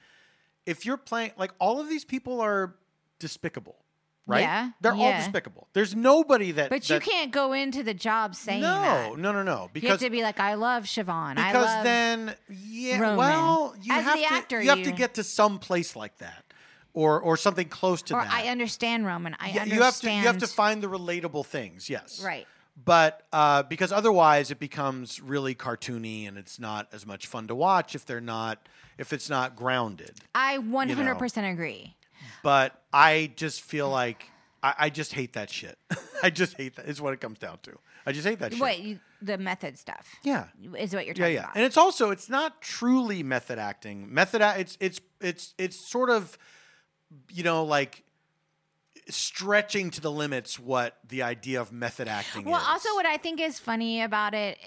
[SPEAKER 1] if you're playing, like all of these people are despicable, right?
[SPEAKER 2] Yeah,
[SPEAKER 1] They're all
[SPEAKER 2] yeah.
[SPEAKER 1] despicable. There's nobody that.
[SPEAKER 2] But you
[SPEAKER 1] that,
[SPEAKER 2] can't go into the job saying
[SPEAKER 1] No,
[SPEAKER 2] that.
[SPEAKER 1] no, no, no.
[SPEAKER 2] You have
[SPEAKER 1] Because
[SPEAKER 2] to be like, I love Siobhan. I
[SPEAKER 1] because
[SPEAKER 2] love.
[SPEAKER 1] then yeah
[SPEAKER 2] Roman.
[SPEAKER 1] well you
[SPEAKER 2] As
[SPEAKER 1] have
[SPEAKER 2] the
[SPEAKER 1] to
[SPEAKER 2] actor,
[SPEAKER 1] you have to
[SPEAKER 2] you-
[SPEAKER 1] get to some place like that or or something close to
[SPEAKER 2] or
[SPEAKER 1] that
[SPEAKER 2] I understand Roman. I
[SPEAKER 1] Yeah,
[SPEAKER 2] understand.
[SPEAKER 1] you have to you have to find the relatable things yes
[SPEAKER 2] Right.
[SPEAKER 1] but uh, because otherwise it becomes really cartoony and it's not as much fun to watch if they're not if it's not grounded
[SPEAKER 2] I 100% agree.
[SPEAKER 1] but i just feel like i, I just hate that shit (laughs) i just hate that is what it comes down to i just hate that shit
[SPEAKER 2] What you, the method stuff?
[SPEAKER 1] yeah
[SPEAKER 2] Is what you're
[SPEAKER 1] yeah
[SPEAKER 2] talking
[SPEAKER 1] yeah
[SPEAKER 2] about.
[SPEAKER 1] and it's also it's not truly method acting method a- it's it's it's it's sort of you know like stretching to the limits what the idea of method acting
[SPEAKER 2] Well,
[SPEAKER 1] is
[SPEAKER 2] also what I think is funny about it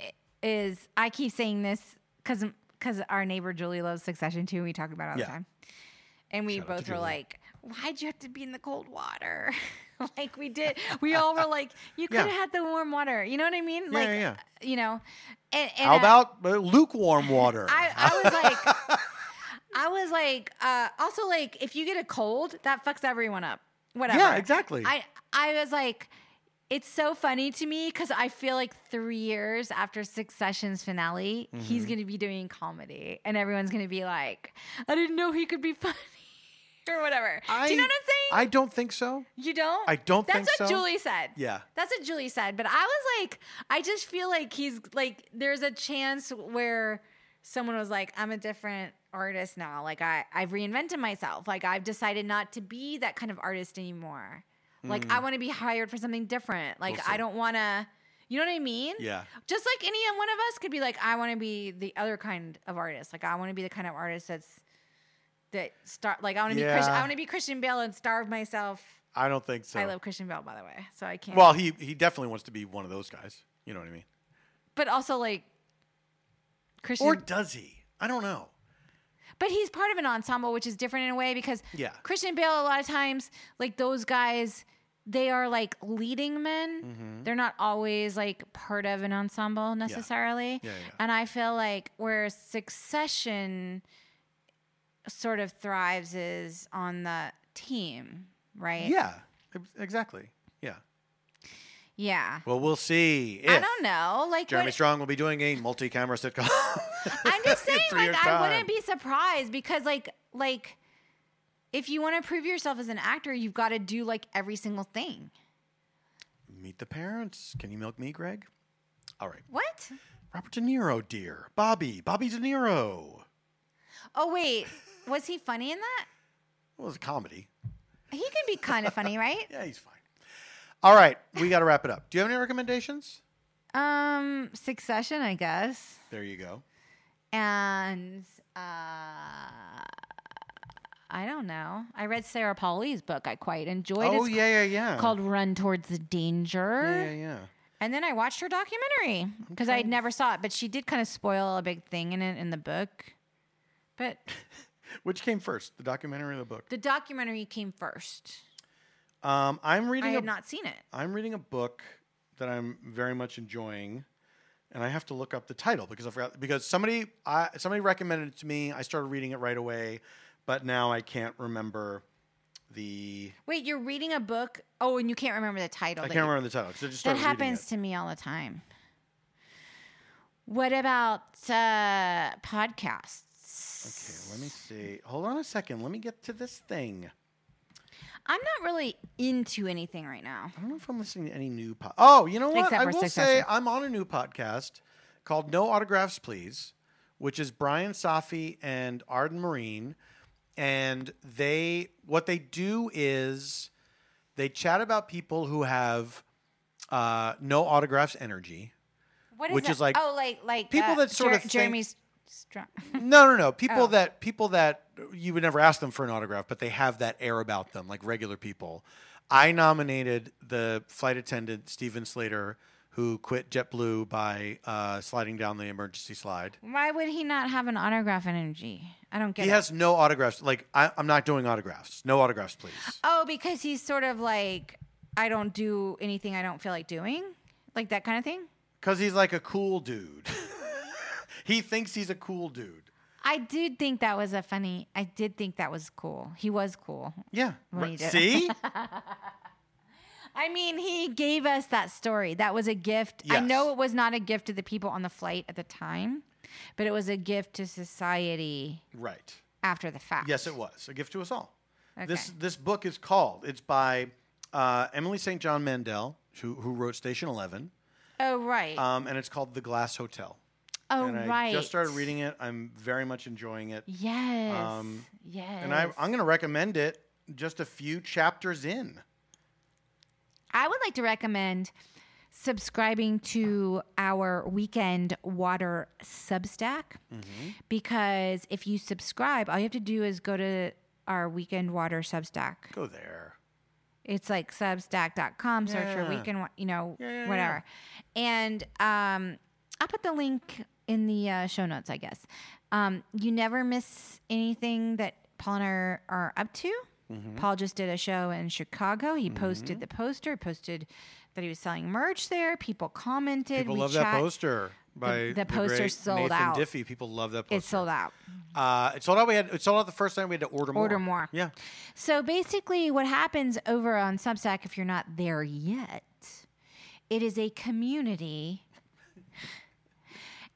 [SPEAKER 2] is I keep saying this because because our neighbor Julie loves Succession too. and We talk about it all
[SPEAKER 1] Yeah.
[SPEAKER 2] the time, and we
[SPEAKER 1] Shout out to
[SPEAKER 2] both were
[SPEAKER 1] Julie.
[SPEAKER 2] like, "Why'd you have to be in the cold water?" (laughs) like we did. We all were like, "You could
[SPEAKER 1] Yeah.
[SPEAKER 2] have had the warm water." You know what I mean?
[SPEAKER 1] Yeah,
[SPEAKER 2] like,
[SPEAKER 1] yeah, yeah.
[SPEAKER 2] you know, and, and
[SPEAKER 1] How
[SPEAKER 2] I-
[SPEAKER 1] about uh, lukewarm water?
[SPEAKER 2] I, I was
[SPEAKER 1] (laughs)
[SPEAKER 2] like, I was like, uh, also like, if you get a cold, that fucks everyone up. Whatever.
[SPEAKER 1] Yeah, exactly.
[SPEAKER 2] I I was like, it's so funny to me because I feel like three years after Succession's finale,
[SPEAKER 1] Mm-hmm.
[SPEAKER 2] he's gonna be doing comedy, and everyone's gonna be like, I didn't know he could be (laughs) funny. Or whatever. Do you know what I'm saying?
[SPEAKER 1] I don't think so.
[SPEAKER 2] you don't.
[SPEAKER 1] I don't
[SPEAKER 2] That's
[SPEAKER 1] think
[SPEAKER 2] what
[SPEAKER 1] so.
[SPEAKER 2] Julie said.
[SPEAKER 1] Yeah.
[SPEAKER 2] That's what Julie said. But I was like, I just feel like he's like, there's a chance where someone was like, I'm a different artist now. Like, I, I've reinvented myself. Like, I've decided not to be that kind of artist anymore. Like, I want to be hired for something different. Like,
[SPEAKER 1] Hmm. We'll see.
[SPEAKER 2] I don't want to, you know what I mean?
[SPEAKER 1] Yeah.
[SPEAKER 2] Just like any one of us could be like, I want to be the other kind of artist. Like, I want to be the kind of artist that's, that start like I want to be Christian,
[SPEAKER 1] Yeah.
[SPEAKER 2] I want to be Christian Bale and starve myself
[SPEAKER 1] I don't think so.
[SPEAKER 2] I love Christian Bale, by the way, so I can't.
[SPEAKER 1] well, he he definitely wants to be one of those guys. You know what I mean?
[SPEAKER 2] but also like Christian,
[SPEAKER 1] Or does he? I don't know.
[SPEAKER 2] but he's part of an ensemble, which is different in a way because
[SPEAKER 1] Yeah.
[SPEAKER 2] Christian Bale, a lot of times, like those guys, they are like leading men.
[SPEAKER 1] Mm-hmm.
[SPEAKER 2] They're not always like part of an ensemble necessarily.
[SPEAKER 1] Yeah, yeah.
[SPEAKER 2] And I feel like where Succession sort of thrives is on the team, right?
[SPEAKER 1] Yeah. ex- Exactly. Yeah.
[SPEAKER 2] Yeah.
[SPEAKER 1] Well, we'll see.
[SPEAKER 2] I
[SPEAKER 1] if
[SPEAKER 2] don't know. Like
[SPEAKER 1] Jeremy
[SPEAKER 2] what-
[SPEAKER 1] Strong will be doing a multi-camera sitcom. (laughs)
[SPEAKER 2] I'm just
[SPEAKER 1] in
[SPEAKER 2] saying,
[SPEAKER 1] three
[SPEAKER 2] like,
[SPEAKER 1] years'
[SPEAKER 2] I wouldn't
[SPEAKER 1] time.
[SPEAKER 2] be surprised because, like, like if you want to prove yourself as an actor, you've got to do like every single thing.
[SPEAKER 1] Meet the parents. Can you milk me, Greg? All right.
[SPEAKER 2] What?
[SPEAKER 1] Robert De Niro, dear. Bobby. Bobby De Niro.
[SPEAKER 2] Oh wait, was he funny in that?
[SPEAKER 1] Well, it's a comedy.
[SPEAKER 2] He can be kind of
[SPEAKER 1] (laughs)
[SPEAKER 2] funny, right?
[SPEAKER 1] Yeah, he's fine. All right, we got to wrap it up. Do you have any recommendations?
[SPEAKER 2] Um, Succession, I guess,
[SPEAKER 1] There you go.
[SPEAKER 2] and uh, I don't know. I read Sarah Pauli's book. I quite enjoyed.
[SPEAKER 1] Oh
[SPEAKER 2] it's
[SPEAKER 1] yeah, yeah, yeah.
[SPEAKER 2] called Run Towards the Danger.
[SPEAKER 1] Yeah, yeah, yeah.
[SPEAKER 2] And then I watched her documentary because I never saw it, but she did kind of spoil a big thing in it in the book. But
[SPEAKER 1] Which came first, the documentary or the book?
[SPEAKER 2] the documentary came first.
[SPEAKER 1] Um, I'm
[SPEAKER 2] I
[SPEAKER 1] reading. a-
[SPEAKER 2] had not seen it.
[SPEAKER 1] I'm reading a book that I'm very much enjoying, and I have to look up the title because I forgot. Because somebody, I, somebody recommended it to me. I started reading it right away, but now I can't remember the.
[SPEAKER 2] Wait, you're reading a book? Oh, and you can't remember the title.
[SPEAKER 1] I
[SPEAKER 2] that
[SPEAKER 1] can't
[SPEAKER 2] you-
[SPEAKER 1] remember the title because I just
[SPEAKER 2] That
[SPEAKER 1] started reading
[SPEAKER 2] happens to
[SPEAKER 1] it.
[SPEAKER 2] me all the time. What about uh, podcasts?
[SPEAKER 1] Okay, let me see. Hold on a second. Let me get to this thing.
[SPEAKER 2] I'm not really into anything right now.
[SPEAKER 1] I don't know if I'm listening to any new pod. Oh, you know what?
[SPEAKER 2] Except
[SPEAKER 1] I
[SPEAKER 2] for
[SPEAKER 1] will
[SPEAKER 2] Succession.
[SPEAKER 1] say I'm on a new podcast called No Autographs Please, which is Brian Safi and Arden Marine, and they what they do is they chat about people who have uh, no autographs energy.
[SPEAKER 2] What is
[SPEAKER 1] Which
[SPEAKER 2] that?
[SPEAKER 1] is like-
[SPEAKER 2] oh, like like
[SPEAKER 1] people
[SPEAKER 2] uh,
[SPEAKER 1] that sort of think-
[SPEAKER 2] Jeremy's strong.
[SPEAKER 1] No, no, no. People
[SPEAKER 2] Oh.
[SPEAKER 1] that people that you would never ask them for an autograph, but they have that air about them, like regular people. I nominated the flight attendant Steven Slater, who quit JetBlue by uh, sliding down the emergency slide.
[SPEAKER 2] Why would he not have an autograph energy? I don't get
[SPEAKER 1] He
[SPEAKER 2] it.
[SPEAKER 1] has no autographs. Like I, I'm not doing autographs. No autographs, please.
[SPEAKER 2] (laughs) oh, because he's sort of like, I don't do anything I don't feel like doing, like that kind of thing.
[SPEAKER 1] Because he's like a cool dude. (laughs) he thinks he's a cool dude.
[SPEAKER 2] I did think that was a funny. I did think that was cool. He was cool.
[SPEAKER 1] Yeah.
[SPEAKER 2] Well,
[SPEAKER 1] Right.
[SPEAKER 2] you do. (laughs)
[SPEAKER 1] See.
[SPEAKER 2] I mean, he gave us that story. That was a gift. I know
[SPEAKER 1] Yes.
[SPEAKER 2] it was not a gift to the people on the flight at the time, but it was a gift to society
[SPEAKER 1] right.
[SPEAKER 2] after the fact.
[SPEAKER 1] Yes, it was a gift to us all. This
[SPEAKER 2] Okay.
[SPEAKER 1] this book is called. It's by uh, Emily St. John Mandel, who who wrote Station Eleven,
[SPEAKER 2] Oh right.
[SPEAKER 1] um, and it's called The Glass Hotel.
[SPEAKER 2] oh
[SPEAKER 1] and I
[SPEAKER 2] right.
[SPEAKER 1] just started reading it. I'm very much enjoying it,
[SPEAKER 2] Yes.
[SPEAKER 1] Um,
[SPEAKER 2] yes.
[SPEAKER 1] and I, I'm going to recommend it. Just a few chapters in.
[SPEAKER 2] I would like to recommend subscribing to our weekend water Substack because if you subscribe, all you have to do is go to our weekend water Substack.
[SPEAKER 1] Go there.
[SPEAKER 2] It's like substack.com, search for
[SPEAKER 1] Yeah.
[SPEAKER 2] weekend, Wa- you know,
[SPEAKER 1] Yeah, yeah,
[SPEAKER 2] whatever. And um, I'll put the link in the uh, show notes, I guess. Um, you never miss anything that Paul and I are, are up to.
[SPEAKER 1] Mm-hmm.
[SPEAKER 2] Paul just did a show in Chicago. He posted the poster, posted that he was selling merch there. People commented.
[SPEAKER 1] People
[SPEAKER 2] we
[SPEAKER 1] love that
[SPEAKER 2] chat-
[SPEAKER 1] poster by
[SPEAKER 2] the poster
[SPEAKER 1] great
[SPEAKER 2] sold
[SPEAKER 1] Nathan
[SPEAKER 2] out.
[SPEAKER 1] Diffie. People love that poster.
[SPEAKER 2] It sold out.
[SPEAKER 1] Uh, it sold out. We had it sold out the first time. We had to order more.
[SPEAKER 2] Order more.
[SPEAKER 1] Yeah.
[SPEAKER 2] So basically, what happens over on Substack, if you're not there yet, it is a community.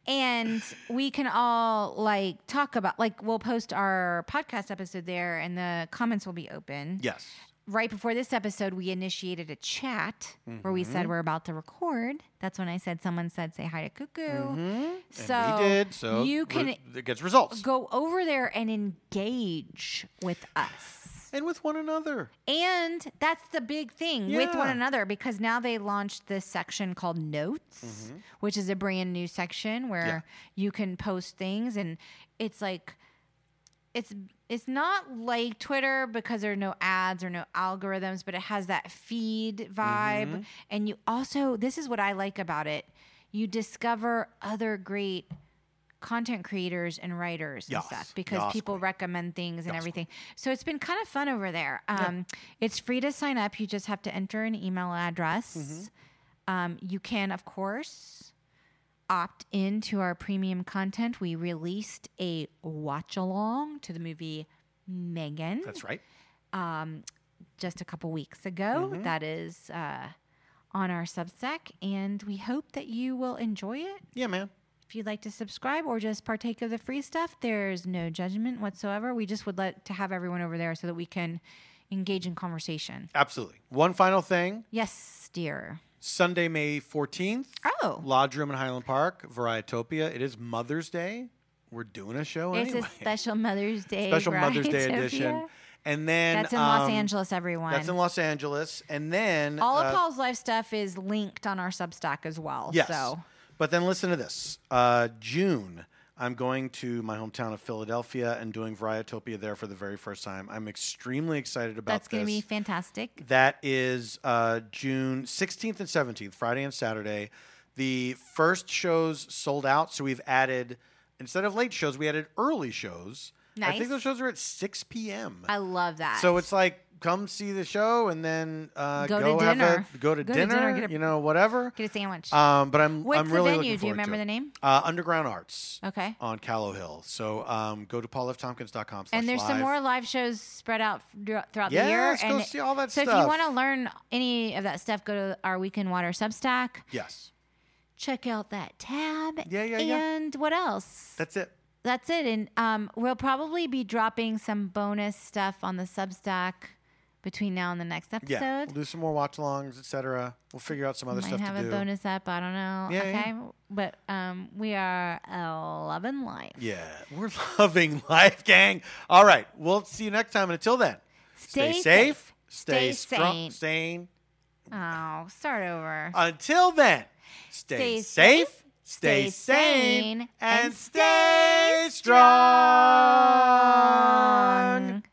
[SPEAKER 2] And we can all like talk about, like, we'll post our podcast episode there and the comments will be open.
[SPEAKER 1] Yes.
[SPEAKER 2] Right before this episode, we initiated a chat where we
[SPEAKER 1] Mm-hmm.
[SPEAKER 2] said we're about to record. That's when I said someone said, say hi to Cuckoo. So
[SPEAKER 1] Mm-hmm. and we did. So
[SPEAKER 2] you
[SPEAKER 1] we're-
[SPEAKER 2] can
[SPEAKER 1] it gets results
[SPEAKER 2] go over there and engage with us.
[SPEAKER 1] and with one another.
[SPEAKER 2] And that's the big thing with one
[SPEAKER 1] Yeah.
[SPEAKER 2] another because now they launched this section called Notes, which is a brand new section where you can post things and it's like it's it's not like Twitter because there are no ads or no algorithms, but it has that feed vibe
[SPEAKER 1] Mm-hmm.
[SPEAKER 2] and you also this is what I like about it. You discover other great content creators and writers and
[SPEAKER 1] Yes.
[SPEAKER 2] stuff because
[SPEAKER 1] Yes,
[SPEAKER 2] people
[SPEAKER 1] queen.
[SPEAKER 2] recommend things and everything. So it's been kind of fun over there. Um, It's free to sign up. You just have to enter an email address.
[SPEAKER 1] Mm-hmm.
[SPEAKER 2] Um, you can, of course, opt in to our premium content. We released a watch along to the movie Megan
[SPEAKER 1] That's right.
[SPEAKER 2] just a couple weeks ago.
[SPEAKER 1] Mm-hmm.
[SPEAKER 2] That is uh, on our Substack, and we hope that you will enjoy it.
[SPEAKER 1] Yeah, man.
[SPEAKER 2] If you'd like to subscribe or just partake of the free stuff, there's no judgment whatsoever. We just would like to have everyone over there so that we can engage in conversation.
[SPEAKER 1] Absolutely. One final thing.
[SPEAKER 2] Yes, dear.
[SPEAKER 1] Sunday, May 14th,
[SPEAKER 2] Oh,
[SPEAKER 1] Lodge Room in Highland Park, Varietopia. It is Mother's Day. We're doing a show
[SPEAKER 2] it's
[SPEAKER 1] anyway.
[SPEAKER 2] a special Mother's Day.
[SPEAKER 1] (laughs) Special Mother's
[SPEAKER 2] (laughs)
[SPEAKER 1] Day
[SPEAKER 2] Varietopia.
[SPEAKER 1] edition. And then
[SPEAKER 2] That's in Los
[SPEAKER 1] um,
[SPEAKER 2] Angeles, everyone.
[SPEAKER 1] That's in Los Angeles. And then
[SPEAKER 2] All
[SPEAKER 1] uh,
[SPEAKER 2] of Paul's life stuff is linked on our Substack as well.
[SPEAKER 1] Yes.
[SPEAKER 2] So
[SPEAKER 1] But then listen to this. Uh, June, I'm going to my hometown of Philadelphia and doing Varietopia there for the very first time. I'm extremely excited about
[SPEAKER 2] that's
[SPEAKER 1] this.
[SPEAKER 2] going to be fantastic.
[SPEAKER 1] That is uh, June 16th and 17th, Friday and Saturday. The first shows sold out, so we've added instead of late shows, we added early shows. I
[SPEAKER 2] Nice.
[SPEAKER 1] think those shows are at 6 p.m.
[SPEAKER 2] I love that.
[SPEAKER 1] So it's like come see the show and then uh,
[SPEAKER 2] Go
[SPEAKER 1] go,
[SPEAKER 2] to
[SPEAKER 1] have
[SPEAKER 2] dinner.
[SPEAKER 1] a go to
[SPEAKER 2] Go to
[SPEAKER 1] dinner,
[SPEAKER 2] dinner, get a-
[SPEAKER 1] you know, whatever.
[SPEAKER 2] get a sandwich.
[SPEAKER 1] Um, but I'm
[SPEAKER 2] What's
[SPEAKER 1] I'm really
[SPEAKER 2] the
[SPEAKER 1] looking
[SPEAKER 2] venue? Do you
[SPEAKER 1] forward to
[SPEAKER 2] remember
[SPEAKER 1] it.
[SPEAKER 2] the name?
[SPEAKER 1] Uh, Underground Arts.
[SPEAKER 2] Okay.
[SPEAKER 1] On Callow Hill. So um, go to paulliftompkins.com. slash
[SPEAKER 2] And there's some
[SPEAKER 1] live.
[SPEAKER 2] more live shows spread out thro- throughout
[SPEAKER 1] Yeah,
[SPEAKER 2] the year.
[SPEAKER 1] let's go
[SPEAKER 2] and
[SPEAKER 1] see all that
[SPEAKER 2] so if you
[SPEAKER 1] stuff.
[SPEAKER 2] want to learn any of that stuff, go to our Weekend Water Substack.
[SPEAKER 1] Yes,
[SPEAKER 2] Check out that tab.
[SPEAKER 1] Yeah, yeah, yeah.
[SPEAKER 2] And what else?
[SPEAKER 1] that's it.
[SPEAKER 2] That's it. And um, we'll probably be dropping some bonus stuff on the Substack between now and the next episode.
[SPEAKER 1] Yeah, we'll do some more watch-alongs, etc. We'll figure out some other
[SPEAKER 2] Might
[SPEAKER 1] stuff
[SPEAKER 2] have
[SPEAKER 1] to
[SPEAKER 2] a
[SPEAKER 1] do.
[SPEAKER 2] bonus up. I don't know.
[SPEAKER 1] Yeah, yeah.
[SPEAKER 2] okay. But um, we are uh, loving life.
[SPEAKER 1] Yeah, (laughs) we're loving life, gang. All right, we'll see you next time. And until then,
[SPEAKER 2] Stay
[SPEAKER 1] safe,
[SPEAKER 2] safe, stay
[SPEAKER 1] stay, strong,
[SPEAKER 2] sane.
[SPEAKER 1] sane.
[SPEAKER 2] Oh, start over.
[SPEAKER 1] Until then,
[SPEAKER 2] Stay
[SPEAKER 1] stay, safe,
[SPEAKER 2] safe, stay
[SPEAKER 1] stay, sane,
[SPEAKER 2] sane,
[SPEAKER 1] and
[SPEAKER 2] and
[SPEAKER 1] stay strong.
[SPEAKER 2] strong.